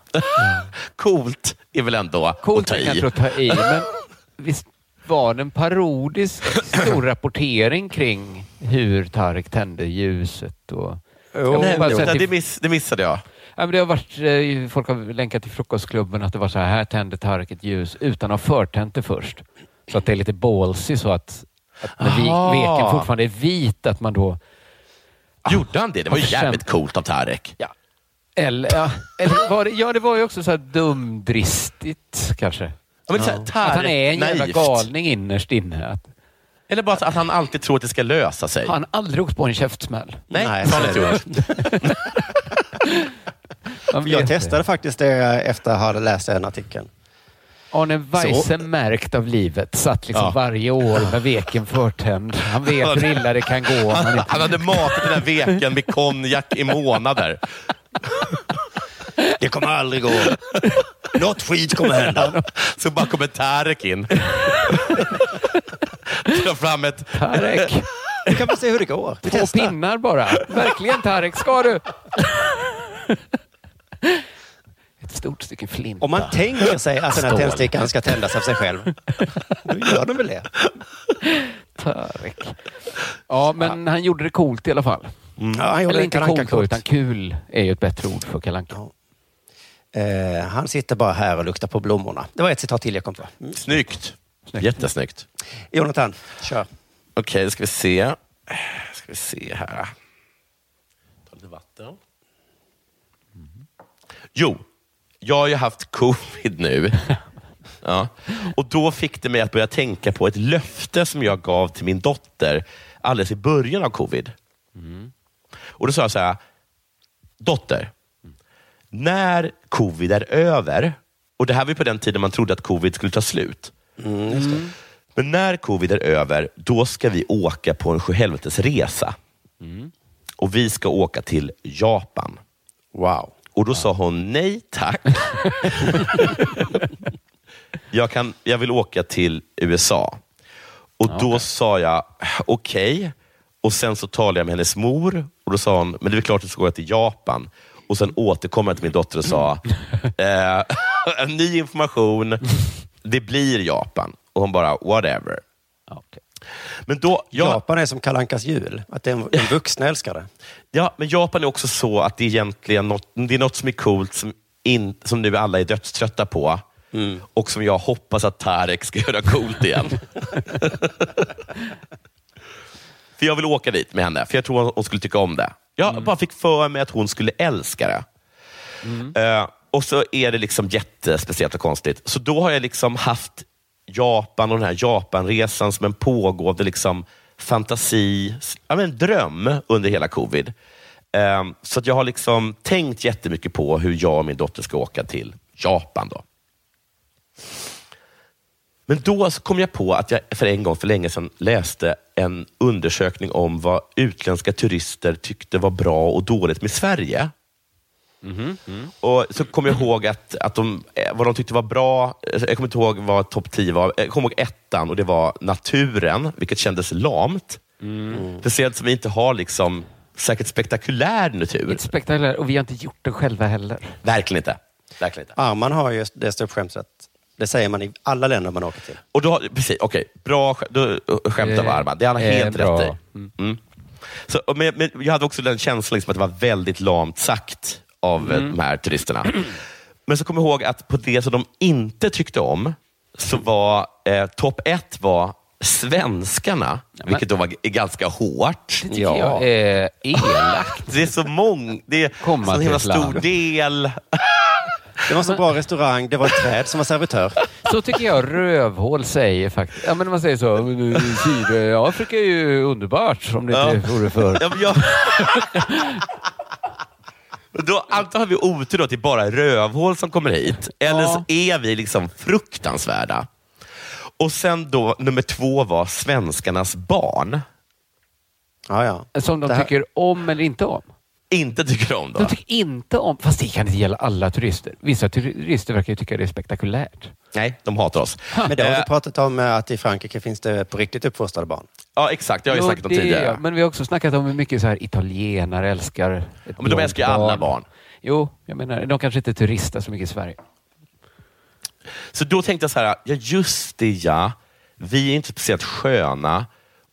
Speaker 7: Coolt är väl ändå
Speaker 6: Coolt
Speaker 7: att ta i.
Speaker 6: kanske att ta i, men visst var det en parodisk stor rapportering kring hur Tarek tände ljuset? Och... Jag har
Speaker 7: Nej,
Speaker 6: bara sett i-
Speaker 7: det, miss, det missade jag.
Speaker 6: Ja, men det har varit, eh, folk har länkat till Frukostklubben att det var så här, här tände Tarek ett ljus utan att ha förtänt det först. Så att det är lite ballsy så att, att när
Speaker 7: Aha.
Speaker 6: vi, veken fortfarande är vit att man då...
Speaker 7: Gjorde han det? Det var ju
Speaker 6: Vad
Speaker 7: jävligt
Speaker 6: skämt.
Speaker 7: coolt av Tarek.
Speaker 6: Eller, ja, eller var det, ja, det var ju också så här dumdristigt kanske.
Speaker 7: Ja, men så här,
Speaker 6: Att han är en jävla
Speaker 7: naivt.
Speaker 6: galning innerst inne. Att
Speaker 7: Eller bara att han alltid tror att det ska lösa sig.
Speaker 6: han aldrig åkt på en käftsmäll.
Speaker 7: Nej,
Speaker 8: Nej,
Speaker 7: sa
Speaker 8: så
Speaker 7: han
Speaker 8: är
Speaker 7: inte
Speaker 8: det.
Speaker 7: gjort.
Speaker 6: Man vet
Speaker 8: Jag
Speaker 6: det.
Speaker 8: testade faktiskt det efter att ha läst den artikeln.
Speaker 6: Arne Weise märkt av livet. Satt liksom
Speaker 7: Ja.
Speaker 6: varje år med veken förtänd. Han vet hur illa det kan gå. om Han
Speaker 7: Han,
Speaker 6: inte...
Speaker 7: han hade matat den där veken med konjak i månader.
Speaker 11: Det kommer aldrig gå. Något skit kommer hända.
Speaker 7: Så bara kommer Tarek in. Drar fram ett...
Speaker 6: Tarek.
Speaker 11: Nu kan man se hur det går. Vi
Speaker 6: Två
Speaker 11: testar.
Speaker 6: pinnar bara. Verkligen Tarek, ska du? Ett stort stycke flinta.
Speaker 11: Om man tänker sig att den här
Speaker 6: Stål.
Speaker 11: tändstickan ska tändas av sig själv, då gör den väl det.
Speaker 6: Tarek. Ja, men han gjorde det coolt i alla fall.
Speaker 11: Ja, han gjorde
Speaker 6: Eller
Speaker 11: en
Speaker 6: inte
Speaker 11: Kalle Anka
Speaker 6: coolt, då,
Speaker 11: coolt.
Speaker 6: utan kul är ju ett bättre ord för Kalle Anka.
Speaker 11: Eh, han sitter bara här och luktar på blommorna. Det var ett citat till jag kom på. Mm.
Speaker 7: Snyggt. Jättesnyggt.
Speaker 11: Jonathan, kör.
Speaker 7: Okej, då ska vi se. Ska vi se här. Ta lite vatten. Mm. Jo, jag har ju haft covid nu. Ja. Och då fick det mig att börja tänka på ett löfte som jag gav till min dotter alldeles i början av covid. Och Då sa jag så här, dotter, när covid är över, och det här var ju på den tiden man trodde att covid skulle ta slut. Men när covid är över, då ska vi åka på en sjuhelvetes resa. Och vi ska åka till Japan.
Speaker 11: Wow.
Speaker 7: Och då sa hon nej tack. jag, kan, jag vill åka till USA. Och då sa jag okej. Och sen så talade jag med hennes mor och då sa hon, men det är väl klart att du ska åka till Japan. Och sen återkom jag till min dotter och sa, eh, ny information, det blir Japan. Och hon bara, whatever.
Speaker 6: Okej.
Speaker 7: Men då, jag,
Speaker 11: Japan är som Kalle Ankas jul. Att det är en, en vuxna älskar det.
Speaker 7: Ja, men Japan är också så att det är egentligen något, det är något som är coolt som, in, som nu alla är dödströtta på. Och som jag hoppas att Tarek ska göra coolt igen. för jag vill åka dit med henne, för jag tror hon skulle tycka om det. Jag bara fick för mig att hon skulle älska det. Eh, och så är det liksom jättespeciellt och konstigt. Så då har jag liksom haft Japan och den här Japanresan som en pågående liksom fantasi, ja, men en dröm under hela covid. Eh, så att jag har liksom tänkt jättemycket på hur jag och min dotter ska åka till Japan. Då. Men då så kom jag på att jag för en gång för länge sedan läste en undersökning om vad utländska turister tyckte var bra och dåligt med Sverige. Och så kommer jag ihåg att, att de, eh, vad de tyckte var bra, eh, jag kommer inte ihåg vad topp 10 var, jag kommer ihåg ettan och det var naturen, vilket kändes lamt. Speciellt som vi inte har liksom säkert spektakulär natur.
Speaker 6: Inte spektakulärt och vi har inte gjort det själva heller.
Speaker 7: Verkligen inte. Verkligen inte.
Speaker 11: Arman har ju det ståuppskämtet. Det säger man i alla länder man åker till.
Speaker 7: Och då, precis, okej, bra skä- då, eh, skämt av
Speaker 6: Eh,
Speaker 7: Arman. Det har han
Speaker 6: eh,
Speaker 7: helt
Speaker 6: bra.
Speaker 7: rätt i. Mm. Så, och men, men jag hade också den känslan liksom att det var väldigt lamt sagt av
Speaker 6: Mm.
Speaker 7: eh, de här turisterna. Men så kom jag ihåg att på det som de inte tyckte om, så var eh, topp ett var svenskarna, vilket då var g- ganska hårt.
Speaker 6: Det tycker jag är eh, elakt.
Speaker 7: Det är så många, det är
Speaker 6: Komma
Speaker 7: så
Speaker 6: till
Speaker 7: himla
Speaker 6: ett
Speaker 7: stor
Speaker 6: land.
Speaker 7: del.
Speaker 11: Det var så bra restaurang, det var ett träd som var servitör.
Speaker 6: Så tycker jag rövhål säger faktiskt. Ja, men när man säger så. men, eh, Sydafrika är ju underbart om det inte vore för...
Speaker 7: Ja, men jag... Då, antingen har vi otur då att det är bara rövhål som kommer hit, eller så är vi liksom fruktansvärda. Och sen då, nummer två var svenskarnas barn.
Speaker 11: Ja, ja.
Speaker 6: Som de
Speaker 11: Det här-
Speaker 6: tycker om eller inte om.
Speaker 7: Inte tycker om
Speaker 6: De
Speaker 7: då.
Speaker 6: tycker inte om... Fast det kan inte gälla alla turister. Vissa turister verkar ju tycka det är spektakulärt.
Speaker 7: Nej, de hatar oss.
Speaker 11: Men det har
Speaker 7: Eh,
Speaker 11: vi pratat om eh, att i Frankrike finns det på riktigt uppfostrade barn.
Speaker 7: ja, exakt. Det har jag
Speaker 6: Jo,
Speaker 7: ju sagt om
Speaker 6: det är
Speaker 7: tidigare.
Speaker 6: jag. Men vi har också snackat om hur mycket så här italienare älskar ett
Speaker 7: de
Speaker 6: blont
Speaker 7: älskar ju alla barn.
Speaker 6: Jo, jag menar, de kanske inte turistar så mycket i Sverige.
Speaker 7: Så då tänkte jag så här, ja just det ja, vi är inte speciellt sköna.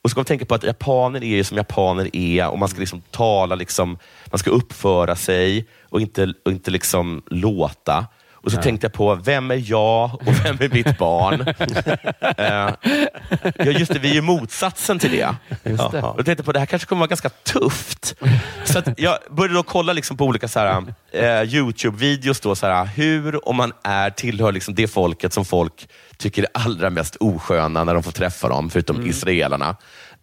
Speaker 7: Och så ska man tänka på att japaner är ju som japaner är och man ska liksom tala, liksom, man ska uppföra sig och inte, och inte liksom låta. Och så tänkte jag på, vem är jag och vem är mitt barn? Eh, ja just det, vi är ju motsatsen till det.
Speaker 6: Just det.
Speaker 7: Jaha. Och då tänkte jag på, det här kanske kommer vara ganska tufft. Så att jag började då kolla liksom på olika så här, eh, Youtube-videos, då, så här, hur om man är, tillhör liksom det folket som folk tycker är allra mest osköna när de får träffa dem, förutom israelerna.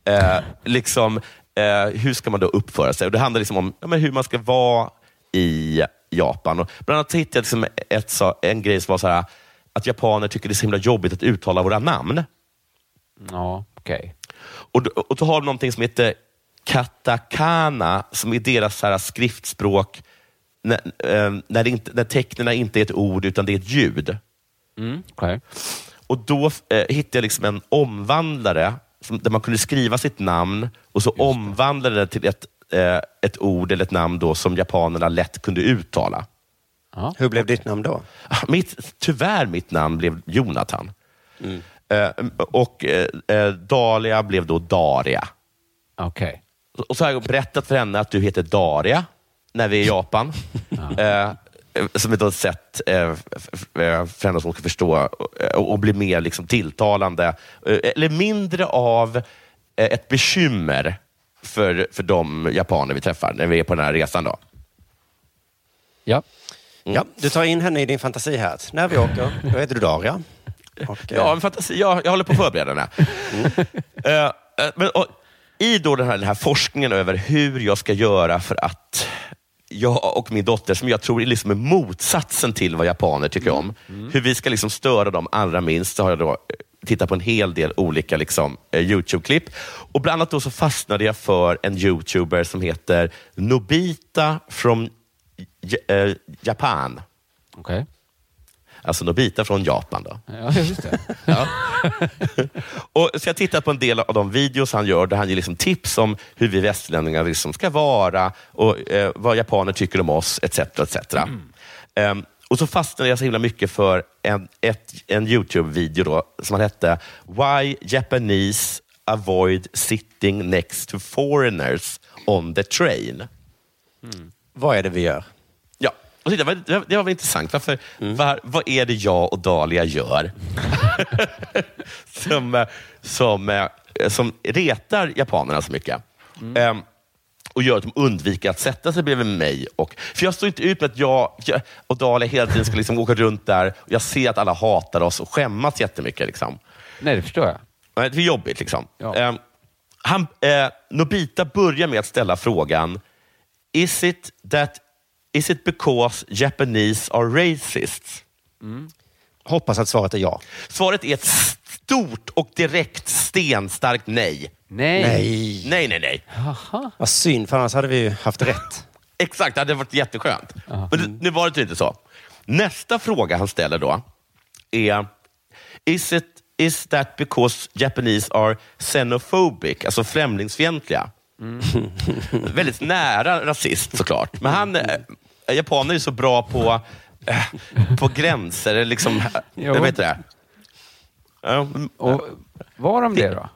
Speaker 7: Eh, liksom, eh, hur ska man då uppföra sig? Och det handlar liksom om ja, men hur man ska vara i Japan. Och bland annat så hittade jag liksom ett, så- en grej som var så här, att japaner tycker det är så himla jobbigt att uttala våra namn.
Speaker 6: Ja, okej.
Speaker 7: Och, då- och då har de någonting som heter katakana, som är deras så här skriftspråk när, eh, när, det inte, när tecknena inte är ett ord, utan det är ett ljud.
Speaker 6: Mm, okej.
Speaker 7: Och då eh, hittade jag liksom en omvandlare som, där man kunde skriva sitt namn och så omvandlade det till ett, eh, ett ord eller ett namn då, som japanerna lätt kunde uttala.
Speaker 11: Hur blev ditt namn då?
Speaker 7: Mm. Mitt, tyvärr mitt namn blev Jonathan. Eh, och eh, eh, Dahlia blev då Daria.
Speaker 6: Okej.
Speaker 7: Och så har jag berättat för henne att du heter Daria när vi är i Japan. eh, som ett sätt eh, f- f- för henne att hon ska förstå eh, och, och bli mer liksom, tilltalande. Eh, eller mindre av eh, ett bekymmer för, för de japaner vi träffar när vi är på den här resan. Då.
Speaker 6: Ja.
Speaker 11: ja. Du tar in henne i din fantasi här. När vi åker, då heter du Daria. Och, eh,
Speaker 7: Ja, men fantasi, jag, jag håller på att förbereda den här. Eh, eh, men, och, I då den här, den här forskningen över hur jag ska göra för att jag och min dotter, som jag tror är liksom är motsatsen till vad japaner tycker om, hur vi ska liksom störa dem allra minst, så har jag då eh, tittat på en hel del olika liksom, eh, YouTube-klipp. Och Bland annat då så fastnade jag för en YouTuber som heter Nobita from J- eh, Japan.
Speaker 6: Okej.
Speaker 7: Alltså Nobita från Japan. Då.
Speaker 6: Ja, just det.
Speaker 7: Ja. och, så jag tittat på en del av de videos han gör där han ger liksom tips om hur vi västlänningar liksom ska vara och eh, vad japaner tycker om oss etc. etc. Ehm, och så fastnade jag så himla mycket för en, ett, en Youtube-video då, som han hette Why Japanese avoid sitting next to foreigners on the train.
Speaker 11: Vad är det vi gör?
Speaker 7: Ja, och titta, det, var, det var väl intressant. Varför, var, vad är det jag och Dahlia gör som, eh, som, eh, som retar japanerna så mycket? Ehm, och gör att de undviker att sätta sig bredvid mig. Och, för jag står inte ut med att jag, jag och Dahlia hela tiden ska liksom åka runt där och jag ser att alla hatar oss och skämmas jättemycket. Liksom.
Speaker 6: Nej, det förstår jag.
Speaker 7: Nej, Det är jobbigt. liksom. Ehm, han, eh, Nobita börjar med att ställa frågan, is it, that, is it because Japanese are racists?
Speaker 11: Hoppas att svaret är ja.
Speaker 7: Svaret är ett stort och direkt stenstarkt nej.
Speaker 6: Nej.
Speaker 11: Nej.
Speaker 7: Nej, nej, nej.
Speaker 11: Vad synd, för annars hade vi ju haft rätt.
Speaker 7: Exakt, det hade varit jätteskönt. Men nu- nu var det tydligen inte så. Nästa fråga han ställer då är, is, it, is that because Japanese are xenophobic, alltså främlingsfientliga?
Speaker 6: Mm.
Speaker 7: Väldigt nära rasist såklart. Men han, eh, japaner är så bra på, eh, på gränser, eller liksom,
Speaker 6: Jo.
Speaker 7: jag vet inte det. Ja, mm,
Speaker 6: Och var de det då?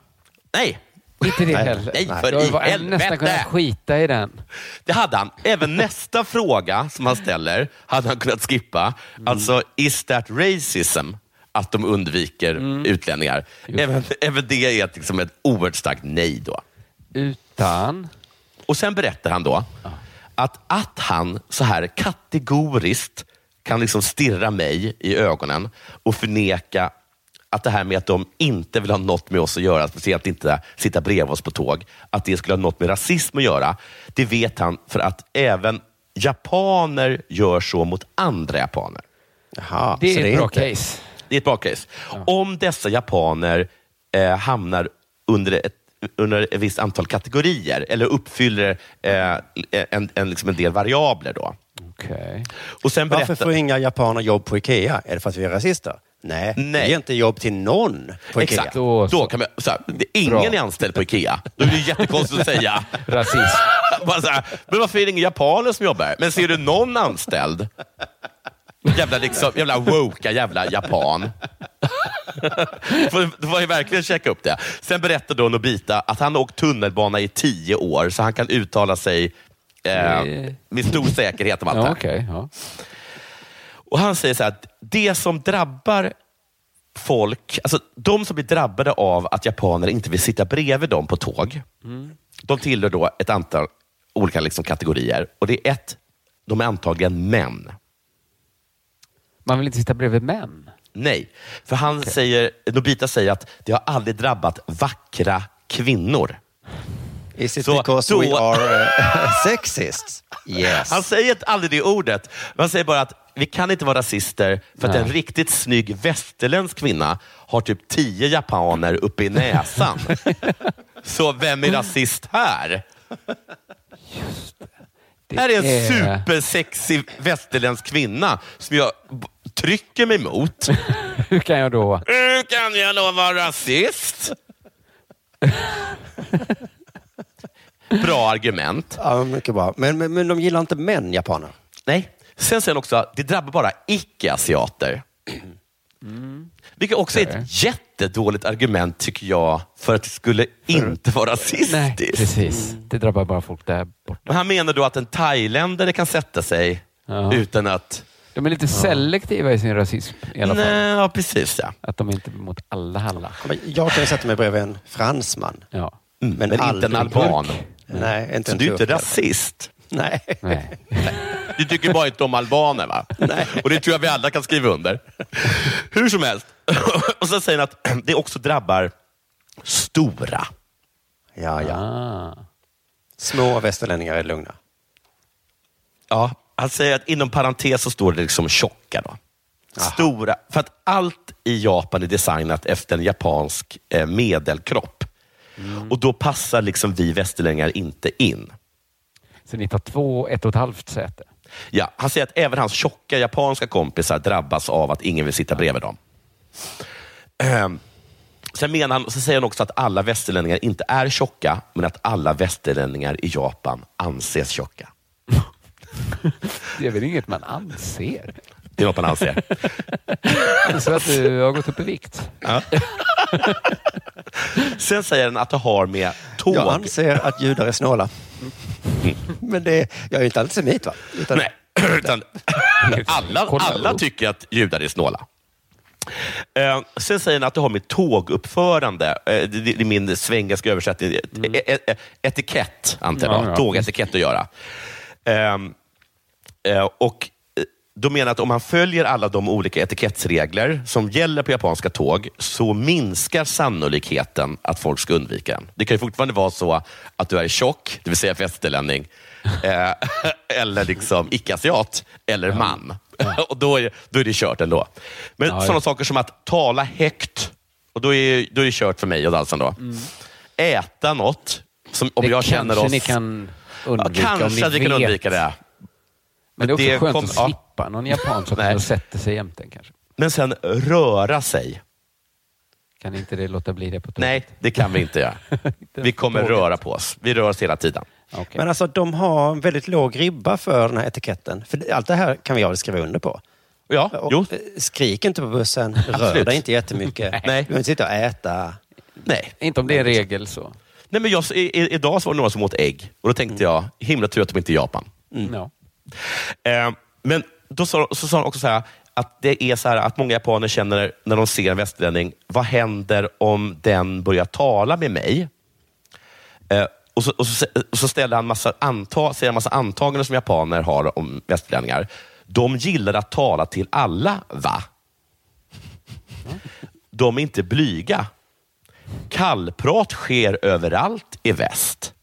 Speaker 7: nej,
Speaker 6: Inte det
Speaker 7: Nej.
Speaker 6: heller.
Speaker 7: Nej, för
Speaker 6: jag
Speaker 7: i
Speaker 6: var
Speaker 7: helvete.
Speaker 6: nästan kunnat skita i den.
Speaker 7: Det hade han. Även nästa fråga som han ställer hade han kunnat skippa. Alltså, is that racism? Att de undviker utlänningar. Även, även det är ett, liksom ett oerhört starkt nej. Då.
Speaker 6: Utan...
Speaker 7: Och Sen berättar han då att, att han så här kategoriskt kan liksom stirra mig i ögonen och förneka att det här med att de inte vill ha något med oss att göra, speciellt inte sitta bredvid oss på tåg, att det skulle ha något med rasism att göra, det vet han för att även japaner gör så mot andra japaner.
Speaker 11: Jaha,
Speaker 6: Det är
Speaker 11: så
Speaker 6: ett bra
Speaker 11: inte-
Speaker 6: case.
Speaker 7: Det är ett bra case. Om dessa japaner eh, hamnar under ett, under ett visst antal kategorier eller uppfyller eh, en, en, liksom en del variabler. Då.
Speaker 6: Okej.
Speaker 7: Och sen
Speaker 11: Varför
Speaker 7: berättar...
Speaker 11: får inga japaner jobb på Ikea? Är det för att vi är rasister? Nej,
Speaker 7: Nej.
Speaker 11: vi ger inte jobb till någon på Ikea.
Speaker 7: Exakt.
Speaker 6: Då
Speaker 7: Då,
Speaker 6: så.
Speaker 7: kan man, så här, det, ingen är anställd på IKEA. Då är det ju jättekonstigt att säga.
Speaker 6: Rasism.
Speaker 7: Bara så här, men varför är det ingen japaner som jobbar här? Men ser du någon anställd? Jävla, liksom, jävla woka jävla japan. Får- Då får jag verkligen checka upp det. Sen berättar då Nobita att han har åkt tunnelbana i tio år, så han kan uttala sig eh, med stor säkerhet om allt det
Speaker 6: Ja,
Speaker 7: här.
Speaker 6: okej. ja.
Speaker 7: Och Han säger så här, att det som drabbar folk, alltså de som blir drabbade av att japaner inte vill sitta bredvid dem på tåg, de tillhör då ett antal olika liksom kategorier. Och det är ett, de är antagligen män.
Speaker 6: Man vill inte sitta bredvid män.
Speaker 7: Nej, för han säger, Nobita säger att det har aldrig drabbat vackra kvinnor.
Speaker 11: Is it
Speaker 7: Så-
Speaker 11: because
Speaker 7: då-
Speaker 11: we are eh, sexists? Yes.
Speaker 7: Han säger aldrig det ordet, men han säger bara att vi kan inte vara rasister för att
Speaker 12: Nej.
Speaker 7: en riktigt snygg västerländsk kvinna har typ tio japaner uppe i näsan. Så vem är rasist här? här är en
Speaker 12: är-
Speaker 7: supersexig västerländsk kvinna som jag b- trycker mig mot.
Speaker 6: Hur kan jag då?
Speaker 7: Hur kan jag då vara rasist? Bra argument.
Speaker 11: Ja, mycket bra. Men, men, men de gillar inte män, japaner?
Speaker 7: Nej. Sen säger han också att det drabbar bara icke-asiater. Vilket också är ett jättedåligt argument, tycker jag, för att det skulle inte vara rasistiskt.
Speaker 6: Nej, precis. Det drabbar bara folk där borta.
Speaker 7: Men han menar då att en thailändare kan sätta sig utan att...
Speaker 6: De är lite selektiva i sin rasism i alla fall.
Speaker 7: Nej, ja, precis. Ja.
Speaker 6: Att de inte är mot alla alla.
Speaker 11: Men Jag kan ju sätta mig bredvid en fransman.
Speaker 6: Ja.
Speaker 7: men inte
Speaker 11: aldrig
Speaker 7: en alban.
Speaker 11: turk. Nej, inte
Speaker 7: Mm. Så
Speaker 11: en
Speaker 7: du är
Speaker 11: turk
Speaker 7: inte
Speaker 11: heller.
Speaker 7: rasist?
Speaker 11: Nej.
Speaker 6: Nej.
Speaker 7: Du tycker bara inte om albaner, va? Nej. Och det tror jag vi alla kan skriva under. Hur som helst. Och sen säger han att det också drabbar stora.
Speaker 11: Ja, ja.
Speaker 6: Ah.
Speaker 11: Små västerlänningar är lugna.
Speaker 7: Ja, han säger att inom parentes så står det liksom tjocka. Då. Stora. För att allt i Japan är designat efter en japansk eh, medelkropp. Och då passar liksom vi västerlänningar inte in.
Speaker 6: Så ni tar två, ett och ett halvt säte.
Speaker 7: Ja, han säger att även hans tjocka japanska kompisar drabbas av att ingen vill sitta bredvid dem. Ehm, Sen, menar han, så säger han också att alla västerlänningar inte är tjocka, men att alla västerlänningar i Japan anses tjocka.
Speaker 6: Det är väl inget man anser?
Speaker 7: Det är något man anser.
Speaker 6: Så att du har gått upp i vikt.
Speaker 7: Ja. Sen säger han att det har med tåg...
Speaker 11: Jag anser att judar är snåla. Men det, jag är ju inte antisemit va? Utan,
Speaker 7: Nej, utan alla, alla tycker att judar är snåla. Eh, sen säger han att det har med tåguppförande, eh, det, det är min svengelska översättning, Et- et- et- etikett, antar jag,
Speaker 12: Mm. Ja, ja.
Speaker 7: tågetikett att göra. Ehm, eh, och eh, då menar jag att om man följer alla de olika etikettsregler som gäller på japanska tåg så minskar sannolikheten att folk ska undvika en. Det kan ju fortfarande vara så att du är tjock, det vill säga västerlänning, eh, eller liksom icke-asiat, eller man. och då är, då är det kört ändå. Men
Speaker 12: Ja, ja.
Speaker 7: sådana saker som att tala högt, och då är, då är det kört för mig och dansen då. Äta något, som, om
Speaker 6: Mm. Det
Speaker 7: jag känner
Speaker 6: kanske
Speaker 7: oss...
Speaker 6: ni kan undvika
Speaker 7: ja,
Speaker 6: om ni
Speaker 7: kanske att vi kan
Speaker 6: vet.
Speaker 7: undvika det.
Speaker 6: Men det är också skönt
Speaker 7: kom-
Speaker 6: att
Speaker 7: ja.
Speaker 6: slippa någon japan som kommer och sätter sig jämte en kanske.
Speaker 7: Men sen röra sig.
Speaker 6: Kan inte det låta bli det på tåget?
Speaker 7: Nej, det kan vi inte göra. Vi kommer
Speaker 6: Tåget.
Speaker 7: röra på oss. Vi rör oss hela tiden.
Speaker 11: Men alltså, de har en väldigt låg ribba för den här etiketten. För det- allt det här kan jag skriva under på. eh,
Speaker 7: Ja, jo.
Speaker 11: Skrik inte på bussen, rör
Speaker 7: Absolut.
Speaker 11: dig inte jättemycket.
Speaker 7: Nej.
Speaker 11: Du behöver inte sitta och äta.
Speaker 7: Nej. liksom.
Speaker 6: Inte om det är en regel så.
Speaker 7: Nej, men jag, i, i, idag så var det några som åt ägg och då tänkte jag, himla tur att de inte är i Japan.
Speaker 6: Ja.
Speaker 7: Eh, men då sa, så sa de också så här, att det är så här att många japaner känner när de ser en västerlänning, vad händer om den börjar tala med mig? Eh, och, så, och, så, och så ställer han massa, anta, säger han massa antaganden som japaner har om västerlänningar. De gillar att tala till alla, va? De är inte blyga. Kallprat sker överallt i väst.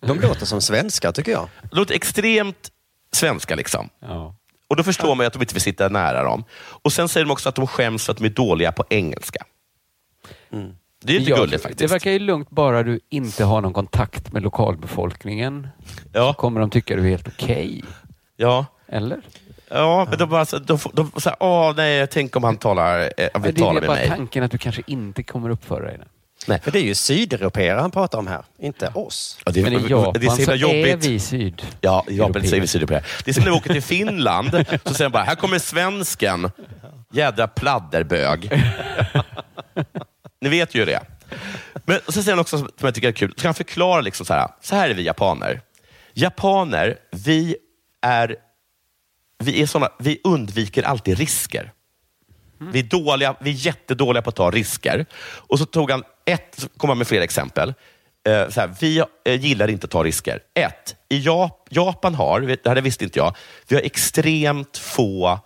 Speaker 11: De låter som svenskar tycker jag.
Speaker 7: Det låter extremt svenska liksom. Och då förstår man ju att de inte vill sitta nära dem. Och Sen säger de också att de skäms för att de är dåliga på engelska. Det är lite
Speaker 6: Jag-
Speaker 7: gulligt faktiskt.
Speaker 6: Mm. Det verkar ju lugnt bara du inte har någon kontakt med lokalbefolkningen. Så kommer de tycka du är helt okej.
Speaker 7: Ja.
Speaker 6: Eller?
Speaker 7: Ja, men de bara så- de, får- de, så här, åh nej, tänk om han talar, eh,
Speaker 6: Men
Speaker 7: vill
Speaker 6: det är
Speaker 7: tala
Speaker 6: ju
Speaker 7: med
Speaker 6: bara
Speaker 7: mig.
Speaker 6: tanken att du kanske inte kommer uppföra dig.
Speaker 11: För det är ju sydeuropeer han pratar om här, inte oss.
Speaker 7: Ja, det är-
Speaker 6: Men i Japan
Speaker 7: det är så himla
Speaker 6: är
Speaker 7: jobbigt.
Speaker 6: vi syd.
Speaker 7: Ja, i Japan
Speaker 6: Europeer.
Speaker 7: säger vi sydeuropeer. Det är som när vi åker till Finland, så säger de bara, här kommer svensken. Jädra pladderbög. Ni vet ju det. Men och sen säger han också, som jag tycker är kul, ska han förklara liksom så här, så här är vi japaner. Japaner, vi är, vi är såna, vi undviker alltid risker. Vi är, dåliga, vi är jättedåliga på att ta risker. Och så tog han ett, så kom han med flera exempel. Eh, Så här, vi eh, gillar inte att ta risker. Ett, i Jap- Japan har, det här visste inte jag, vi har extremt få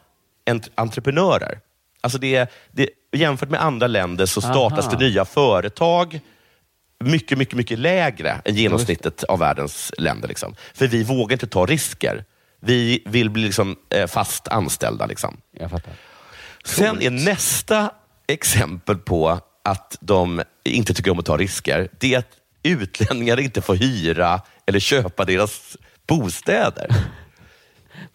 Speaker 7: ent- entreprenörer. Alltså det, är- det, jämfört med andra länder så startas
Speaker 12: Aha.
Speaker 7: det nya företag mycket, mycket, mycket lägre än genomsnittet av världens länder. Liksom. För vi vågar inte ta risker. Vi vill bli liksom, eh, fast anställda. Liksom.
Speaker 6: Jag fattar.
Speaker 7: Sen är nästa exempel på att de inte tycker om att ta risker, det är att utlänningar inte får hyra eller köpa deras bostäder.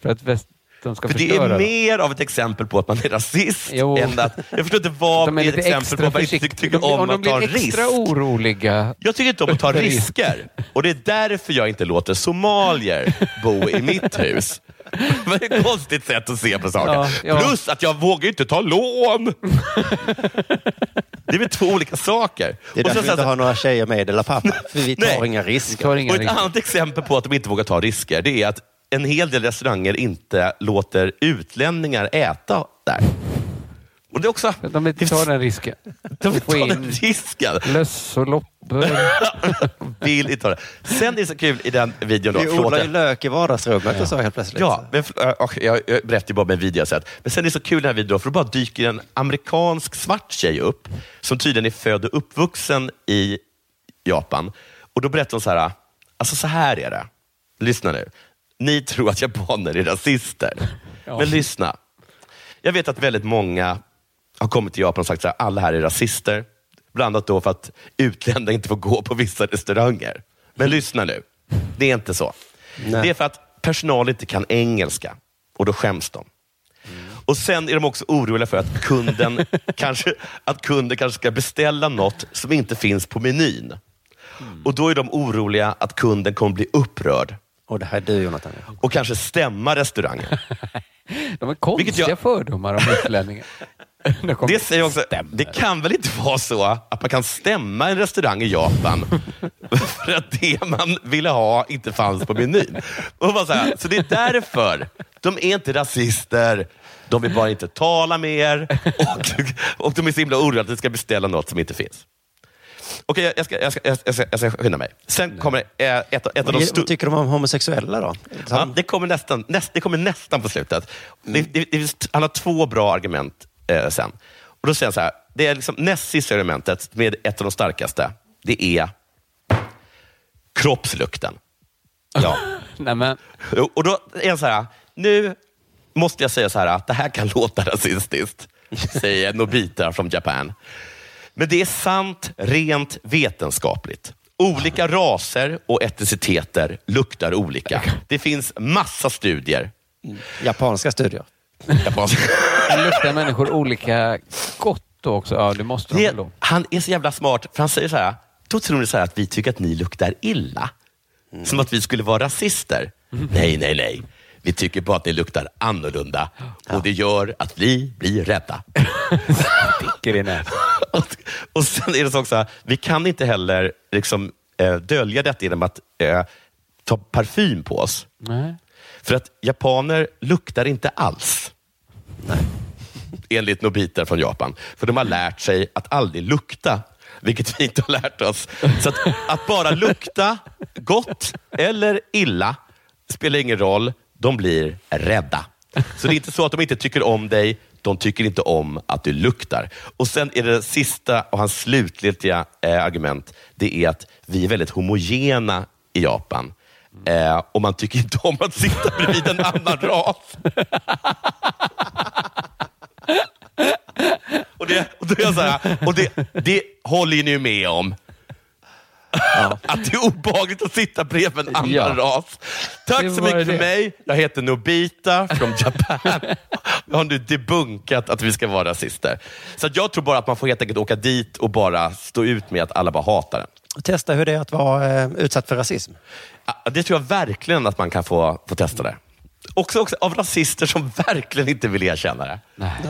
Speaker 6: För att väst, de ska
Speaker 7: För det
Speaker 6: förstöra
Speaker 7: är
Speaker 6: dem.
Speaker 7: mer av ett exempel på att man är rasist
Speaker 6: Jo.
Speaker 7: än att... Jag förstår inte vad
Speaker 6: De är
Speaker 7: det är ett
Speaker 6: lite
Speaker 7: exempel på
Speaker 6: extra
Speaker 7: att man inte
Speaker 6: försiktiga.
Speaker 7: tycker
Speaker 6: De-
Speaker 7: om,
Speaker 6: om de
Speaker 7: att ta
Speaker 6: blir extra
Speaker 7: risk.
Speaker 6: oroliga.
Speaker 7: Jag tycker inte om att ta
Speaker 6: För risk.
Speaker 7: risker. Och det är därför jag inte låter somalier bo i mitt hus. Vad är ett konstigt sätt att se på saker.
Speaker 6: Ja, ja.
Speaker 7: Plus att jag vågar ju inte ta lån. Det är väl två olika saker.
Speaker 11: Det är
Speaker 7: Och
Speaker 11: därför
Speaker 7: sen
Speaker 11: vi
Speaker 7: så
Speaker 11: inte
Speaker 7: här-
Speaker 11: har några tjejer med i Della Pappa. För vi tar
Speaker 7: Nej.
Speaker 11: inga risker.
Speaker 7: och ett annat exempel på att de inte vågar ta risker, det är att en hel del restauranger inte låter utlänningar äta där. Och det är också...
Speaker 6: De vill inte ta den risken.
Speaker 7: De vill
Speaker 6: Få
Speaker 7: ta
Speaker 6: in
Speaker 7: den risken.
Speaker 6: löss och loppor.
Speaker 7: Vill inte ta det. Sen är det så kul i den videon. Då,
Speaker 11: Vi
Speaker 7: förlåt,
Speaker 11: odlar ju
Speaker 7: jag-
Speaker 11: lök i vardagsrummet och så helt plötsligt.
Speaker 7: Ja, men, för- äh, och jag, jag berättade ju bara om en video jag sett. Men sen är det så kul i den här videon, för då bara dyker en amerikansk svart tjej upp, som tydligen är född och uppvuxen i Japan. Och då berättar hon så här, alltså så här är det. Lyssna nu. Ni tror att japaner är rasister. Men lyssna. Jag vet att väldigt många har kommit till Japan och sagt att alla här är rasister. Bland annat då för att utlänningar inte får gå på vissa restauranger. Men lyssna nu. Det är inte så. Det är för att personal inte kan engelska och då skäms de. Och Sen är de också oroliga för att kunden, kanske, att kunden kanske ska beställa något som inte finns på menyn. Och Då är de oroliga att kunden kommer bli upprörd
Speaker 11: Och det här är du Jonathan.
Speaker 7: och kanske stämma restaurangen.
Speaker 6: De är konstiga
Speaker 7: Vilket jag-
Speaker 6: fördomar om utlänningar. De kommer-
Speaker 7: Det säger jag också, det kan väl inte vara så att man kan stämma en restaurang i Japan för att det man ville ha inte fanns på menyn. Och bara så, här, så det är därför. De är inte rasister, de vill bara inte tala med er och, och de är så himla oroliga att ni ska beställa något som inte finns. Okej, jag- jag, ska, jag, ska, jag, ska, jag ska skynda mig. Sen kommer eh, ett, ett av de
Speaker 11: Vad
Speaker 7: stor-
Speaker 11: vad tycker de om homosexuella då?
Speaker 7: Ja, det, kommer nästan, näst, det kommer nästan på slutet. Det, det, det, han har två bra argument eh, sen. Och då säger han så här, det är liksom näst sista argumentet, med ett av de starkaste, det är kroppslukten. Ja.
Speaker 6: Nej, men,
Speaker 7: Jo, Och då är jag så här, nu måste jag säga så här att det här kan låta rasistiskt, säger Nobita från Japan. Men det är sant, rent vetenskapligt. Olika raser och etniciteter luktar olika. Det finns massa studier.
Speaker 11: Japanska studier.
Speaker 7: Japanska.
Speaker 6: luktar människor olika gott då också? Ja, det måste de
Speaker 7: Det,
Speaker 6: väl då.
Speaker 7: han är så jävla smart, för han säger så här, då tror ni så här att vi tycker att ni luktar illa. Som att vi skulle vara rasister. Nej, nej, nej. Vi tycker bara att ni luktar annorlunda och det gör att vi blir rädda. och, och sen är det så också, här, vi kan inte heller liksom, eh, dölja detta genom att eh, ta parfym på oss.
Speaker 6: Nej.
Speaker 7: För att japaner luktar inte alls. Nej. Enligt nobiter från Japan. För de har lärt sig att aldrig lukta, vilket vi inte har lärt oss. Så att, att bara lukta gott eller illa spelar ingen roll. De blir rädda. Så det är inte så att de inte tycker om dig, de tycker inte om att du luktar. Och sen är det sista och hans slutgiltiga eh, argument, det är att vi är väldigt homogena i Japan. Eh, och man tycker inte om att sitta bredvid en annan ras. och det, och då är jag så här, och det, det håller ju ni med om. att det är obehagligt att sitta bredvid en annan
Speaker 6: Ja.
Speaker 7: ras. Tack
Speaker 6: Det
Speaker 7: så
Speaker 6: var
Speaker 7: mycket för
Speaker 6: det.
Speaker 7: mig. Jag heter Nobita från Japan. Jag har nu debunkat att vi ska vara rasister. Så att jag tror bara att man får helt enkelt åka dit och bara stå ut med att alla bara hatar den.
Speaker 11: Och testa hur det är att vara eh, utsatt för rasism.
Speaker 7: Ja, Det tror jag verkligen att man kan få, få testa det. Också, också av rasister som verkligen inte vill erkänna det.
Speaker 11: Nej.
Speaker 7: Det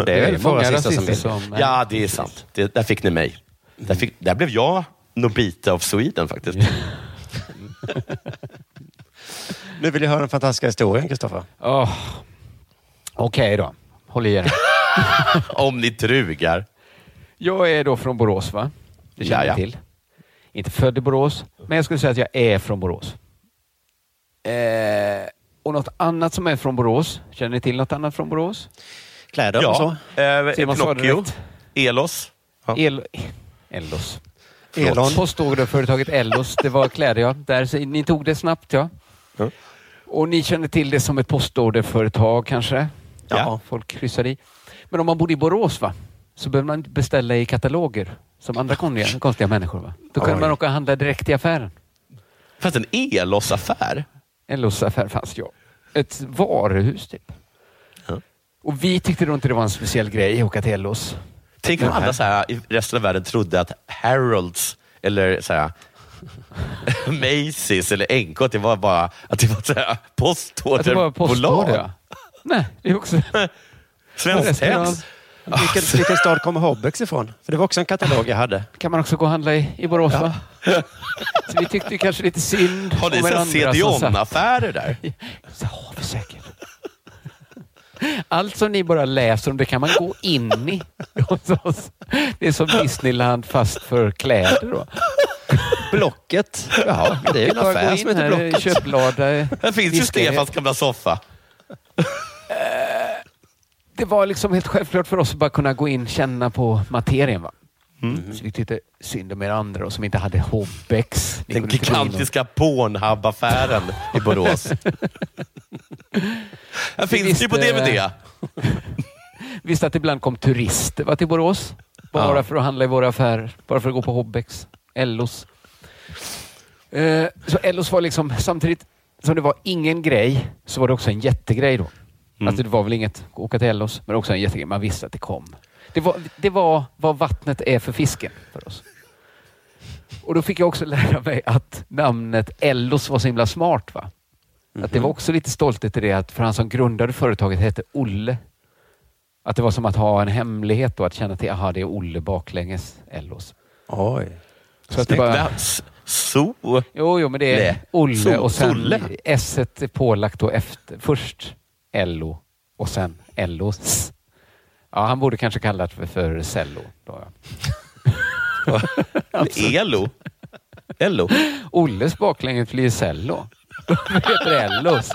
Speaker 7: är
Speaker 11: Det är väl få
Speaker 6: många
Speaker 11: rasister som
Speaker 6: rasister
Speaker 11: vill.
Speaker 6: som...
Speaker 7: Ja, det är sant. Det, där fick ni mig. Där, fick, där blev jag Nobita of Sweden faktiskt.
Speaker 11: Nu vill jag höra den fantastiska historien, Kristoffer.
Speaker 6: Åh. Okej då. Håll i er.
Speaker 7: Om ni trugar.
Speaker 6: Jag är då från Borås, va? Det känner
Speaker 7: Jaja.
Speaker 6: jag till. Inte född i Borås, men jag skulle säga att jag är från Borås. Eh, och något annat som är från Borås. Känner ni till något annat från Borås?
Speaker 11: Kläder och så.
Speaker 7: Eh,
Speaker 6: Simon svarade
Speaker 7: Pinocchio.
Speaker 6: rätt.
Speaker 7: Elos. Ja.
Speaker 6: El... Ellos.
Speaker 11: Elon.
Speaker 6: Postorderföretaget Ellos. Det var kläder, ja. Där, så- ni tog det snabbt, ja. Och ni känner till det som ett postorderföretag kanske?
Speaker 7: Ja.
Speaker 6: Folk kryssar i. Men om man bodde i Borås va? Så behöver man inte beställa i kataloger som andra konstiga, konstiga människor. Va? Då kan
Speaker 7: Oj.
Speaker 6: man åka och handla direkt i affären.
Speaker 7: Fanns det en elossaffär?
Speaker 6: En lossaffär fanns ja. Ett varuhus typ.
Speaker 7: Ja.
Speaker 6: Och vi tyckte då inte det var en speciell grej att åka till Ellos.
Speaker 7: Tänk om
Speaker 6: Men-
Speaker 7: alla så här, i resten av världen trodde att Harolds eller så här, Macy's eller NK, det var bara att det var så här,
Speaker 6: Att det var
Speaker 7: postorderbolag.
Speaker 6: postorder ja. Nej, det är också...
Speaker 7: Svenskt
Speaker 6: Resten av-
Speaker 7: Hems.
Speaker 8: Vilken,
Speaker 11: Alltså.
Speaker 8: vilken stad kommer Hobbex ifrån? För det var också en katalog jag hade.
Speaker 6: kan man också gå och handla i, i Borås va? Så vi tyckte ju kanske lite synd
Speaker 7: Har ni
Speaker 6: om er
Speaker 7: så här
Speaker 6: andra som satt-
Speaker 7: CDON-affärer där?
Speaker 6: Så har vi säkert. Allt som ni bara läser om det kan man gå in i hos oss. Det är som Disneyland fast för kläder. Då.
Speaker 8: Blocket. Jaha, det är ju en
Speaker 6: Bara gå
Speaker 8: affär
Speaker 6: in
Speaker 8: som heter
Speaker 6: här i
Speaker 8: Blocket.
Speaker 6: köplada.
Speaker 7: Här finns ju
Speaker 6: Disney.
Speaker 7: Stefans gamla soffa.
Speaker 6: Det var liksom helt självklart för oss att bara kunna gå in känna på materien. Va? Så vi tyckte synd om er andra då, som inte hade Hobbex. Ni
Speaker 7: Den
Speaker 6: kunde inte gå in och-
Speaker 7: gigantiska Pornhub-affären i Borås. Här
Speaker 6: Vi
Speaker 7: finns det ju på
Speaker 6: visste-
Speaker 7: DVD.
Speaker 6: visste att det ibland kom turister va, till Borås. Bara för att handla i våra affärer. Bara för att gå på Hobbex. Ellos. Eh, så Ellos var liksom, samtidigt som det var ingen grej, så var det också en jättegrej då. Alltså det var väl inget att åka till Ellos, men också en jättegrej. Man visste att det kom. Det var, det var vad vattnet är för fisken för oss. Och då fick jag också lära mig att namnet Ellos var så himla smart. Va? Att det var också lite stolthet i det, att för han som grundade företaget hette Olle. Att det var som att ha en hemlighet då, att känna till, aha, det är Olle baklänges, Ellos.
Speaker 8: Oj.
Speaker 6: Så att det
Speaker 7: Snyggt.
Speaker 6: bara,
Speaker 7: S- So.
Speaker 6: jo, jo, men det är
Speaker 7: Lä.
Speaker 6: Olle
Speaker 7: Sol-
Speaker 6: och sen
Speaker 7: Solle.
Speaker 6: S är pålagt då efter, först Ello och sen Ellos. Ja, han borde kanske kallat för, för Cello. Då, ja.
Speaker 7: Elo. Ello.
Speaker 6: Olles baklänges blir Cello. Vad heter det? Ellos?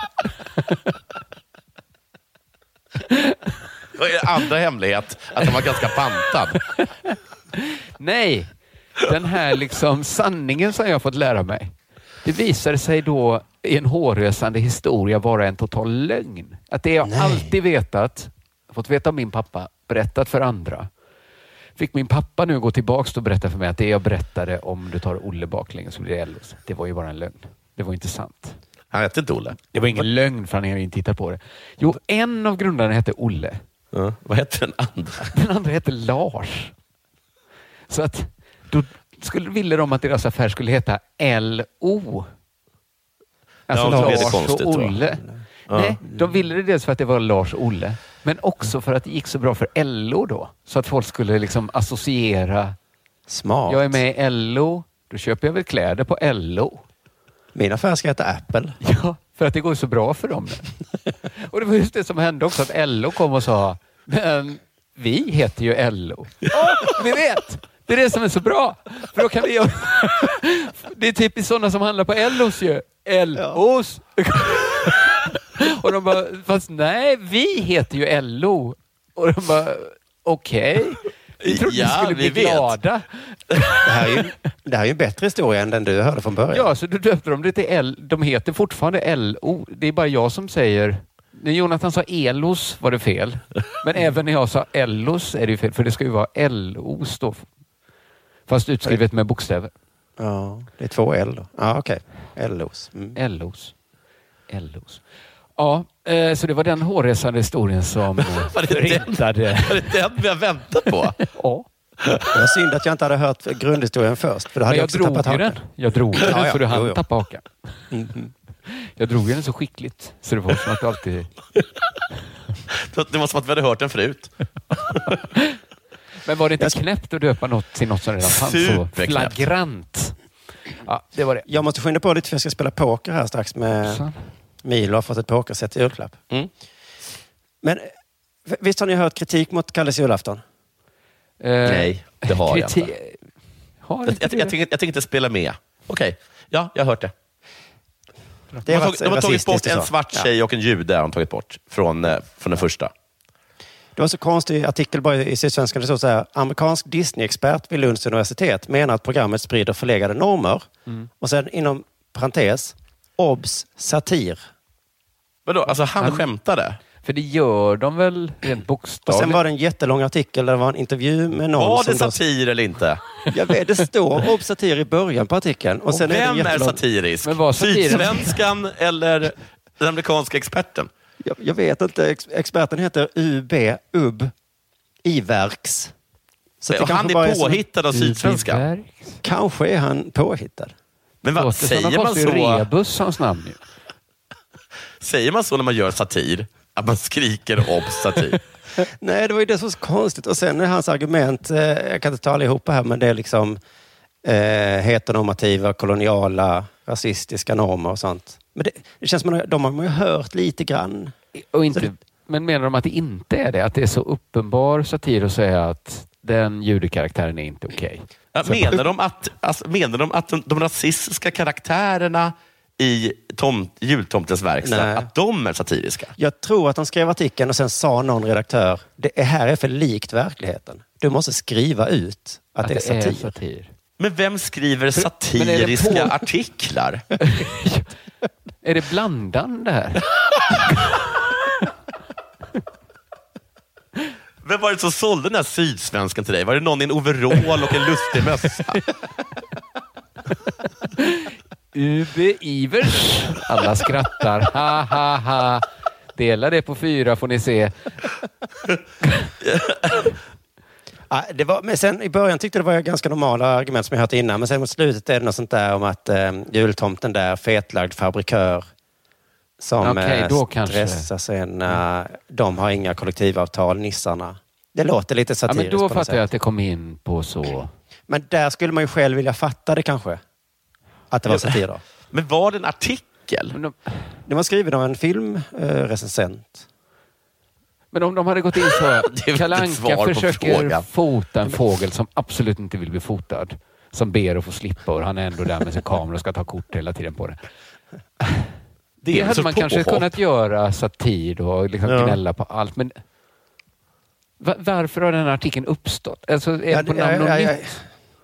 Speaker 7: Vad är det andra hemlighet? Att han var ganska pantad.
Speaker 6: Nej, den här liksom sanningen som jag fått lära mig. Det visade sig då i en hårresande historia vara en total lögn. Att det jag alltid vetat, fått veta av min pappa, berättat för andra. Fick min pappa nu gå tillbaks och berätta för mig att det jag berättade om du tar Olle baklänges så blir det Ellos. Det var ju bara en lögn. Det var inte sant.
Speaker 7: Han hette inte Olle.
Speaker 6: Det var ingen lögn för han har ju inte tittat på det. Jo, en av grundarna hette Olle.
Speaker 7: Ja. Vad hette den andra?
Speaker 6: Den andra hette Lars. Så att då skulle, ville de att deras affär skulle heta LO. Alltså
Speaker 7: Ja, det blev det
Speaker 6: Lars
Speaker 7: konstigt,
Speaker 6: och
Speaker 7: tror jag.
Speaker 6: Olle. Nej, de ville det dels för att det var Lars och Olle, men också för att det gick så bra för LO då. Så att folk skulle liksom associera.
Speaker 8: Smart.
Speaker 6: Jag är med i LO, då köper jag väl kläder på LO.
Speaker 8: Min affär ska heta Apple.
Speaker 6: Ja, för att det går så bra för dem. nu. Och det var just det som hände också, att LO kom och sa, men vi heter ju LO. Åh, vi vet! Det är det som är så bra. För då kan vi göra... Det är typiskt sådana som handlar på LOs ju. LOs. Och de bara, fast nej, vi heter ju LO. Och de bara, okej. Vi trodde
Speaker 7: Ja,
Speaker 6: vi skulle
Speaker 7: vi
Speaker 6: bli
Speaker 7: vet.
Speaker 6: glada.
Speaker 8: Det här, är ju, det här är ju en bättre historia än den du hörde från början.
Speaker 6: Ja, så du döpte de det till L. De heter fortfarande LO. Det är bara jag som säger... När Jonathan sa Elos var det fel. Men
Speaker 8: Mm.
Speaker 6: även när jag sa Ellos är det ju fel, för det ska ju vara LOs då. Fast utskrivet med bokstäver.
Speaker 8: Ja, det är två L då. Ja, okej. LOs. Mm.
Speaker 6: LOs. LOs. Ja, eh, så det var den hårresande historien som eh,
Speaker 7: Var det den?
Speaker 6: förintade...
Speaker 7: Var det den vi har väntat på?
Speaker 6: Ja.
Speaker 8: Det var synd att jag inte hade hört grundhistorien först, för då hade
Speaker 6: Men
Speaker 8: jag
Speaker 6: jag
Speaker 8: också
Speaker 6: drog
Speaker 8: tappat
Speaker 6: ju den.
Speaker 8: hakan.
Speaker 6: Jag drog den
Speaker 8: Ja, ja.
Speaker 6: så du
Speaker 8: Jo, Mm-hmm.
Speaker 6: hann
Speaker 8: jo.
Speaker 6: tappa hakan. Jag drog ju den så skickligt så det var som att du alltid...
Speaker 7: Det var som att vi hade hört den förut.
Speaker 6: Men var det inte
Speaker 8: Jag-
Speaker 6: knäppt att döpa något till något som redan fanns? Så
Speaker 7: Superknäppt.
Speaker 6: flagrant. Ja, det var det.
Speaker 8: Jag måste skynda på lite för jag ska spela poker här strax med
Speaker 6: Så.
Speaker 8: Milo. har fått ett pokerset i julklapp.
Speaker 7: Mm.
Speaker 8: Men eh, visst har ni hört kritik mot Kalles julafton?
Speaker 7: Nej, det har jag inte.
Speaker 6: Eh, kriti- Har
Speaker 7: Eh, Jag,
Speaker 6: inte
Speaker 7: jag,
Speaker 6: det?
Speaker 7: jag, tänker, jag tänker inte spela med. Okej, ja, jag har hört det.
Speaker 8: Det
Speaker 7: De
Speaker 8: är
Speaker 7: har, tagit, de har tagit
Speaker 8: rasistiskt
Speaker 7: bort
Speaker 8: och så.
Speaker 7: en svart
Speaker 8: Ja.
Speaker 7: tjej och en jude har de tagit bort från, eh, från den första.
Speaker 8: Det var så konstig artikel bara i Sydsvenskan. Det stod så här. Amerikansk Disney-expert vid Lunds universitet menar att programmet sprider
Speaker 7: Mm.
Speaker 8: förlegade normer. Och sen inom parentes, obs, satir.
Speaker 7: Vadå, alltså han, skämtade?
Speaker 6: För det gör de väl rent
Speaker 8: Och
Speaker 6: bokstavligt?
Speaker 8: sen var det en jättelång artikel där det var en intervju med någon
Speaker 7: Var det
Speaker 8: som då-
Speaker 7: satir eller inte?
Speaker 8: Jag vet, det står om satir i början på artikeln. Och sen är det
Speaker 7: Vem är
Speaker 8: jättelång-
Speaker 7: satirisk?
Speaker 8: Men var satiren-
Speaker 7: Sydsvenskan eller den amerikanska experten?
Speaker 8: Jag, jag vet inte. Ex, experten heter UB, UB, Iverks.
Speaker 7: Så
Speaker 8: det
Speaker 7: han
Speaker 8: kanske bara
Speaker 7: är
Speaker 8: som-
Speaker 7: påhittad av Sydsvenskan.
Speaker 8: Kanske är han påhittad.
Speaker 7: Men vad,
Speaker 8: Låter som en
Speaker 7: säger man
Speaker 8: konstig
Speaker 7: så?
Speaker 6: Rebus hans namn ju.
Speaker 7: Säger man så när man gör satir? Att man skriker om satir?
Speaker 8: Nej, det var ju det som var så konstigt. Och sen är hans argument, eh, jag kan inte ta allihopa här, men det är liksom eh, heteronormativa, koloniala, rasistiska normer och sånt. Men det, det känns som att de har man ju hört lite grann.
Speaker 6: Och inte, men menar de att det inte är det? Att det är så uppenbar satir att säga att den judekaraktären är inte okej?
Speaker 7: Ja, Menar de att, alltså, menar de, att de, de rasistiska karaktärerna i tom, jultomtens verkstad,
Speaker 8: Nej.
Speaker 7: att de är satiriska?
Speaker 8: Jag tror att de skrev artikeln och sen sa någon redaktör, det är- här är för likt verkligheten. Du måste skriva ut att, det är satir.
Speaker 7: Men vem skriver
Speaker 6: men är det på-
Speaker 7: satiriska artiklar?
Speaker 6: Är det blandan det här?
Speaker 7: Vem var det som sålde den här sydsvenskan till dig? Var det någon i en overall och en lustig mössa?
Speaker 6: Ube Ivers. Alla skrattar. Ha, ha, ha. Dela det på fyra får ni se.
Speaker 8: Ja, det var, men sen i början tyckte jag det var ganska normala argument som jag hört innan. Men sen mot slutet är det något sånt där om att eh, jultomten där, fetlagd fabrikör som
Speaker 6: Okej, då
Speaker 8: eh,
Speaker 6: kanske. Mm.
Speaker 8: stressar sen. Eh, de har inga kollektivavtal, nissarna. Det låter lite
Speaker 6: Ja,
Speaker 8: satiriskt
Speaker 6: men då
Speaker 8: på något
Speaker 6: fattar jag
Speaker 8: sätt.
Speaker 6: att det kom in på så...
Speaker 8: Men där skulle man ju själv vilja fatta det kanske. Att det var satir då.
Speaker 7: Men var det en artikel?
Speaker 8: Det var skrivet av en filmrecensent.
Speaker 6: Men om de hade gått in så...
Speaker 7: inte
Speaker 6: Kalle
Speaker 7: svar
Speaker 6: Anka
Speaker 7: på
Speaker 6: försöker
Speaker 7: frågan.
Speaker 6: fota en fågel som absolut inte vill bli fotad. Som ber att få slippa och han är ändå där med sin kamera och ska ta kort hela tiden på det.
Speaker 7: Det
Speaker 6: Det,
Speaker 7: är väl
Speaker 6: hade
Speaker 7: så
Speaker 6: man kanske
Speaker 7: påhopp.
Speaker 6: kunnat göra satir och liksom
Speaker 7: Ja.
Speaker 6: gnälla på allt. Men va- varför har den här artikeln uppstått? Alltså, är det på
Speaker 8: Ja,
Speaker 6: namn och
Speaker 8: ja, ja,
Speaker 6: nytt?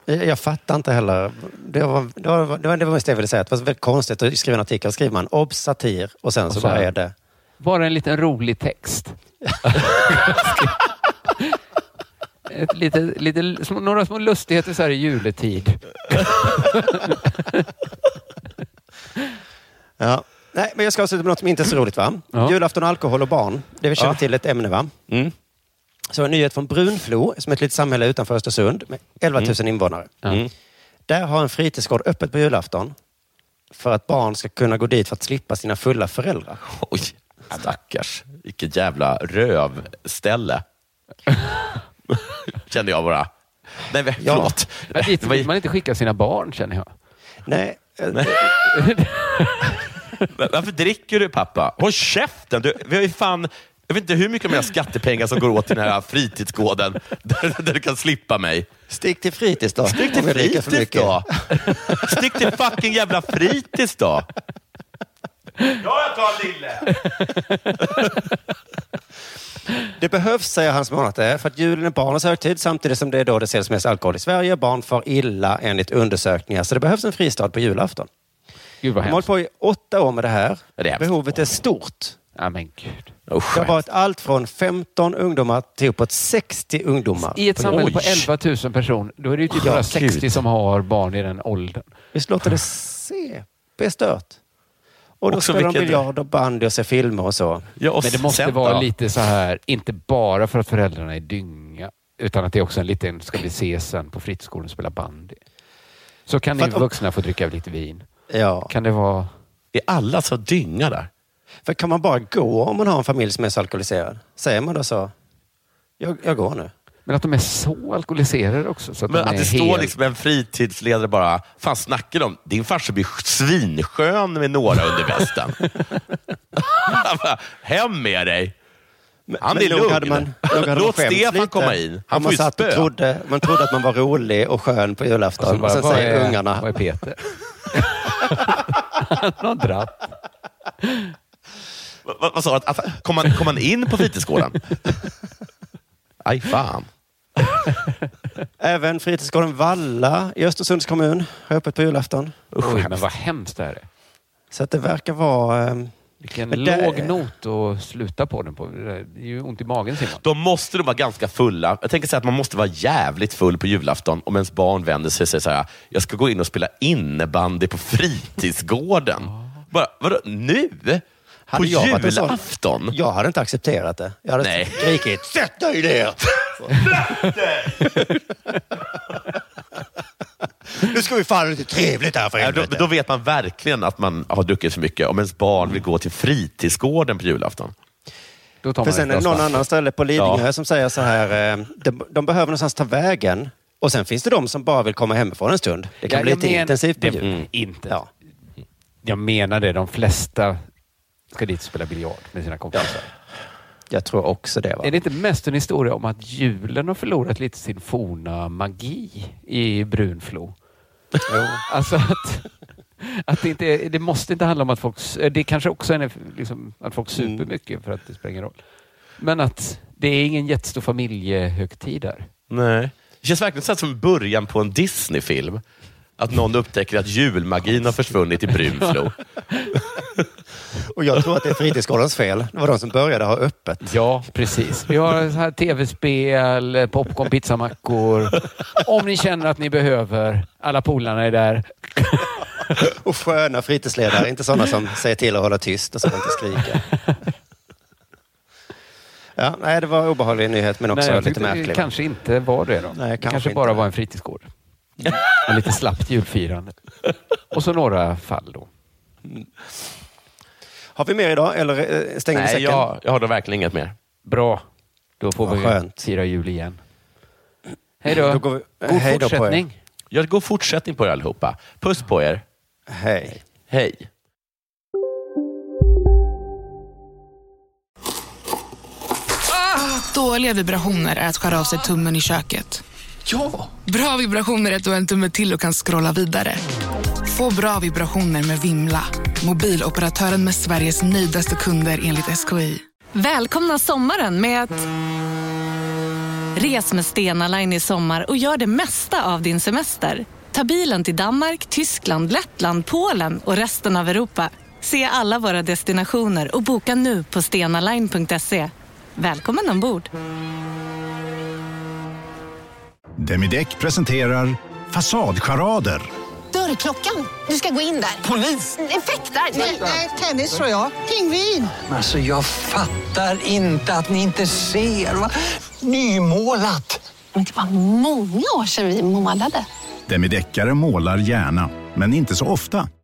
Speaker 8: Jag, jag fattar inte heller. Det var det, var, det, var, det var mest det jag ville säga. att Det var väldigt konstigt att skriva en artikel. skriver man obs satir och sen
Speaker 6: Och
Speaker 8: så
Speaker 6: så
Speaker 8: bara
Speaker 6: här.
Speaker 8: är det
Speaker 6: Bara en liten rolig text. Ett lite, lite, små- några små lustigheter så här i juletid.
Speaker 8: Ja. Nej, men jag ska avsluta med något som inte är så roligt. va? Julafton, alkohol och barn. Det vi känner till är ett ämne. va?
Speaker 6: Mm.
Speaker 8: Så en nyhet från Brunflo, som är ett litet samhälle utanför Östersund med 11 000
Speaker 6: Mm.
Speaker 8: invånare. Mm. Där har en fritidsgård öppet på julafton för att barn ska kunna gå dit för att slippa sina fulla föräldrar.
Speaker 7: Oj, stackars. Vilket jävla rövställe. Kände jag bara. Nej, men, förlåt.
Speaker 6: Men dit vill man inte skicka sina barn känner jag.
Speaker 8: Nej. eh,
Speaker 7: Varför dricker du pappa? Håll käften! Du, vi har ju fan, jag vet inte hur mycket av mina skattepengar som går åt till den här fritidsgården där, där du kan slippa mig.
Speaker 8: Stick till fritids då.
Speaker 7: Stick till
Speaker 8: om jag dricker för
Speaker 7: fritids
Speaker 8: mycket.
Speaker 7: då! Stick till fucking jävla fritids då! Ja, jag tar lille!
Speaker 8: Det behövs, säger Hans Månate, för att julen är barnens högtid samtidigt som det är då det säljs mest alkohol i Sverige. Barn far illa enligt undersökningar, så det behövs en fristad på julafton.
Speaker 6: Gud vad
Speaker 8: De har hållit
Speaker 6: hemskt.
Speaker 8: på i åtta år med det här.
Speaker 6: det är hemskt.
Speaker 8: Behovet är stort.
Speaker 6: Ja, men gud.
Speaker 8: det har varit allt från 15 ungdomar till uppåt 60 ungdomar.
Speaker 6: I ett
Speaker 8: Oj.
Speaker 6: samhälle på 11 000 personer, då är det ju typ
Speaker 8: Ja,
Speaker 6: bara 60
Speaker 8: gud.
Speaker 6: som har barn i den åldern.
Speaker 8: Visst låter det CP stört? Och då
Speaker 6: Också
Speaker 8: spelar de
Speaker 6: vilket-
Speaker 8: biljard och bandy och ser filmer och så.
Speaker 6: Men det måste vara lite så här, inte bara för att föräldrarna är dynga, utan att det är också en liten, ska vi ses sen på fritidsgården och spela bandy? Så kan ni
Speaker 8: För att-
Speaker 6: vuxna få dricka lite vin.
Speaker 8: Ja.
Speaker 6: Kan det vara...
Speaker 7: Är alla så dynga där?
Speaker 8: För kan man bara gå om man har en familj som är så alkoholiserad? Säger man då så? Jag, jag går nu.
Speaker 6: Men att de är så alkoholiserade också. Så att
Speaker 7: Men
Speaker 6: de
Speaker 7: att
Speaker 6: är
Speaker 7: det står
Speaker 6: helt...
Speaker 7: liksom en fritidsledare bara, fan snackar de? Din farsa blir svinskön med några under västen. Han bara, Hem med dig! Han
Speaker 8: Men
Speaker 7: är
Speaker 8: nog
Speaker 7: lugn.
Speaker 8: hade man- nog hade man
Speaker 7: Låt
Speaker 8: skämts
Speaker 7: Stefan
Speaker 8: lite.
Speaker 7: komma in. Han
Speaker 8: Om
Speaker 7: får
Speaker 8: man
Speaker 7: ju
Speaker 8: satt och
Speaker 7: spö.
Speaker 8: trodde, Man trodde att man var rolig och skön på julafton.
Speaker 6: Och alltså, så
Speaker 8: Och
Speaker 6: bara,
Speaker 8: sen
Speaker 6: vad
Speaker 8: säger
Speaker 6: är-
Speaker 8: ungarna...
Speaker 6: vad är Peter? Han har dratt.
Speaker 7: Va- va- Vad sa du? Att- att- Kom man, kom man in på fritidsgården? Aj fan.
Speaker 8: Även fritidsgården Valla i Östersunds kommun har öppet på julafton.
Speaker 6: Oj, men vad hemskt det här är.
Speaker 8: Så att det verkar vara... eh,
Speaker 6: Vilken
Speaker 7: Men det-
Speaker 6: låg not att sluta på den på. Det där- det är ju ont i magen Simon.
Speaker 7: Då måste de vara ganska fulla. Jag tänker så här att man måste vara jävligt full på julafton om ens barn vänder sig och säger så här, jag ska gå in och spela innebandy på fritidsgården. Bara, vadå, nu? på
Speaker 8: Hade jag varit en sån-
Speaker 7: julafton?
Speaker 8: Jag hade inte accepterat det. Jag hade
Speaker 7: Nej.
Speaker 8: skrikit ”Sätt dig ner!”
Speaker 7: Nu ska vi fan lite trevligt här för då, då vet man verkligen att man har druckit för mycket om ens barn vill gå till fritidsgården på julafton.
Speaker 6: Då
Speaker 8: För sen är det någon annan ställe på Lidingö som säger så här, eh, de, de behöver någonstans ta vägen. Och sen finns det de som bara vill komma hemifrån en stund. Det kan
Speaker 6: Ja,
Speaker 8: bli
Speaker 6: jag
Speaker 8: lite
Speaker 6: men-
Speaker 8: intensivt på
Speaker 6: det-
Speaker 8: jul.
Speaker 6: mm, Inte. Jag menar det, de flesta ska dit och spela biljard med sina kompisar.
Speaker 8: Jag tror också det. Va?
Speaker 6: Är det inte mest en historia om att julen har förlorat lite sin forna magi i Brunflo? Alltså att, att det, inte, är- det måste inte handla om att folk... s- Det kanske också är en, liksom, att folk super mycket för att det spelar ingen roll. Men att det är ingen jättestor familjehögtid där.
Speaker 7: Nej. Det känns verkligen så här som början på en Disney-film. Att någon upptäcker att julmagin har försvunnit i Brunflo.
Speaker 8: Och jag tror att det är fritidsgårdens fel. Det var de som började ha öppet.
Speaker 6: Ja, precis. Vi har så här tv-spel, popcorn, pizzamackor. Om ni känner att ni behöver. Alla polarna är där.
Speaker 8: Och sköna fritidsledare, inte sådana som säger till att hålla tyst och så att inte skrika. Ja, nej, det var en obehaglig nyhet men också
Speaker 6: jag
Speaker 8: lite
Speaker 6: tyckte det
Speaker 8: märklig. va?
Speaker 6: kanske inte var det då.
Speaker 8: Nej,
Speaker 6: det
Speaker 8: kanske
Speaker 6: kanske,
Speaker 8: inte.
Speaker 6: bara var en fritidsgård. Och lite slappt julfirande. Och så några fall då.
Speaker 8: Har vi mer idag eller eh, stänger vi
Speaker 7: Nej,
Speaker 8: säcken?
Speaker 7: jag, jag har då verkligen inget mer.
Speaker 6: Bra. Då får
Speaker 8: Vad
Speaker 6: vi
Speaker 8: skönt.
Speaker 6: fira jul igen. Hej då.
Speaker 8: Då går vi-
Speaker 6: God
Speaker 8: hej då på er.
Speaker 6: fortsättning.
Speaker 7: Ja, god fortsättning på er allihopa. Puss på er.
Speaker 8: Hej.
Speaker 7: Hej.
Speaker 13: Dåliga vibrationer är att skära av sig tummen i köket.
Speaker 14: Ja!
Speaker 13: Bra vibrationer är att du har en tumme till och kan scrolla vidare. Få bra vibrationer med Vimla. Mobiloperatören med Sveriges nöjdaste kunder enligt SKI.
Speaker 5: Välkomna sommaren med att... Res med Stena Line i sommar och gör det mesta av din semester. Ta bilen till Danmark, Tyskland, Lettland, Polen och resten av Europa. Se alla våra destinationer och boka nu på stenaline.se. E. Välkommen ombord!
Speaker 2: Demideck presenterar Fasadcharader.
Speaker 15: Dörrklockan. Du ska gå in där. Polis? Effektar? Nej, tennis tror jag. Pingvin.
Speaker 14: Alltså jag fattar inte att ni inte ser. Va? Nymålat!
Speaker 15: Men det var många år sedan vi målade.
Speaker 2: Demideckare målar gärna, men inte så ofta.